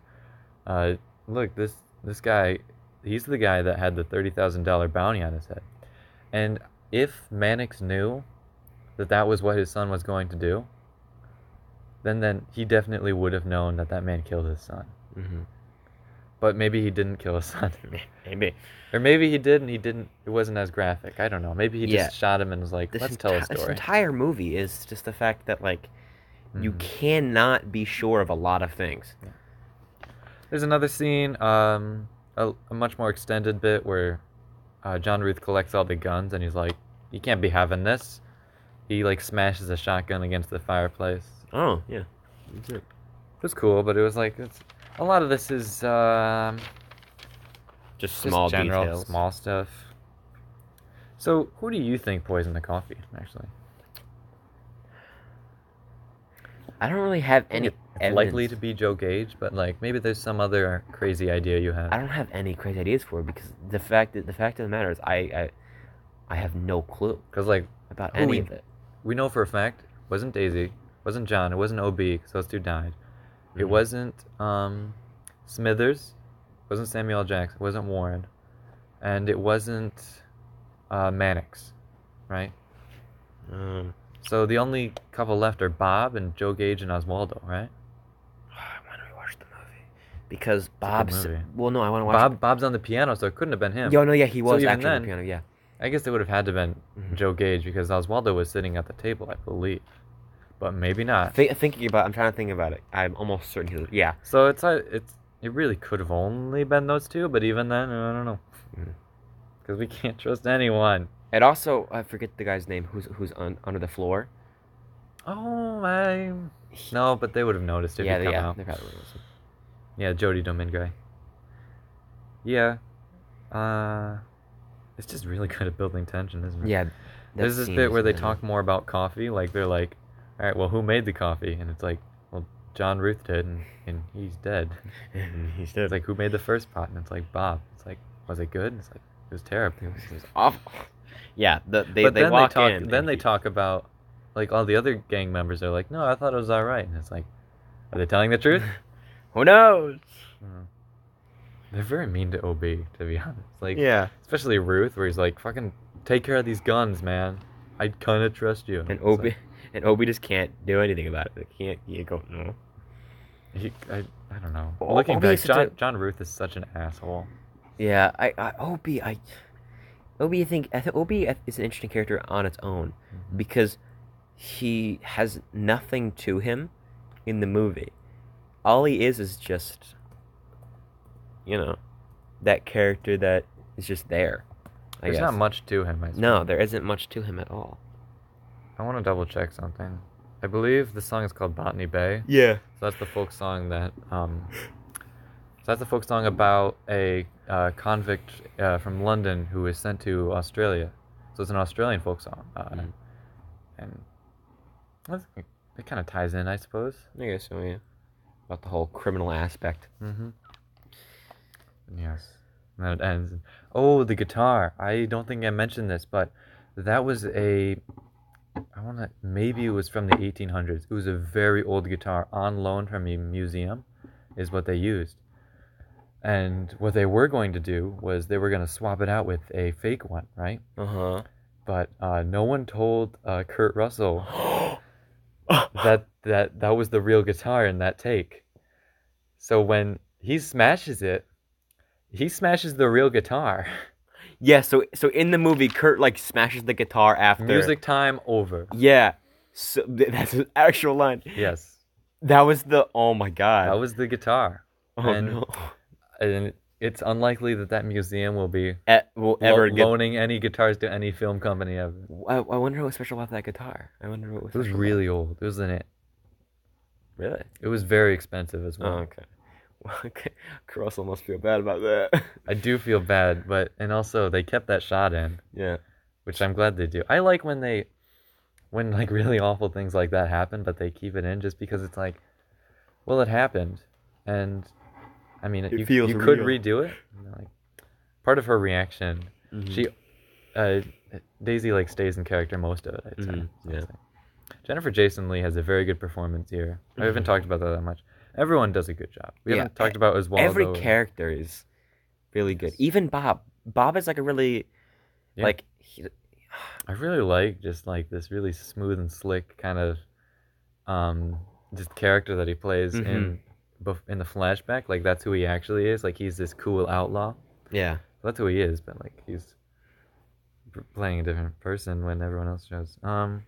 [SPEAKER 1] uh, "Look, this this guy, he's the guy that had the thirty thousand dollar bounty on his head," and if Mannix knew that that was what his son was going to do, then then he definitely would have known that that man killed his son.
[SPEAKER 2] Mm-hmm.
[SPEAKER 1] But maybe he didn't kill his son,
[SPEAKER 2] Maybe.
[SPEAKER 1] or maybe he did and he didn't. It wasn't as graphic. I don't know. Maybe he
[SPEAKER 2] Yeah.
[SPEAKER 1] just shot him and was like,
[SPEAKER 2] This
[SPEAKER 1] "Let's tell a
[SPEAKER 2] enti- This
[SPEAKER 1] story."
[SPEAKER 2] entire movie is just the fact that like you
[SPEAKER 1] Mhm.
[SPEAKER 2] cannot be sure of a lot of things.
[SPEAKER 1] There's another scene, um, a, a much more extended bit where uh, John Ruth collects all the guns and he's like, "You can't be having this." He like smashes a shotgun against the fireplace.
[SPEAKER 2] Oh yeah, it.
[SPEAKER 1] It was cool, but it was like it's a lot of this is um,
[SPEAKER 2] just
[SPEAKER 1] just
[SPEAKER 2] small
[SPEAKER 1] general,
[SPEAKER 2] details.
[SPEAKER 1] small stuff. So, who do you think poisoned the coffee? Actually,
[SPEAKER 2] I don't really have any
[SPEAKER 1] it's likely to be Joe Gage, but like maybe there's some other crazy idea you have.
[SPEAKER 2] I don't have any crazy ideas for it because the fact that the fact of the matter is I I, I have no clue
[SPEAKER 1] Because like
[SPEAKER 2] about
[SPEAKER 1] Who e-
[SPEAKER 2] any
[SPEAKER 1] we-
[SPEAKER 2] of it.
[SPEAKER 1] we know for a fact wasn't Daisy, wasn't John, it wasn't OB because those two died. It
[SPEAKER 2] Mhm.
[SPEAKER 1] wasn't um, Smithers, wasn't Samuel L. Jackson, wasn't Warren, and it wasn't uh, Mannix, right?
[SPEAKER 2] Um,
[SPEAKER 1] So the only couple left are Bob and Joe Gage and Oswaldo, right?
[SPEAKER 2] when we watched the movie. because Bob's.
[SPEAKER 1] movie.
[SPEAKER 2] Well, no, I want to watch.
[SPEAKER 1] Bob Bob's on the piano, so it couldn't have been him.
[SPEAKER 2] Yo, no, yeah, he
[SPEAKER 1] So
[SPEAKER 2] was
[SPEAKER 1] even
[SPEAKER 2] actually on
[SPEAKER 1] then-
[SPEAKER 2] the piano. Yeah.
[SPEAKER 1] I guess it would have had to been
[SPEAKER 2] Mhm.
[SPEAKER 1] Joe Gage because Oswaldo was sitting at the table, I believe, but maybe not.
[SPEAKER 2] Thi- thinking about, I'm trying to think about it. I'm almost certain he was. Yeah.
[SPEAKER 1] So it's uh, it's it really could have only been those two, but even then, I don't know,
[SPEAKER 2] Mhm.
[SPEAKER 1] because we can't trust anyone.
[SPEAKER 2] And also, I forget the guy's name. Who's who's on, under the floor?
[SPEAKER 1] Oh, I
[SPEAKER 2] He-
[SPEAKER 1] no, but they would have noticed if he
[SPEAKER 2] yeah, they-
[SPEAKER 1] come
[SPEAKER 2] yeah,
[SPEAKER 1] out.
[SPEAKER 2] they probably would've listened.
[SPEAKER 1] Yeah, Jody Domingue. guy. Yeah, uh, it's just really good at building tension, isn't it?
[SPEAKER 2] Yeah.
[SPEAKER 1] Mm-hmm. There's this bit where they talk more about coffee. Like they're like, "All right, well, who made the coffee?" And it's like, "Well, John Ruth did, and, and he's dead."
[SPEAKER 2] He's
[SPEAKER 1] It's like, "Who made the first pot?" And it's like, "Bob." It's like, "Was it good?" And it's like, "It was terrible."
[SPEAKER 2] It was, it was awful. Yeah, the, they,
[SPEAKER 1] but
[SPEAKER 2] they
[SPEAKER 1] then
[SPEAKER 2] walk
[SPEAKER 1] they talk.
[SPEAKER 2] in.
[SPEAKER 1] then
[SPEAKER 2] and
[SPEAKER 1] they
[SPEAKER 2] he-
[SPEAKER 1] talk about, like all the other gang members are like, "No, I thought it was all right." And it's like, "Are they telling the truth?"
[SPEAKER 2] Who knows?
[SPEAKER 1] Mm. They're very mean to OB, to be honest. Like,
[SPEAKER 2] yeah.
[SPEAKER 1] especially Ruth, where he's like, "Fucking take care of these guns, man. I kind of trust you."
[SPEAKER 2] And
[SPEAKER 1] it's like-
[SPEAKER 2] Obi, and Obi just can't do anything about it. They can't. You go no.
[SPEAKER 1] He, I, I don't know.
[SPEAKER 2] Well,
[SPEAKER 1] Looking
[SPEAKER 2] Obi
[SPEAKER 1] back,
[SPEAKER 2] is such
[SPEAKER 1] John,
[SPEAKER 2] a-
[SPEAKER 1] John Ruth is such an asshole.
[SPEAKER 2] Yeah, I, I Obi, I, Obi, I think I think Obi is an interesting character on its own Mm-hmm. because he has nothing to him in the movie. All he is is just, you know, that character that is just there. I
[SPEAKER 1] There's
[SPEAKER 2] guess.
[SPEAKER 1] not much to him. I,
[SPEAKER 2] no, there isn't much to him at all.
[SPEAKER 1] I want to double check something. I believe the song is called Botany Bay.
[SPEAKER 2] Yeah.
[SPEAKER 1] So that's the folk song that. Um, so that's the folk song about a uh, convict uh, from London who is sent to Australia. So it's an Australian folk song, uh,
[SPEAKER 2] Mm.
[SPEAKER 1] and that's, it kind of ties in, I suppose.
[SPEAKER 2] I guess so. Yeah. About the whole criminal aspect.
[SPEAKER 1] Mm-hmm. Yes. And then it ends. Oh, the guitar. I don't think I mentioned this, but that was a. I want to. Maybe it was from the 1800s. It was a very old guitar on loan from a museum, is what they used. And what they were going to do was they were going to swap it out with a fake one, right?
[SPEAKER 2] Uh
[SPEAKER 1] But uh, no one told uh, Kurt Russell
[SPEAKER 2] huh.
[SPEAKER 1] that that that was the real guitar in that take. So when he smashes it, he smashes the real guitar.
[SPEAKER 2] Yeah, so so in the movie, Kurt like smashes the guitar after
[SPEAKER 1] Music time over.
[SPEAKER 2] Yeah, so th- that's an actual line.
[SPEAKER 1] Yes,
[SPEAKER 2] That was the oh my god.
[SPEAKER 1] that was the guitar,
[SPEAKER 2] oh
[SPEAKER 1] and-
[SPEAKER 2] no.
[SPEAKER 1] and it's unlikely that that museum will be
[SPEAKER 2] Eh, will
[SPEAKER 1] lo-
[SPEAKER 2] ever get.
[SPEAKER 1] loaning any guitars to any film company ever.
[SPEAKER 2] I, I wonder what was special about that guitar. I wonder what was.
[SPEAKER 1] It was
[SPEAKER 2] special
[SPEAKER 1] really old. It was an it.
[SPEAKER 2] about- really.
[SPEAKER 1] It was very expensive as well.
[SPEAKER 2] Oh okay. Well, okay. Russell must feel bad about that.
[SPEAKER 1] I do feel bad, but and also they kept that shot in.
[SPEAKER 2] yeah.
[SPEAKER 1] which I'm glad they do. I like when they, when like really awful things like that happen, but they keep it in just because it's like, well, it happened, and I mean,
[SPEAKER 2] It
[SPEAKER 1] you,
[SPEAKER 2] feels
[SPEAKER 1] you could
[SPEAKER 2] real.
[SPEAKER 1] redo it. And they're like, part of her reaction,
[SPEAKER 2] Mm-hmm.
[SPEAKER 1] she, uh, Daisy like stays in character most of it. I'd say.
[SPEAKER 2] Mhm,
[SPEAKER 1] I'd
[SPEAKER 2] yeah.
[SPEAKER 1] say. Jennifer Jason Lee has a very good performance here. I haven't talked about that that much. Everyone does a good job. We
[SPEAKER 2] Mm-hmm. Yeah,
[SPEAKER 1] haven't talked about Oswaldo.
[SPEAKER 2] Every character is really good. Even Bob. Bob is like a really,
[SPEAKER 1] Yeah.
[SPEAKER 2] like he,
[SPEAKER 1] I really like just like this really smooth and slick kind of um just character that he plays in bef- in the flashback like that's who he actually is like he's this cool outlaw
[SPEAKER 2] yeah.
[SPEAKER 1] that's who he is but like he's p- playing a different person when everyone else shows um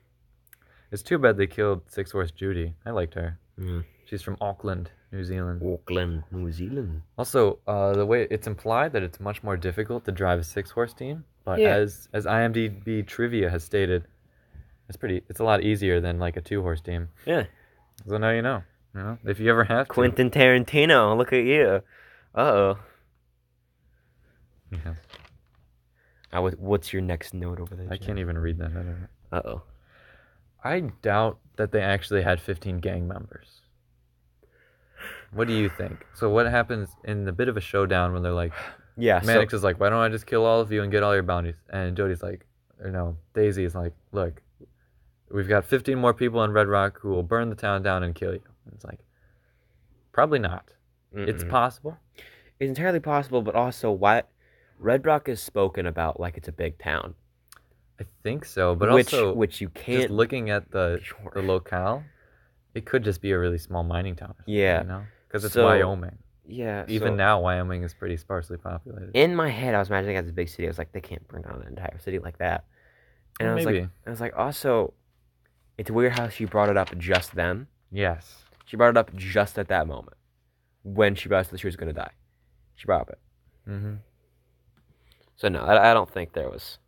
[SPEAKER 1] it's too bad they killed Six Horse Judy I liked her
[SPEAKER 2] Mm.
[SPEAKER 1] she's from Auckland New Zealand
[SPEAKER 2] Auckland, New Zealand.
[SPEAKER 1] also uh the way it's implied that it's much more difficult to drive a six horse team but
[SPEAKER 2] Yeah.
[SPEAKER 1] as as IMDb trivia has stated it's pretty it's a lot easier than like a two horse team
[SPEAKER 2] Yeah.
[SPEAKER 1] so now you know you know if you ever have to.
[SPEAKER 2] Quentin Tarantino, look at you. Uh oh.
[SPEAKER 1] Yes.
[SPEAKER 2] I would, what's your next note over there?
[SPEAKER 1] I can't even read that I, don't know.
[SPEAKER 2] Uh oh.
[SPEAKER 1] I doubt that they actually had 15 gang members what do you think so what happens in the bit of a showdown when they're like
[SPEAKER 2] Yeah.
[SPEAKER 1] Mannix is like, why don't I just kill all of you and get all your bounties? And Jody's like, or no, Daisy is like, look, we've got 15 more people in Red Rock who will burn the town down and kill you. And it's like, probably not.
[SPEAKER 2] so,
[SPEAKER 1] It's
[SPEAKER 2] Mm-mm.
[SPEAKER 1] possible.
[SPEAKER 2] it's entirely possible, but also why Red Rock is spoken about like it's a big town,
[SPEAKER 1] I think so. But
[SPEAKER 2] which
[SPEAKER 1] also,
[SPEAKER 2] which you
[SPEAKER 1] just
[SPEAKER 2] can't.
[SPEAKER 1] looking at the,
[SPEAKER 2] Sure.
[SPEAKER 1] the locale, it could just be a really small mining town.
[SPEAKER 2] Yeah.
[SPEAKER 1] You know? Because it's
[SPEAKER 2] So-
[SPEAKER 1] Wyoming.
[SPEAKER 2] yeah.
[SPEAKER 1] Even
[SPEAKER 2] so-
[SPEAKER 1] now, Wyoming is pretty sparsely populated.
[SPEAKER 2] in my head, I was imagining as a big city. I was like, they can't burn down an entire city like that. And I was
[SPEAKER 1] Maybe.
[SPEAKER 2] like, I was like, also, it's weird how she brought it up just then.
[SPEAKER 1] yes.
[SPEAKER 2] She brought it up just at that moment when she realized that she was gonna die. She brought up it.
[SPEAKER 1] hmm
[SPEAKER 2] So no, I, I don't think there was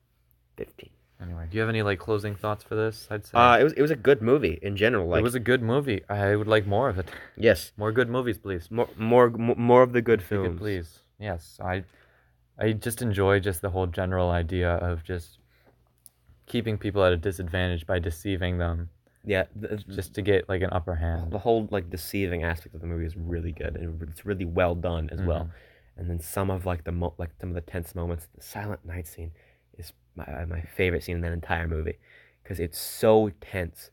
[SPEAKER 2] fifteen.
[SPEAKER 1] Anyway, do you have any like closing thoughts for this? I'd say
[SPEAKER 2] Uh, it was it was a good movie in general. Like
[SPEAKER 1] it was a good movie. I would like more of it.
[SPEAKER 2] yes,
[SPEAKER 1] More good movies, please.
[SPEAKER 2] more more mo- more of the good
[SPEAKER 1] If you could
[SPEAKER 2] films.
[SPEAKER 1] please. Yes, I, I just enjoy just the whole general idea of just keeping people at a disadvantage by deceiving them,
[SPEAKER 2] Yeah, the, just
[SPEAKER 1] just to get like an upper hand.
[SPEAKER 2] the whole like deceiving aspect of the movie is really good and it's really well done as well.
[SPEAKER 1] Mm-hmm.
[SPEAKER 2] and then some of like the mo- like some of the tense moments. The silent night scene is my uh, my favorite scene in that entire movie because it's so tense.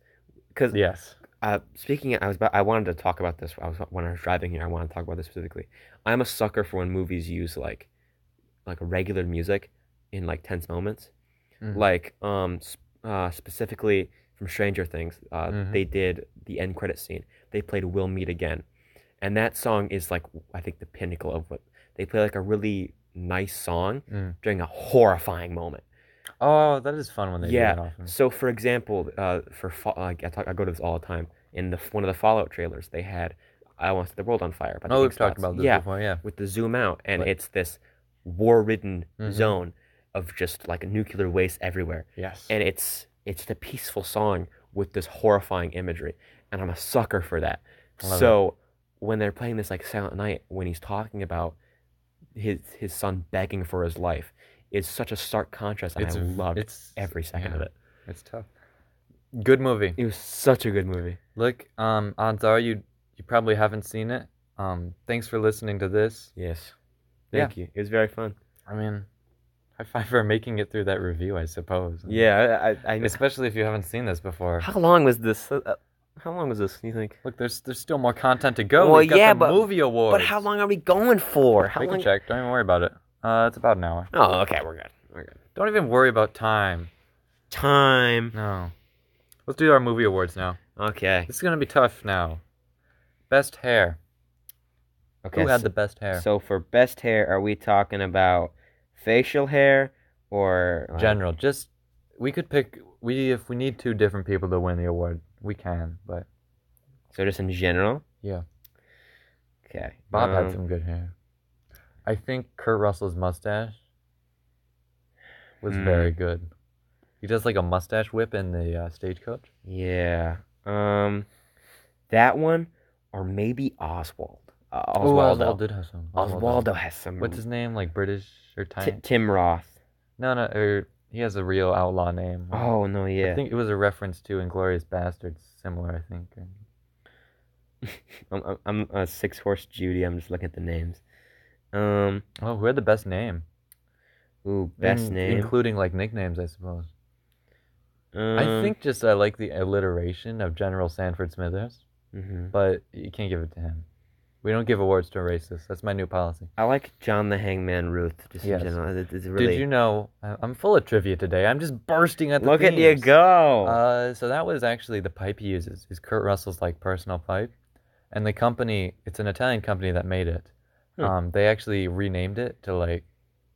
[SPEAKER 2] Because
[SPEAKER 1] Yes.
[SPEAKER 2] uh, speaking, of- I was about, I wanted to talk about this. I was when I was driving here. I wanted to talk about this specifically. I'm a sucker for when movies use like like regular music in like tense moments.
[SPEAKER 1] Mhm.
[SPEAKER 2] Like um s uh, specifically from Stranger Things, uh,
[SPEAKER 1] Mhm.
[SPEAKER 2] they did the end credit scene. They played "We'll Meet Again," and that song is like I think the pinnacle of what they play. Like a really nice song
[SPEAKER 1] Mm.
[SPEAKER 2] during a horrifying moment.
[SPEAKER 1] Oh, that is fun when they
[SPEAKER 2] Yeah.
[SPEAKER 1] do that often.
[SPEAKER 2] So, for example, uh, for fa- like I talk, I go to this all the time. In the one of the Fallout trailers, they had "I Want to Set the World on Fire." By the
[SPEAKER 1] Oh,
[SPEAKER 2] Pink
[SPEAKER 1] we've talked
[SPEAKER 2] Spots.
[SPEAKER 1] about this
[SPEAKER 2] yeah,
[SPEAKER 1] before. Yeah.
[SPEAKER 2] with the zoom out, and
[SPEAKER 1] Right.
[SPEAKER 2] it's this war-ridden
[SPEAKER 1] Mhm.
[SPEAKER 2] zone of just like nuclear waste everywhere,
[SPEAKER 1] Yes.
[SPEAKER 2] and it's it's the peaceful song with this horrifying imagery, and I'm a sucker for that.
[SPEAKER 1] I love
[SPEAKER 2] So when they're playing this like Silent Night, when he's talking about his his son begging for his life, is such a stark contrast, and
[SPEAKER 1] it's
[SPEAKER 2] I loved
[SPEAKER 1] it's
[SPEAKER 2] every second of
[SPEAKER 1] yeah,
[SPEAKER 2] it.
[SPEAKER 1] It's tough. Good movie.
[SPEAKER 2] It was such a good movie.
[SPEAKER 1] Look, um, odds are you you probably haven't seen it. Um, thanks for listening to this.
[SPEAKER 2] Yes. Thank you. It was very fun.
[SPEAKER 1] I mean, high five for making it through that review, I suppose.
[SPEAKER 2] Mm-hmm. Yeah, I, I, I
[SPEAKER 1] Especially if you haven't seen this before.
[SPEAKER 2] How long was this? Uh, how long was this? You think?
[SPEAKER 1] Look, there's there's still more content to go.
[SPEAKER 2] Well,
[SPEAKER 1] We've got
[SPEAKER 2] yeah,
[SPEAKER 1] the
[SPEAKER 2] but-
[SPEAKER 1] movie award.
[SPEAKER 2] But how long are we going for? How
[SPEAKER 1] we can
[SPEAKER 2] long?
[SPEAKER 1] check. Don't even worry about it. Uh, it's about an hour.
[SPEAKER 2] Oh, okay, we're good. We're good.
[SPEAKER 1] Don't even worry about time.
[SPEAKER 2] Time.
[SPEAKER 1] No. Let's do our movie awards now.
[SPEAKER 2] Okay.
[SPEAKER 1] This is gonna be tough now. Best hair.
[SPEAKER 2] Okay.
[SPEAKER 1] Who had
[SPEAKER 2] so,
[SPEAKER 1] the best hair?
[SPEAKER 2] so for best hair, are we talking about facial hair or uh,
[SPEAKER 1] General. Just we could pick we if we need two different people to win the award, we can. But
[SPEAKER 2] So just in general.
[SPEAKER 1] Yeah.
[SPEAKER 2] Okay.
[SPEAKER 1] Bob had
[SPEAKER 2] um,
[SPEAKER 1] some good hair. I think Kurt Russell's mustache was
[SPEAKER 2] Hmm.
[SPEAKER 1] very good. He does like a mustache whip in the uh, stagecoach.
[SPEAKER 2] Yeah. Um, that one, or maybe Oswald. Uh,
[SPEAKER 1] Oh,
[SPEAKER 2] Oswaldo.
[SPEAKER 1] did have some.
[SPEAKER 2] Oswaldo has some.
[SPEAKER 1] What's his name? Like British or
[SPEAKER 2] Ti-
[SPEAKER 1] Thai?
[SPEAKER 2] Tim Roth.
[SPEAKER 1] no, no. Or he has a real outlaw name.
[SPEAKER 2] Oh no, yeah.
[SPEAKER 1] I think it was a reference to Inglorious Bastards, similar, I think. and-
[SPEAKER 2] I'm, I'm, I'm a six horse Judy. I'm just looking at the names. Um,
[SPEAKER 1] Oh, who had the best name? Mm,
[SPEAKER 2] ooh, best
[SPEAKER 1] In-
[SPEAKER 2] name.
[SPEAKER 1] Including like nicknames, I suppose. I
[SPEAKER 2] Um,
[SPEAKER 1] think just I like the alliteration of General Sanford Smithers,
[SPEAKER 2] mhm.
[SPEAKER 1] but you can't give it to him. We don't give awards to racists. That's my new policy.
[SPEAKER 2] I like John the Hangman Ruth. Just
[SPEAKER 1] Yes.
[SPEAKER 2] in general, It- it's really.
[SPEAKER 1] Did you know? I- I'm full of trivia today. I'm just bursting at the
[SPEAKER 2] look at you
[SPEAKER 1] themes.
[SPEAKER 2] go?
[SPEAKER 1] Uh, so that was actually the pipe he uses is Kurt Russell's like personal pipe, and the company it's an Italian company that made it.
[SPEAKER 2] Hmm.
[SPEAKER 1] Um, they actually renamed it to like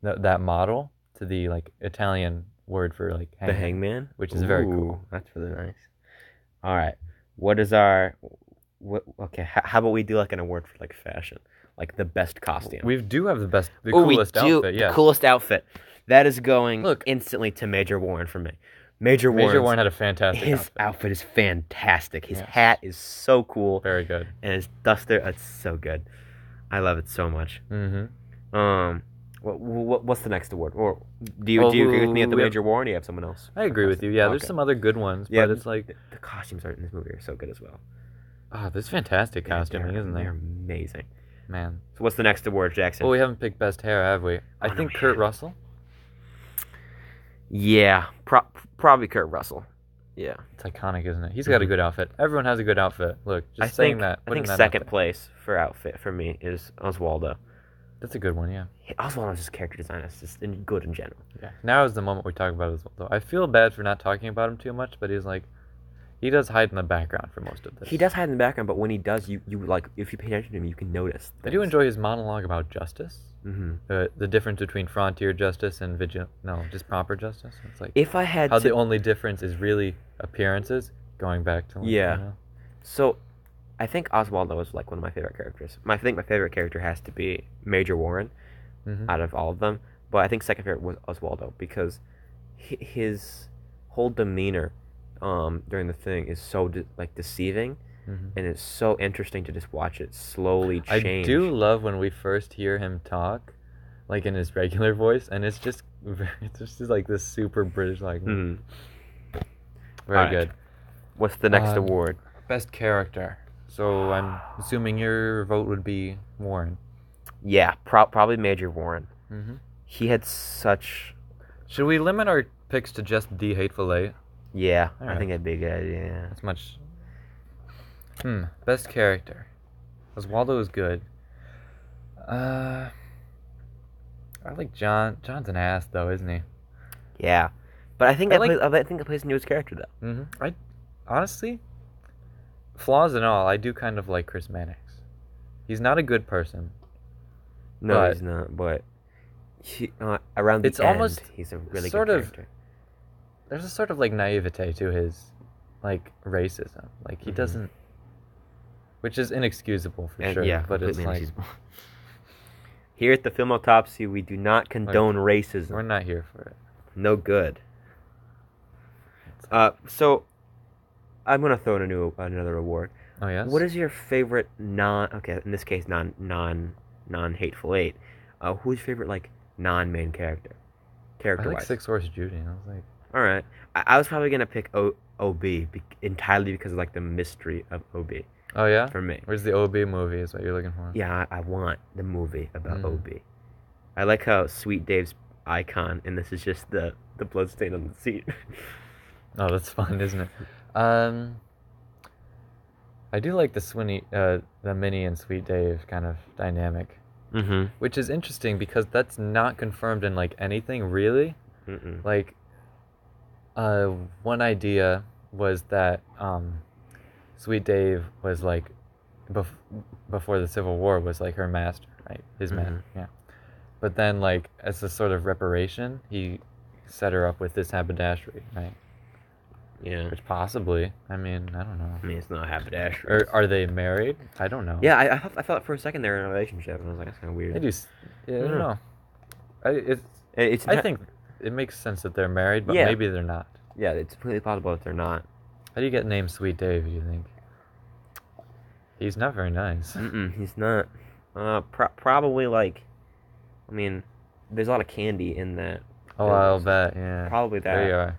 [SPEAKER 1] th- that model to the like Italian word for like
[SPEAKER 2] the Hangman,
[SPEAKER 1] which is very cool.
[SPEAKER 2] Ooh, That's really nice. All right, what is our? What okay? How, how about we do like an award for like fashion, like the best costume.
[SPEAKER 1] We do have the best, the
[SPEAKER 2] Ooh,
[SPEAKER 1] coolest
[SPEAKER 2] Oh, we do,
[SPEAKER 1] outfit.
[SPEAKER 2] the
[SPEAKER 1] Yes,
[SPEAKER 2] coolest outfit. That is going
[SPEAKER 1] Look.
[SPEAKER 2] instantly to Major Warren for me. Major Warren.
[SPEAKER 1] Major Warren had a fantastic
[SPEAKER 2] His
[SPEAKER 1] outfit.
[SPEAKER 2] outfit. is fantastic. His
[SPEAKER 1] Yes.
[SPEAKER 2] hat is so cool,
[SPEAKER 1] Very good.
[SPEAKER 2] and his duster it's so good. I love it so much.
[SPEAKER 1] Mm-hmm.
[SPEAKER 2] Um, what, what what's the next award? Or do you
[SPEAKER 1] Well,
[SPEAKER 2] do you agree with me at the
[SPEAKER 1] we have-
[SPEAKER 2] major war, or do you have someone else?
[SPEAKER 1] I agree with you. Yeah, there's
[SPEAKER 2] Okay.
[SPEAKER 1] some other good ones,
[SPEAKER 2] Yeah,
[SPEAKER 1] but it's like,
[SPEAKER 2] The, the costumes are in this movie are so good as well.
[SPEAKER 1] ah, this is fantastic
[SPEAKER 2] They're-
[SPEAKER 1] costuming,
[SPEAKER 2] they're-
[SPEAKER 1] isn't
[SPEAKER 2] They're
[SPEAKER 1] there? Oh,
[SPEAKER 2] amazing.
[SPEAKER 1] Man.
[SPEAKER 2] So what's the next award, Jackson?
[SPEAKER 1] Well, we haven't picked best hair, have we?
[SPEAKER 2] Oh,
[SPEAKER 1] I
[SPEAKER 2] no,
[SPEAKER 1] think
[SPEAKER 2] we
[SPEAKER 1] Kurt
[SPEAKER 2] haven't.
[SPEAKER 1] Russell.
[SPEAKER 2] yeah, pro- probably Kurt Russell. Yeah,
[SPEAKER 1] It's iconic, isn't it? He's got a
[SPEAKER 2] Mhm.
[SPEAKER 1] good outfit. Everyone has a good outfit. Look, just
[SPEAKER 2] I
[SPEAKER 1] saying
[SPEAKER 2] think
[SPEAKER 1] that.
[SPEAKER 2] I
[SPEAKER 1] putting
[SPEAKER 2] think
[SPEAKER 1] that
[SPEAKER 2] second
[SPEAKER 1] outfit-
[SPEAKER 2] place for outfit for me is Oswaldo.
[SPEAKER 1] That's a good one, yeah.
[SPEAKER 2] Oswaldo's character design is just in- good in general.
[SPEAKER 1] Yeah. Now is the moment we talk about it as well. Though I feel bad for not talking about him too much, but he's like, He does hide in the background for most of this.
[SPEAKER 2] He does hide in the background, but when he does, you you like if you pay attention to him, you can notice.
[SPEAKER 1] I do enjoy his monologue about justice.
[SPEAKER 2] hmm
[SPEAKER 1] The the difference between frontier justice and vigil no, just proper justice. It's like
[SPEAKER 2] If I had
[SPEAKER 1] how
[SPEAKER 2] to,
[SPEAKER 1] the only difference is really appearances. Going back to like,
[SPEAKER 2] Yeah.
[SPEAKER 1] You know,
[SPEAKER 2] so I think Oswaldo is like one of my favorite characters. My, I think my favorite character has to be Major Warren
[SPEAKER 1] Mhm.
[SPEAKER 2] out of all of them, but I think second favorite was Oswaldo because hi- his whole demeanor um, during the thing is so de- like deceiving,
[SPEAKER 1] Mhm.
[SPEAKER 2] and it's so interesting to just watch it slowly
[SPEAKER 1] I
[SPEAKER 2] change.
[SPEAKER 1] do love when we first hear him talk, like in his regular voice, and it's just very, it's just like this super British like
[SPEAKER 2] Mm.
[SPEAKER 1] very
[SPEAKER 2] Alright.
[SPEAKER 1] good.
[SPEAKER 2] What's the next
[SPEAKER 1] Um,
[SPEAKER 2] award?
[SPEAKER 1] Best character. So I'm assuming your vote would be Warren.
[SPEAKER 2] Yeah, pro- probably Major Warren.
[SPEAKER 1] Mm-hmm.
[SPEAKER 2] He had such.
[SPEAKER 1] Should we limit our picks to just the hateful eight?
[SPEAKER 2] Yeah, I
[SPEAKER 1] Alright.
[SPEAKER 2] think that'd be a good idea.
[SPEAKER 1] That's much. Hmm. Best character. Oswaldo is good. Uh. I like John. John's an ass though, isn't he?
[SPEAKER 2] Yeah, but I think
[SPEAKER 1] I
[SPEAKER 2] that
[SPEAKER 1] like-
[SPEAKER 2] plays, I bet- I think that plays into his character though.
[SPEAKER 1] hmm I honestly, flaws and all, I do kind of like Chris Mannix. He's not a good person.
[SPEAKER 2] No,
[SPEAKER 1] But-
[SPEAKER 2] he's not. But he, uh, around the
[SPEAKER 1] It's
[SPEAKER 2] end,
[SPEAKER 1] almost
[SPEAKER 2] he's a really
[SPEAKER 1] sort
[SPEAKER 2] good
[SPEAKER 1] of-
[SPEAKER 2] character.
[SPEAKER 1] There's a sort of like naivete to his, like racism. Like he
[SPEAKER 2] Mhm.
[SPEAKER 1] doesn't, which is inexcusable for
[SPEAKER 2] And
[SPEAKER 1] sure.
[SPEAKER 2] yeah,
[SPEAKER 1] but it's
[SPEAKER 2] completely
[SPEAKER 1] like
[SPEAKER 2] inexcusable. Here at the film autopsy, we do not condone racism.
[SPEAKER 1] we're not here for it.
[SPEAKER 2] No good.
[SPEAKER 1] It's
[SPEAKER 2] Uh, so I'm gonna throw in a new another award.
[SPEAKER 1] Oh yes.
[SPEAKER 2] What is your favorite non? Okay, in this case, non non non hateful eight. Uh, who's your favorite like non main character?
[SPEAKER 1] I
[SPEAKER 2] Character
[SPEAKER 1] like
[SPEAKER 2] wise.
[SPEAKER 1] Six Horse Judy. and I was like,
[SPEAKER 2] All right. I, I was probably gonna pick o- OB be- entirely because of like the mystery of OB
[SPEAKER 1] oh yeah.
[SPEAKER 2] for me.
[SPEAKER 1] Where's the OB movie? Is what you're looking for?
[SPEAKER 2] Yeah, I, I want the movie about
[SPEAKER 1] Mhm.
[SPEAKER 2] OB. I like how Sweet Dave's icon, and this is just the the blood stain on the seat.
[SPEAKER 1] Oh, that's fun, isn't it? Um, I do like the Swinny, uh, the Minnie and Sweet Dave kind of dynamic.
[SPEAKER 2] mm-hmm.
[SPEAKER 1] which is interesting because that's not confirmed in like anything really
[SPEAKER 2] Mm-mm.
[SPEAKER 1] like uh one idea was that um sweet dave was like bef- before the civil war was like her master right his
[SPEAKER 2] Mhm.
[SPEAKER 1] man yeah but then like as a sort of reparation he set her up with this haberdashery right
[SPEAKER 2] Yeah.
[SPEAKER 1] which possibly i mean i don't know
[SPEAKER 2] I mean, it's not haberdashery.
[SPEAKER 1] or are they married i don't know
[SPEAKER 2] yeah, I, I, thought, I thought for a second they were in a relationship, and I was like, that's kind of weird.
[SPEAKER 1] they do s- yeah, i
[SPEAKER 2] Yeah.
[SPEAKER 1] don't know I, it's
[SPEAKER 2] Uh, It's
[SPEAKER 1] I
[SPEAKER 2] enti-
[SPEAKER 1] think it makes sense that they're married, but
[SPEAKER 2] Yeah.
[SPEAKER 1] maybe they're not.
[SPEAKER 2] yeah, it's completely possible that they're not.
[SPEAKER 1] How do you get named Sweet Dave, do you think? He's not very nice.
[SPEAKER 2] Mm-mm, he's not. Uh, pro- probably like, I mean, there's a lot of candy in that.
[SPEAKER 1] Oh, I'll bet, yeah.
[SPEAKER 2] Probably
[SPEAKER 1] There you
[SPEAKER 2] that.
[SPEAKER 1] are.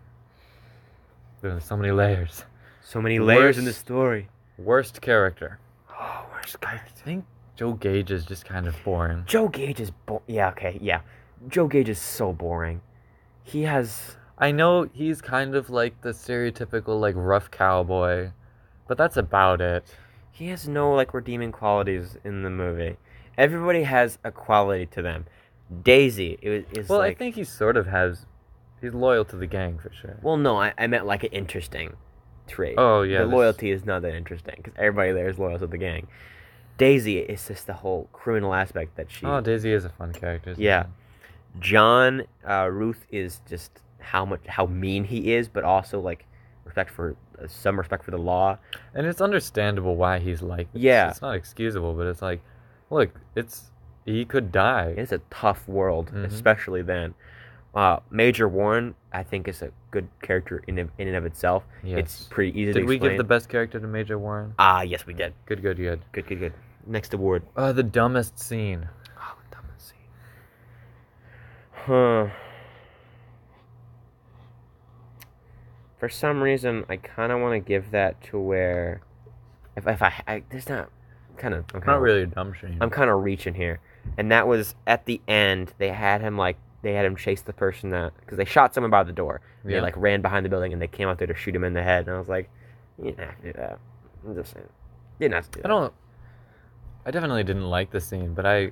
[SPEAKER 1] There's so many layers.
[SPEAKER 2] So many layers in
[SPEAKER 1] Worse.
[SPEAKER 2] this story.
[SPEAKER 1] Worst character.
[SPEAKER 2] Oh, where's
[SPEAKER 1] I think Joe Gage is just kind of boring.
[SPEAKER 2] Joe Gage is bo- yeah okay yeah, Joe Gage is so boring. He has
[SPEAKER 1] I know he's kind of like the stereotypical, like, rough cowboy, but that's about it.
[SPEAKER 2] he has no like redeeming qualities in the movie. Everybody has a quality to them. Daisy is, is
[SPEAKER 1] Well,
[SPEAKER 2] like
[SPEAKER 1] I think he sort of has. He's loyal to the gang for sure.
[SPEAKER 2] well no I, I meant like an interesting trait.
[SPEAKER 1] Oh, yeah.
[SPEAKER 2] the
[SPEAKER 1] this-
[SPEAKER 2] loyalty is not that interesting because everybody there is loyal to the gang. Daisy is just the whole criminal aspect that she.
[SPEAKER 1] Oh, Daisy is a fun character. isn't
[SPEAKER 2] Yeah.
[SPEAKER 1] she?
[SPEAKER 2] John uh, Ruth is just how much how mean he is, but also like respect for uh, some respect for the law.
[SPEAKER 1] And it's understandable why he's like this.
[SPEAKER 2] Yeah.
[SPEAKER 1] It's not excusable, but it's like, look, it's he could die.
[SPEAKER 2] It's a tough world,
[SPEAKER 1] Mhm.
[SPEAKER 2] especially then. Uh, Major Warren, I think, is a good character in of- in and of itself.
[SPEAKER 1] yes.
[SPEAKER 2] It's pretty easy to
[SPEAKER 1] Did we give
[SPEAKER 2] explain.
[SPEAKER 1] the best character to Major Warren?
[SPEAKER 2] ah, yes, we did.
[SPEAKER 1] Good, good, good.
[SPEAKER 2] Good, good, good. Next award.
[SPEAKER 1] Uh, the dumbest scene.
[SPEAKER 2] Oh, dumb and see. Huh. For some reason, I kind of want to give that to where, if if I, I there's not, kind of I'm
[SPEAKER 1] Not
[SPEAKER 2] kind of
[SPEAKER 1] really a dumb scene.
[SPEAKER 2] I'm kind of reaching here, and that was at the end. They had him like they had him chase the person that because they shot someone by the door. And
[SPEAKER 1] Yeah.
[SPEAKER 2] They like ran behind the building and they came out there to shoot him in the head, and I was like, you didn't have to do that. I'm just saying, you didn't have to do that.
[SPEAKER 1] I don't. I definitely didn't like the scene, but I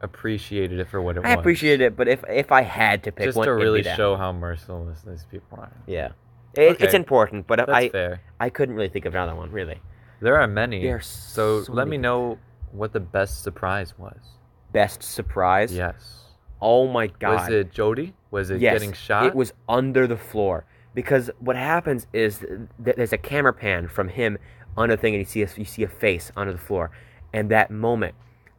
[SPEAKER 1] appreciated it for what it
[SPEAKER 2] I
[SPEAKER 1] was.
[SPEAKER 2] appreciated it, but if if I had to pick
[SPEAKER 1] Just
[SPEAKER 2] one,
[SPEAKER 1] to
[SPEAKER 2] it'd be
[SPEAKER 1] really
[SPEAKER 2] that.
[SPEAKER 1] show how merciless these people are.
[SPEAKER 2] Yeah. It, It's
[SPEAKER 1] Okay.
[SPEAKER 2] important, but
[SPEAKER 1] That's
[SPEAKER 2] I
[SPEAKER 1] fair.
[SPEAKER 2] I couldn't really think of another one really.
[SPEAKER 1] There are many.
[SPEAKER 2] There are
[SPEAKER 1] so,
[SPEAKER 2] so
[SPEAKER 1] let
[SPEAKER 2] many
[SPEAKER 1] me
[SPEAKER 2] good-
[SPEAKER 1] know what the best surprise was.
[SPEAKER 2] Best surprise.
[SPEAKER 1] Yes.
[SPEAKER 2] Oh my god.
[SPEAKER 1] Was it Jody? Was it
[SPEAKER 2] yes,
[SPEAKER 1] getting shot?
[SPEAKER 2] It was under the floor because what happens is th- there's a camera pan from him on a thing, and you see a, you see a face under the floor, and that moment,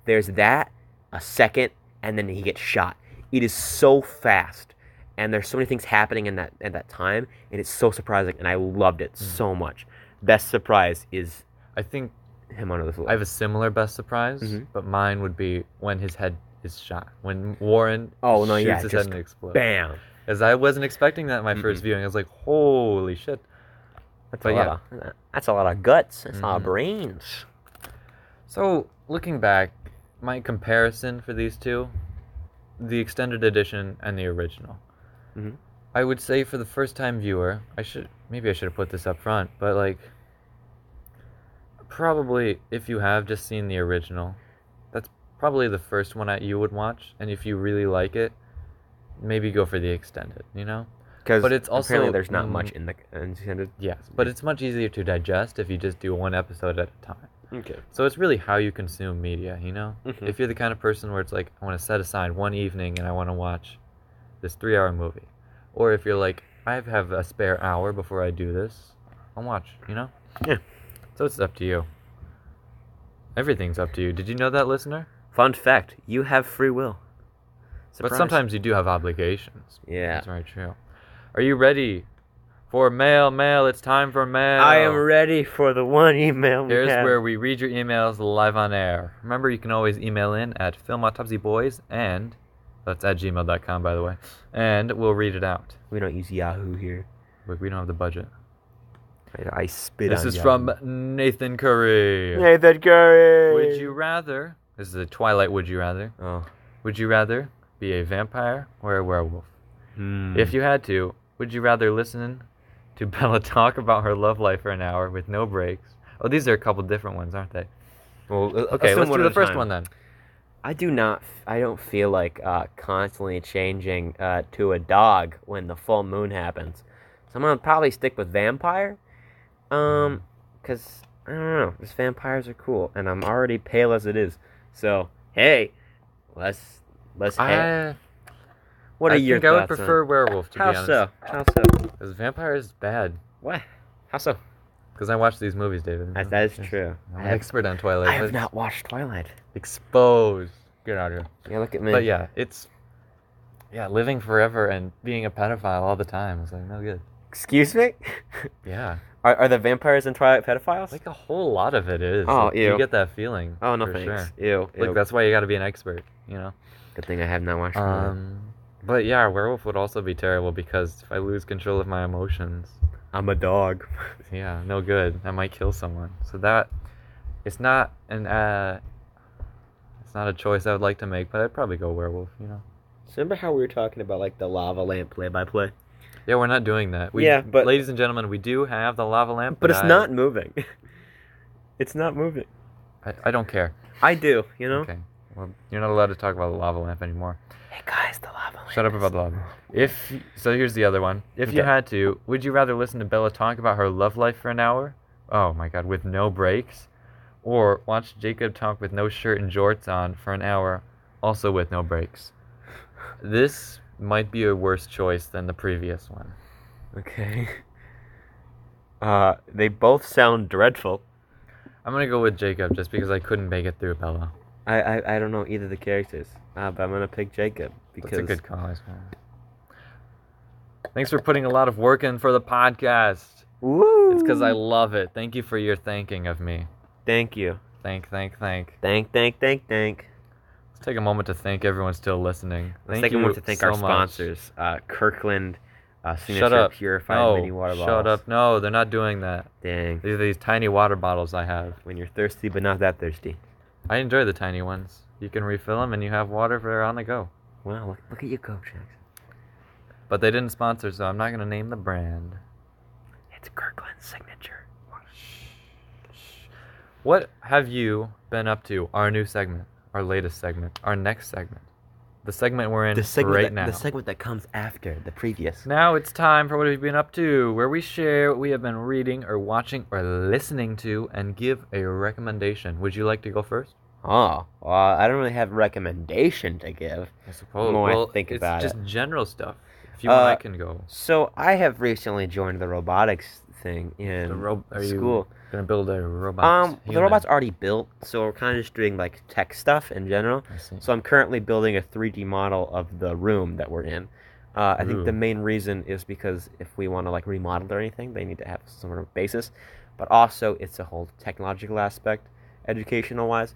[SPEAKER 2] there's that a second, and then he gets shot. It is so fast, and there's so many things happening in that at that time, and it's so surprising, and I loved
[SPEAKER 1] Mm.
[SPEAKER 2] it so much. Best surprise is
[SPEAKER 1] I think
[SPEAKER 2] him under the floor.
[SPEAKER 1] I have a similar best surprise,
[SPEAKER 2] Mhm.
[SPEAKER 1] but mine would be when his head is shot. When Warren
[SPEAKER 2] Oh, no,
[SPEAKER 1] shoots
[SPEAKER 2] yeah,
[SPEAKER 1] his head
[SPEAKER 2] just
[SPEAKER 1] and explodes.
[SPEAKER 2] Bam.
[SPEAKER 1] As I wasn't expecting that in my first viewing. I was like, holy shit.
[SPEAKER 2] That's
[SPEAKER 1] But
[SPEAKER 2] a lot. Of, that's a lot of guts. That's a lot of
[SPEAKER 1] Mhm.
[SPEAKER 2] brains.
[SPEAKER 1] So, looking back, my comparison for these two, the extended edition and the original.
[SPEAKER 2] Mhm.
[SPEAKER 1] I would say for the first time viewer, I should maybe I should have put this up front, but like probably if you have just seen the original, that's probably the first one that you would watch and if you really like it, maybe go for the extended, you know?
[SPEAKER 2] Because
[SPEAKER 1] But it's also-
[SPEAKER 2] apparently there's not much
[SPEAKER 1] mm.
[SPEAKER 2] in the in extended.
[SPEAKER 1] Yes, but it's much easier to digest if you just do one episode at a time.
[SPEAKER 2] Okay.
[SPEAKER 1] So it's really how you consume media, you know?
[SPEAKER 2] Mhm.
[SPEAKER 1] If you're the kind of person where it's like, I want to set aside one evening and I want to watch this three hour movie. Or if you're like, I have a spare hour before I do this, I'll watch, you know?
[SPEAKER 2] Yeah.
[SPEAKER 1] So it's up to you. Everything's up to you. Did you know that, listener?
[SPEAKER 2] Fun fact: you have free will. Surprise.
[SPEAKER 1] But sometimes you do have obligations.
[SPEAKER 2] Yeah.
[SPEAKER 1] That's very true. Are you ready for mail? Mail, it's time for mail.
[SPEAKER 2] I am ready for the one email. We
[SPEAKER 1] Oh. Here's
[SPEAKER 2] have.
[SPEAKER 1] where we read your emails live on air. Remember, you can always email in at filmautopsyboys and that's at gmail.com, by the way, and we'll read it out.
[SPEAKER 2] we don't use Yahoo here.
[SPEAKER 1] We, we don't have the budget.
[SPEAKER 2] I, I spit.
[SPEAKER 1] this
[SPEAKER 2] on
[SPEAKER 1] is
[SPEAKER 2] Yahoo.
[SPEAKER 1] from Nathan Curry.
[SPEAKER 2] Nathan Curry.
[SPEAKER 1] Would you rather? This is a Twilight. Would you rather?
[SPEAKER 2] Oh.
[SPEAKER 1] Would you rather be a vampire or a werewolf?
[SPEAKER 2] hmm.
[SPEAKER 1] If you had to, would you rather listen to Bella talk about her love life for an hour with no breaks? Oh, these are a couple different ones, aren't they?
[SPEAKER 2] well,
[SPEAKER 1] Okay, uh, let's do the first one then.
[SPEAKER 2] I do not. f- I don't feel like uh, constantly changing uh, to a dog when the full moon happens. So I'm gonna probably stick with vampire,
[SPEAKER 1] Mm-hmm.
[SPEAKER 2] um, cause I don't know. Just vampires are cool, and I'm already pale as it is. So hey, let's let's. ha-
[SPEAKER 1] I,
[SPEAKER 2] what
[SPEAKER 1] I
[SPEAKER 2] are your
[SPEAKER 1] think I would
[SPEAKER 2] thoughts on-
[SPEAKER 1] prefer werewolf to
[SPEAKER 2] How
[SPEAKER 1] be honest.
[SPEAKER 2] so? How so?
[SPEAKER 1] Because vampire is bad.
[SPEAKER 2] What? How so?
[SPEAKER 1] Because I watch these movies, David.
[SPEAKER 2] That- that is true.
[SPEAKER 1] I'm
[SPEAKER 2] I
[SPEAKER 1] an
[SPEAKER 2] have,
[SPEAKER 1] expert on Twilight.
[SPEAKER 2] I have
[SPEAKER 1] Let's-
[SPEAKER 2] not watched Twilight.
[SPEAKER 1] Exposed. Get out of here.
[SPEAKER 2] Yeah, look at me.
[SPEAKER 1] But yeah, it's yeah, living forever and being a pedophile all the time is like no good.
[SPEAKER 2] Excuse me.
[SPEAKER 1] Yeah,
[SPEAKER 2] are, are the vampires in Twilight pedophiles?
[SPEAKER 1] like a whole lot of it is.
[SPEAKER 2] Oh,
[SPEAKER 1] Like,
[SPEAKER 2] ew.
[SPEAKER 1] You get that feeling.
[SPEAKER 2] oh no
[SPEAKER 1] for
[SPEAKER 2] thanks.
[SPEAKER 1] Sure.
[SPEAKER 2] Ew. ew.
[SPEAKER 1] Like that's why you got to be an expert. You know.
[SPEAKER 2] Good thing I have not watched Twilight.
[SPEAKER 1] Um. But yeah, werewolf would also be terrible because if I lose control of my emotions,
[SPEAKER 2] I'm a dog.
[SPEAKER 1] yeah, no good. I might kill someone. So that it's not an uh it's not a choice I would like to make, but I'd probably go werewolf, you know.
[SPEAKER 2] Remember how we were talking about like the lava lamp play by play?
[SPEAKER 1] Yeah, we're not doing that. We,
[SPEAKER 2] Yeah, but-
[SPEAKER 1] ladies and gentlemen, we do have the lava lamp.
[SPEAKER 2] But it's
[SPEAKER 1] I-
[SPEAKER 2] not moving. it's not moving.
[SPEAKER 1] I, I don't care.
[SPEAKER 2] I do, you know.
[SPEAKER 1] Okay. Well, you're not allowed to talk about the lava lamp anymore.
[SPEAKER 2] Hey guys, the lava lamp.
[SPEAKER 1] Shut up about the lava. If so, here's the other one. If you
[SPEAKER 2] Okay.
[SPEAKER 1] had to, would you rather listen to Bella talk about her love life for an hour? Oh my God, with no breaks, or watch Jacob talk with no shirt and jorts on for an hour, also with no breaks? This might be a worse choice than the previous one.
[SPEAKER 2] Okay. Uh, they both sound dreadful.
[SPEAKER 1] I'm gonna go with Jacob just because I couldn't make it through Bella.
[SPEAKER 2] I I, I don't know either of the characters, uh, but I'm gonna pick Jacob because
[SPEAKER 1] That's a good call. I suppose. Thanks for putting a lot of work in for the podcast.
[SPEAKER 2] Woo!
[SPEAKER 1] It's because I love it. Thank you for your thanking of me.
[SPEAKER 2] thank you,
[SPEAKER 1] Thank, thank, thank.
[SPEAKER 2] thank, thank, thank, thank.
[SPEAKER 1] Let's take a moment to thank everyone still listening.
[SPEAKER 2] Let's
[SPEAKER 1] Thank
[SPEAKER 2] take a
[SPEAKER 1] you
[SPEAKER 2] moment to thank
[SPEAKER 1] so
[SPEAKER 2] our
[SPEAKER 1] much.
[SPEAKER 2] sponsors, uh, Kirkland, uh, signature
[SPEAKER 1] Shut up.
[SPEAKER 2] purified
[SPEAKER 1] No,
[SPEAKER 2] mini water bottles.
[SPEAKER 1] shut up. No, they're not doing that.
[SPEAKER 2] Dang.
[SPEAKER 1] These are these tiny water bottles I have.
[SPEAKER 2] When you're thirsty, but not that thirsty.
[SPEAKER 1] I enjoy the tiny ones. You can refill them and you have water for on the go.
[SPEAKER 2] Wow, look, look at you go, Jackson.
[SPEAKER 1] But they didn't sponsor, so I'm not going to name the brand.
[SPEAKER 2] It's Kirkland's signature.
[SPEAKER 1] What have you been up to? Our new segment, our latest segment, our next segment. the segment we're in
[SPEAKER 2] the segment
[SPEAKER 1] right
[SPEAKER 2] that,
[SPEAKER 1] now.
[SPEAKER 2] the segment that comes after the previous.
[SPEAKER 1] Now it's time for what we've been up to, where we share what we have been reading or watching or listening to and give a recommendation. Would you like to go first?
[SPEAKER 2] Oh, well, I don't really have recommendation to give.
[SPEAKER 1] I suppose.
[SPEAKER 2] More
[SPEAKER 1] well,
[SPEAKER 2] think
[SPEAKER 1] it's
[SPEAKER 2] about
[SPEAKER 1] just general stuff. If you want, I
[SPEAKER 2] Uh,
[SPEAKER 1] can go.
[SPEAKER 2] So I have recently joined the robotics thing in
[SPEAKER 1] The ro- are you
[SPEAKER 2] school.
[SPEAKER 1] Gonna build a robot.
[SPEAKER 2] Um, the
[SPEAKER 1] human.
[SPEAKER 2] robot's already built, so we're kind of just doing like tech stuff in general.
[SPEAKER 1] I see.
[SPEAKER 2] So I'm currently building a 3D model of the room that we're in. Uh, I think the
[SPEAKER 1] Ooh.
[SPEAKER 2] main reason is because if we want to like remodel or anything, they need to have some sort of basis. But also, it's a whole technological aspect, educational wise.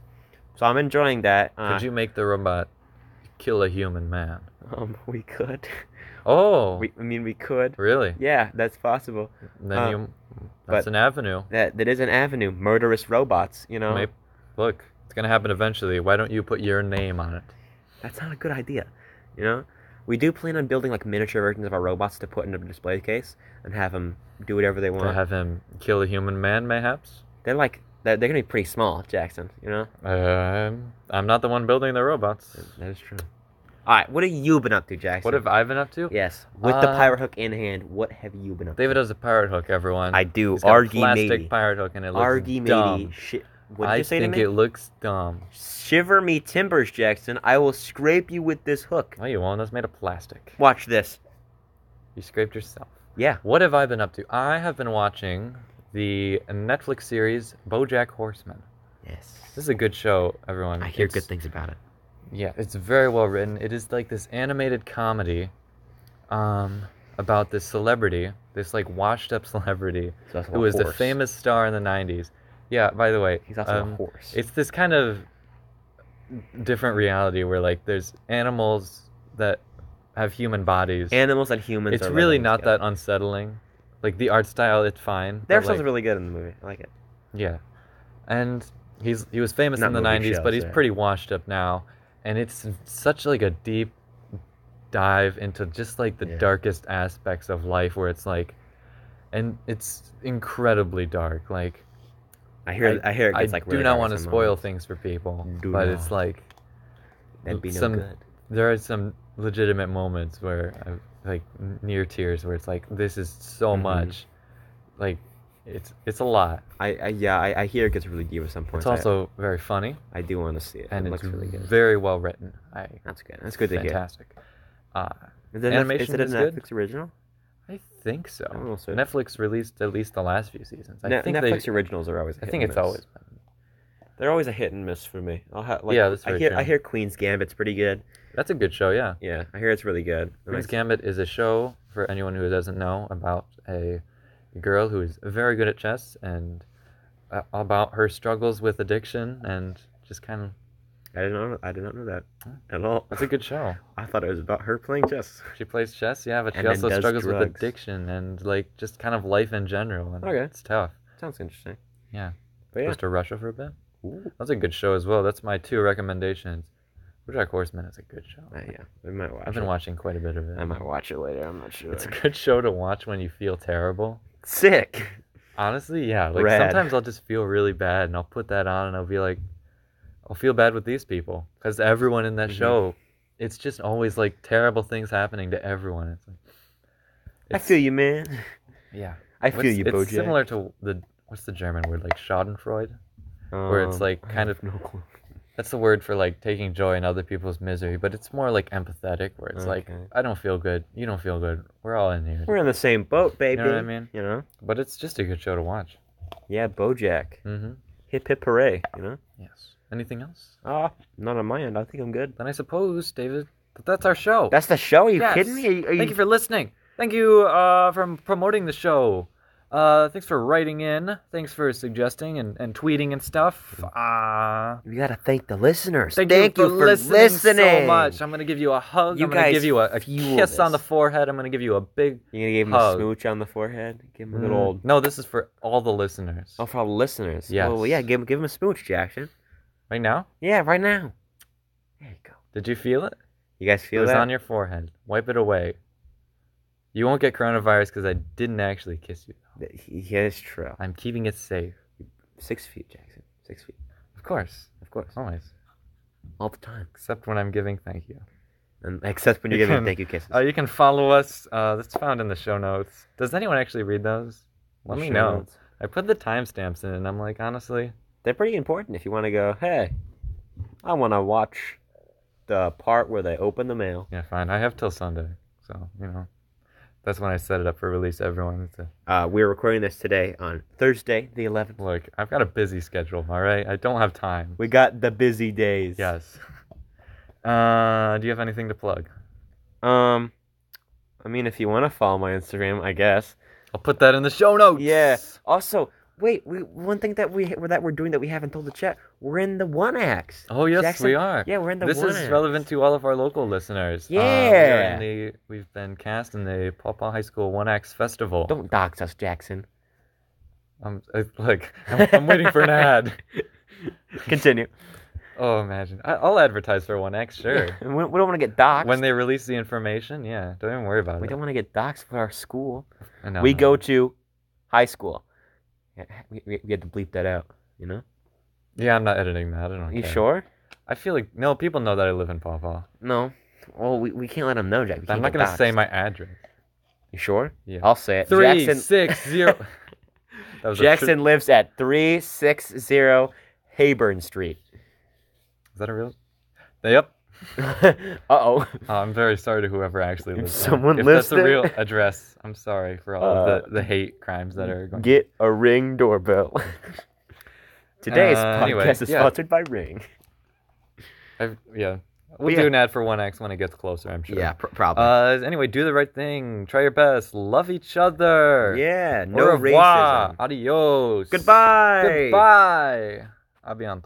[SPEAKER 2] So I'm enjoying that. Uh,
[SPEAKER 1] Could you make the robot kill a human man?
[SPEAKER 2] Um, we could.
[SPEAKER 1] Oh,
[SPEAKER 2] We, I mean, we could.
[SPEAKER 1] really?
[SPEAKER 2] Yeah, that's possible.
[SPEAKER 1] Then
[SPEAKER 2] uh,
[SPEAKER 1] you. That's
[SPEAKER 2] but-
[SPEAKER 1] an avenue.
[SPEAKER 2] That that is an avenue. Murderous robots. You know,
[SPEAKER 1] May- look, it's gonna happen eventually. Why don't you put your name on it?
[SPEAKER 2] that's not a good idea. You know, we do plan on building like miniature versions of our robots to put in a display case and have them do whatever they
[SPEAKER 1] To
[SPEAKER 2] want.
[SPEAKER 1] have him kill a human man, mayhaps.
[SPEAKER 2] They're like they're, they're gonna be pretty small, Jackson. You know,
[SPEAKER 1] Um, I'm not the one building the robots.
[SPEAKER 2] that is true. All right, what have you been up to, Jackson?
[SPEAKER 1] What have I been up to?
[SPEAKER 2] Yes, with the
[SPEAKER 1] Uh,
[SPEAKER 2] pirate hook in hand, what have you been up
[SPEAKER 1] David
[SPEAKER 2] to?
[SPEAKER 1] has a pirate hook, everyone.
[SPEAKER 2] I do.
[SPEAKER 1] He's got a
[SPEAKER 2] Argy
[SPEAKER 1] plastic
[SPEAKER 2] matey.
[SPEAKER 1] pirate hook, and it looks
[SPEAKER 2] Argy matey.
[SPEAKER 1] dumb.
[SPEAKER 2] Shi- what did
[SPEAKER 1] I
[SPEAKER 2] you say to
[SPEAKER 1] think
[SPEAKER 2] me?
[SPEAKER 1] it looks dumb.
[SPEAKER 2] Shiver me timbers, Jackson. I will scrape you with this hook.
[SPEAKER 1] No, you won't. That's made of plastic.
[SPEAKER 2] Watch this.
[SPEAKER 1] You scraped yourself.
[SPEAKER 2] Yeah.
[SPEAKER 1] What have I been up to? I have been watching the Netflix series BoJack Horseman.
[SPEAKER 2] Yes.
[SPEAKER 1] This is a good show, everyone.
[SPEAKER 2] I hear
[SPEAKER 1] It's-
[SPEAKER 2] good things about it.
[SPEAKER 1] Yeah, it's very well written. It is like this animated comedy, um, about this celebrity, this like washed-up celebrity
[SPEAKER 2] He's also
[SPEAKER 1] who
[SPEAKER 2] a
[SPEAKER 1] was the
[SPEAKER 2] horse.
[SPEAKER 1] famous star in the '90s. Yeah. By the way,
[SPEAKER 2] He's also a
[SPEAKER 1] um,
[SPEAKER 2] horse.
[SPEAKER 1] it's this kind of different reality where like there's animals that have human bodies.
[SPEAKER 2] Animals and humans.
[SPEAKER 1] it's
[SPEAKER 2] are
[SPEAKER 1] really
[SPEAKER 2] living
[SPEAKER 1] not
[SPEAKER 2] together.
[SPEAKER 1] that unsettling. Like the art style, it's fine.
[SPEAKER 2] There's
[SPEAKER 1] but,
[SPEAKER 2] something
[SPEAKER 1] like,
[SPEAKER 2] really good in the movie. I like it.
[SPEAKER 1] yeah, and he's he was famous
[SPEAKER 2] Not
[SPEAKER 1] in the
[SPEAKER 2] movie
[SPEAKER 1] '90s,
[SPEAKER 2] shows,
[SPEAKER 1] but he's
[SPEAKER 2] yeah.
[SPEAKER 1] pretty washed up now, and it's such like a deep dive into just like the
[SPEAKER 2] Yeah.
[SPEAKER 1] darkest aspects of life, where it's like, and it's incredibly dark. Like
[SPEAKER 2] I hear. I, hear it gets
[SPEAKER 1] I
[SPEAKER 2] like.
[SPEAKER 1] do
[SPEAKER 2] really
[SPEAKER 1] not
[SPEAKER 2] dark
[SPEAKER 1] want to
[SPEAKER 2] some
[SPEAKER 1] spoil
[SPEAKER 2] moments.
[SPEAKER 1] things for people,
[SPEAKER 2] Do
[SPEAKER 1] but it's
[SPEAKER 2] not.
[SPEAKER 1] like
[SPEAKER 2] That'd be no
[SPEAKER 1] some-
[SPEAKER 2] good.
[SPEAKER 1] there are some legitimate moments where I'm like n- near tears, where it's like this is so
[SPEAKER 2] Mhm.
[SPEAKER 1] much, like it's it's a lot.
[SPEAKER 2] I, I yeah. I, I hear it gets really deep at some point.
[SPEAKER 1] It's also very funny
[SPEAKER 2] I, I do want to see it.
[SPEAKER 1] and
[SPEAKER 2] it
[SPEAKER 1] it's
[SPEAKER 2] looks really good.
[SPEAKER 1] very well written. I
[SPEAKER 2] That's good. That's good to hear.
[SPEAKER 1] fantastic. Uh,
[SPEAKER 2] Is it, a Netf-
[SPEAKER 1] Animation
[SPEAKER 2] is it a
[SPEAKER 1] is good.
[SPEAKER 2] Netflix original?
[SPEAKER 1] I think so.
[SPEAKER 2] I will search.
[SPEAKER 1] Netflix released at least the last few seasons. I
[SPEAKER 2] Ne-
[SPEAKER 1] think
[SPEAKER 2] Netflix
[SPEAKER 1] they.
[SPEAKER 2] originals are always. I
[SPEAKER 1] I think it's always. been-
[SPEAKER 2] They're always a hit and miss for me. I'll have like.
[SPEAKER 1] Yeah, that's
[SPEAKER 2] I
[SPEAKER 1] very
[SPEAKER 2] hear.
[SPEAKER 1] true.
[SPEAKER 2] I hear Queen's Gambit's pretty good.
[SPEAKER 1] That's a good show. Yeah.
[SPEAKER 2] Yeah, I hear it's really good. And
[SPEAKER 1] Queen's
[SPEAKER 2] I-
[SPEAKER 1] Gambit is a show for anyone who doesn't know about a girl who is very good at chess and uh, about her struggles with addiction and just kind of.
[SPEAKER 2] I did not. I did not know that at all.
[SPEAKER 1] It's a good show.
[SPEAKER 2] I thought it was about her playing chess.
[SPEAKER 1] She plays chess, yeah, but she
[SPEAKER 2] And then
[SPEAKER 1] also
[SPEAKER 2] does
[SPEAKER 1] struggles with
[SPEAKER 2] drugs.
[SPEAKER 1] addiction and like just kind of life in general. And
[SPEAKER 2] Okay.
[SPEAKER 1] It's tough.
[SPEAKER 2] Sounds interesting.
[SPEAKER 1] Yeah.
[SPEAKER 2] But yeah.
[SPEAKER 1] Goes to Russia for a bit.
[SPEAKER 2] Ooh.
[SPEAKER 1] That's a good show as well. That's my two recommendations. BoJack Horseman is a good show.
[SPEAKER 2] Uh, yeah, we might watch.
[SPEAKER 1] I've been
[SPEAKER 2] it.
[SPEAKER 1] watching quite a bit of it.
[SPEAKER 2] I might watch it later. I'm not sure.
[SPEAKER 1] It's a good show to watch when you feel terrible.
[SPEAKER 2] sick.
[SPEAKER 1] Honestly, yeah. Like
[SPEAKER 2] Rad.
[SPEAKER 1] sometimes I'll just feel really bad, and I'll put that on, and I'll be like, I'll feel bad with these people because everyone in that
[SPEAKER 2] Mhm.
[SPEAKER 1] show, it's just always like terrible things happening to everyone. It's like,
[SPEAKER 2] I feel you, man.
[SPEAKER 1] yeah.
[SPEAKER 2] I feel
[SPEAKER 1] What's-
[SPEAKER 2] you,
[SPEAKER 1] it's
[SPEAKER 2] Bojack.
[SPEAKER 1] similar to the what's the German word like Schadenfreude? where it's,
[SPEAKER 2] Um,
[SPEAKER 1] like,
[SPEAKER 2] I
[SPEAKER 1] kind
[SPEAKER 2] have
[SPEAKER 1] of-
[SPEAKER 2] no clue.
[SPEAKER 1] That's the word for like taking joy in other people's misery, but it's more like empathetic, where it's like
[SPEAKER 2] Okay.
[SPEAKER 1] I don't feel good, you don't feel good, we're all in here.
[SPEAKER 2] We're in the same boat, baby.
[SPEAKER 1] what I mean?
[SPEAKER 2] You know?
[SPEAKER 1] But it's just a good show to watch.
[SPEAKER 2] Yeah, Bojack.
[SPEAKER 1] Mm-hmm.
[SPEAKER 2] Hip hip hooray. You know?
[SPEAKER 1] Yes. Anything else?
[SPEAKER 2] Ah, not on my end. I think I'm good.
[SPEAKER 1] Then I suppose, David, that that's our show.
[SPEAKER 2] That's the show. Are you
[SPEAKER 1] Yes.
[SPEAKER 2] kidding me? Are you, are
[SPEAKER 1] Thank you for listening. Thank you uh, for promoting the show. Uh, thanks for writing in. Thanks for suggesting and, and tweeting and stuff. Uh,
[SPEAKER 2] you gotta thank the listeners.
[SPEAKER 1] thank,
[SPEAKER 2] Mm. you for listening,
[SPEAKER 1] so much. I'm going to give you a hug.
[SPEAKER 2] You
[SPEAKER 1] I'm going to
[SPEAKER 2] guys
[SPEAKER 1] give you a, a
[SPEAKER 2] fuel
[SPEAKER 1] kiss on the
[SPEAKER 2] this.
[SPEAKER 1] forehead. I'm going to give you a big.
[SPEAKER 2] You gonna give him
[SPEAKER 1] Hug. Mm.
[SPEAKER 2] a smooch on the forehead? Give him a little old.
[SPEAKER 1] No, this is for all the listeners.
[SPEAKER 2] Mm. Oh, for all the listeners.
[SPEAKER 1] Yes.
[SPEAKER 2] Well, yeah, give him give him a smooch, Jackson.
[SPEAKER 1] Right now?
[SPEAKER 2] Yeah, right now. There you go.
[SPEAKER 1] Did you feel it?
[SPEAKER 2] You guys
[SPEAKER 1] It
[SPEAKER 2] feel
[SPEAKER 1] was
[SPEAKER 2] that?
[SPEAKER 1] on your forehead. Wipe it away. You won't get coronavirus because I didn't actually kiss you.
[SPEAKER 2] That- he- Yeah, it's true.
[SPEAKER 1] I'm keeping it safe.
[SPEAKER 2] Six feet, Jackson. Six feet,
[SPEAKER 1] Of course.
[SPEAKER 2] of course.
[SPEAKER 1] Always.
[SPEAKER 2] All the time.
[SPEAKER 1] Except when I'm giving thank you.
[SPEAKER 2] and except when
[SPEAKER 1] You
[SPEAKER 2] you're giving
[SPEAKER 1] can-
[SPEAKER 2] thank you kisses.
[SPEAKER 1] Uh, you can follow us. Uh, that's found in the show notes. Does anyone actually read those? Let
[SPEAKER 2] The
[SPEAKER 1] me
[SPEAKER 2] show
[SPEAKER 1] know.
[SPEAKER 2] notes.
[SPEAKER 1] I put the timestamps in, and I'm like, honestly,
[SPEAKER 2] They're pretty important if you want to go. Hey, I want to watch the part where they open the mail.
[SPEAKER 1] yeah, fine. I have till Sunday, so you know, that's when I set it up for release. to Everyone, it's a,
[SPEAKER 2] Uh, we're recording this today on Thursday, the 11th.
[SPEAKER 1] look. I've got a busy schedule. All right, I don't have time.
[SPEAKER 2] We got the busy days.
[SPEAKER 1] Yes. Uh, do you have anything to plug?
[SPEAKER 2] Um, I mean, if you want to follow my Instagram, I guess.
[SPEAKER 1] I'll put that in the show notes.
[SPEAKER 2] Yeah. Also, wait, we one thing that we that we're doing that we haven't told the chat, we're in the One Acts.
[SPEAKER 1] Oh yes,
[SPEAKER 2] Jackson-
[SPEAKER 1] we are.
[SPEAKER 2] Yeah, we're in the
[SPEAKER 1] this
[SPEAKER 2] One
[SPEAKER 1] is
[SPEAKER 2] Acts.
[SPEAKER 1] relevant to all of our local listeners. Uh, we are
[SPEAKER 2] Yeah.
[SPEAKER 1] in the, we've been cast in the Paw Paw High School One Acts Festival.
[SPEAKER 2] Don't dox us, Jackson.
[SPEAKER 1] I'm I, like I'm, I'm waiting for an ad.
[SPEAKER 2] Continue.
[SPEAKER 1] Oh, imagine I, I'll advertise for One X. Sure.
[SPEAKER 2] we, we don't want to get doxxed.
[SPEAKER 1] when they release the information, yeah, don't even worry about
[SPEAKER 2] we
[SPEAKER 1] it.
[SPEAKER 2] don't want to get doxxed for our school.
[SPEAKER 1] I know,
[SPEAKER 2] we
[SPEAKER 1] no.
[SPEAKER 2] go to high school. Yeah, We, we, we had to bleep that out, you know?
[SPEAKER 1] Yeah, I'm not editing that. I don't.
[SPEAKER 2] You
[SPEAKER 1] care.
[SPEAKER 2] sure?
[SPEAKER 1] I feel like no people know that I live in Paw Paw.
[SPEAKER 2] No. Well, we, we can't let them know, Jack. We
[SPEAKER 1] I'm
[SPEAKER 2] can't
[SPEAKER 1] not
[SPEAKER 2] get
[SPEAKER 1] gonna say
[SPEAKER 2] doxxed.
[SPEAKER 1] my address.
[SPEAKER 2] You sure?
[SPEAKER 1] Yeah.
[SPEAKER 2] I'll say it.
[SPEAKER 1] Three
[SPEAKER 2] Jackson,
[SPEAKER 1] six zero. That was a tr-
[SPEAKER 2] Jackson lives at 360 Hayburn Street.
[SPEAKER 1] is that a real? Yep.
[SPEAKER 2] uh oh.
[SPEAKER 1] Oh, I'm very sorry to whoever actually
[SPEAKER 2] If
[SPEAKER 1] lives there.
[SPEAKER 2] someone
[SPEAKER 1] if
[SPEAKER 2] lives
[SPEAKER 1] that's a real
[SPEAKER 2] there-
[SPEAKER 1] address, I'm sorry for all
[SPEAKER 2] Uh,
[SPEAKER 1] of the, the hate crimes that are going.
[SPEAKER 2] Get a ring doorbell. Today's
[SPEAKER 1] Uh,
[SPEAKER 2] podcast
[SPEAKER 1] anyway,
[SPEAKER 2] is
[SPEAKER 1] yeah.
[SPEAKER 2] sponsored by Ring.
[SPEAKER 1] I, yeah, we'll
[SPEAKER 2] Yeah.
[SPEAKER 1] do an ad for One X when it gets closer. I'm sure.
[SPEAKER 2] pr- probably.
[SPEAKER 1] Uh, anyway, do the right thing. Try your best. Love each other.
[SPEAKER 2] yeah,
[SPEAKER 1] Au
[SPEAKER 2] no
[SPEAKER 1] revoir.
[SPEAKER 2] racism.
[SPEAKER 1] Adios.
[SPEAKER 2] Goodbye.
[SPEAKER 1] Goodbye. Abianto.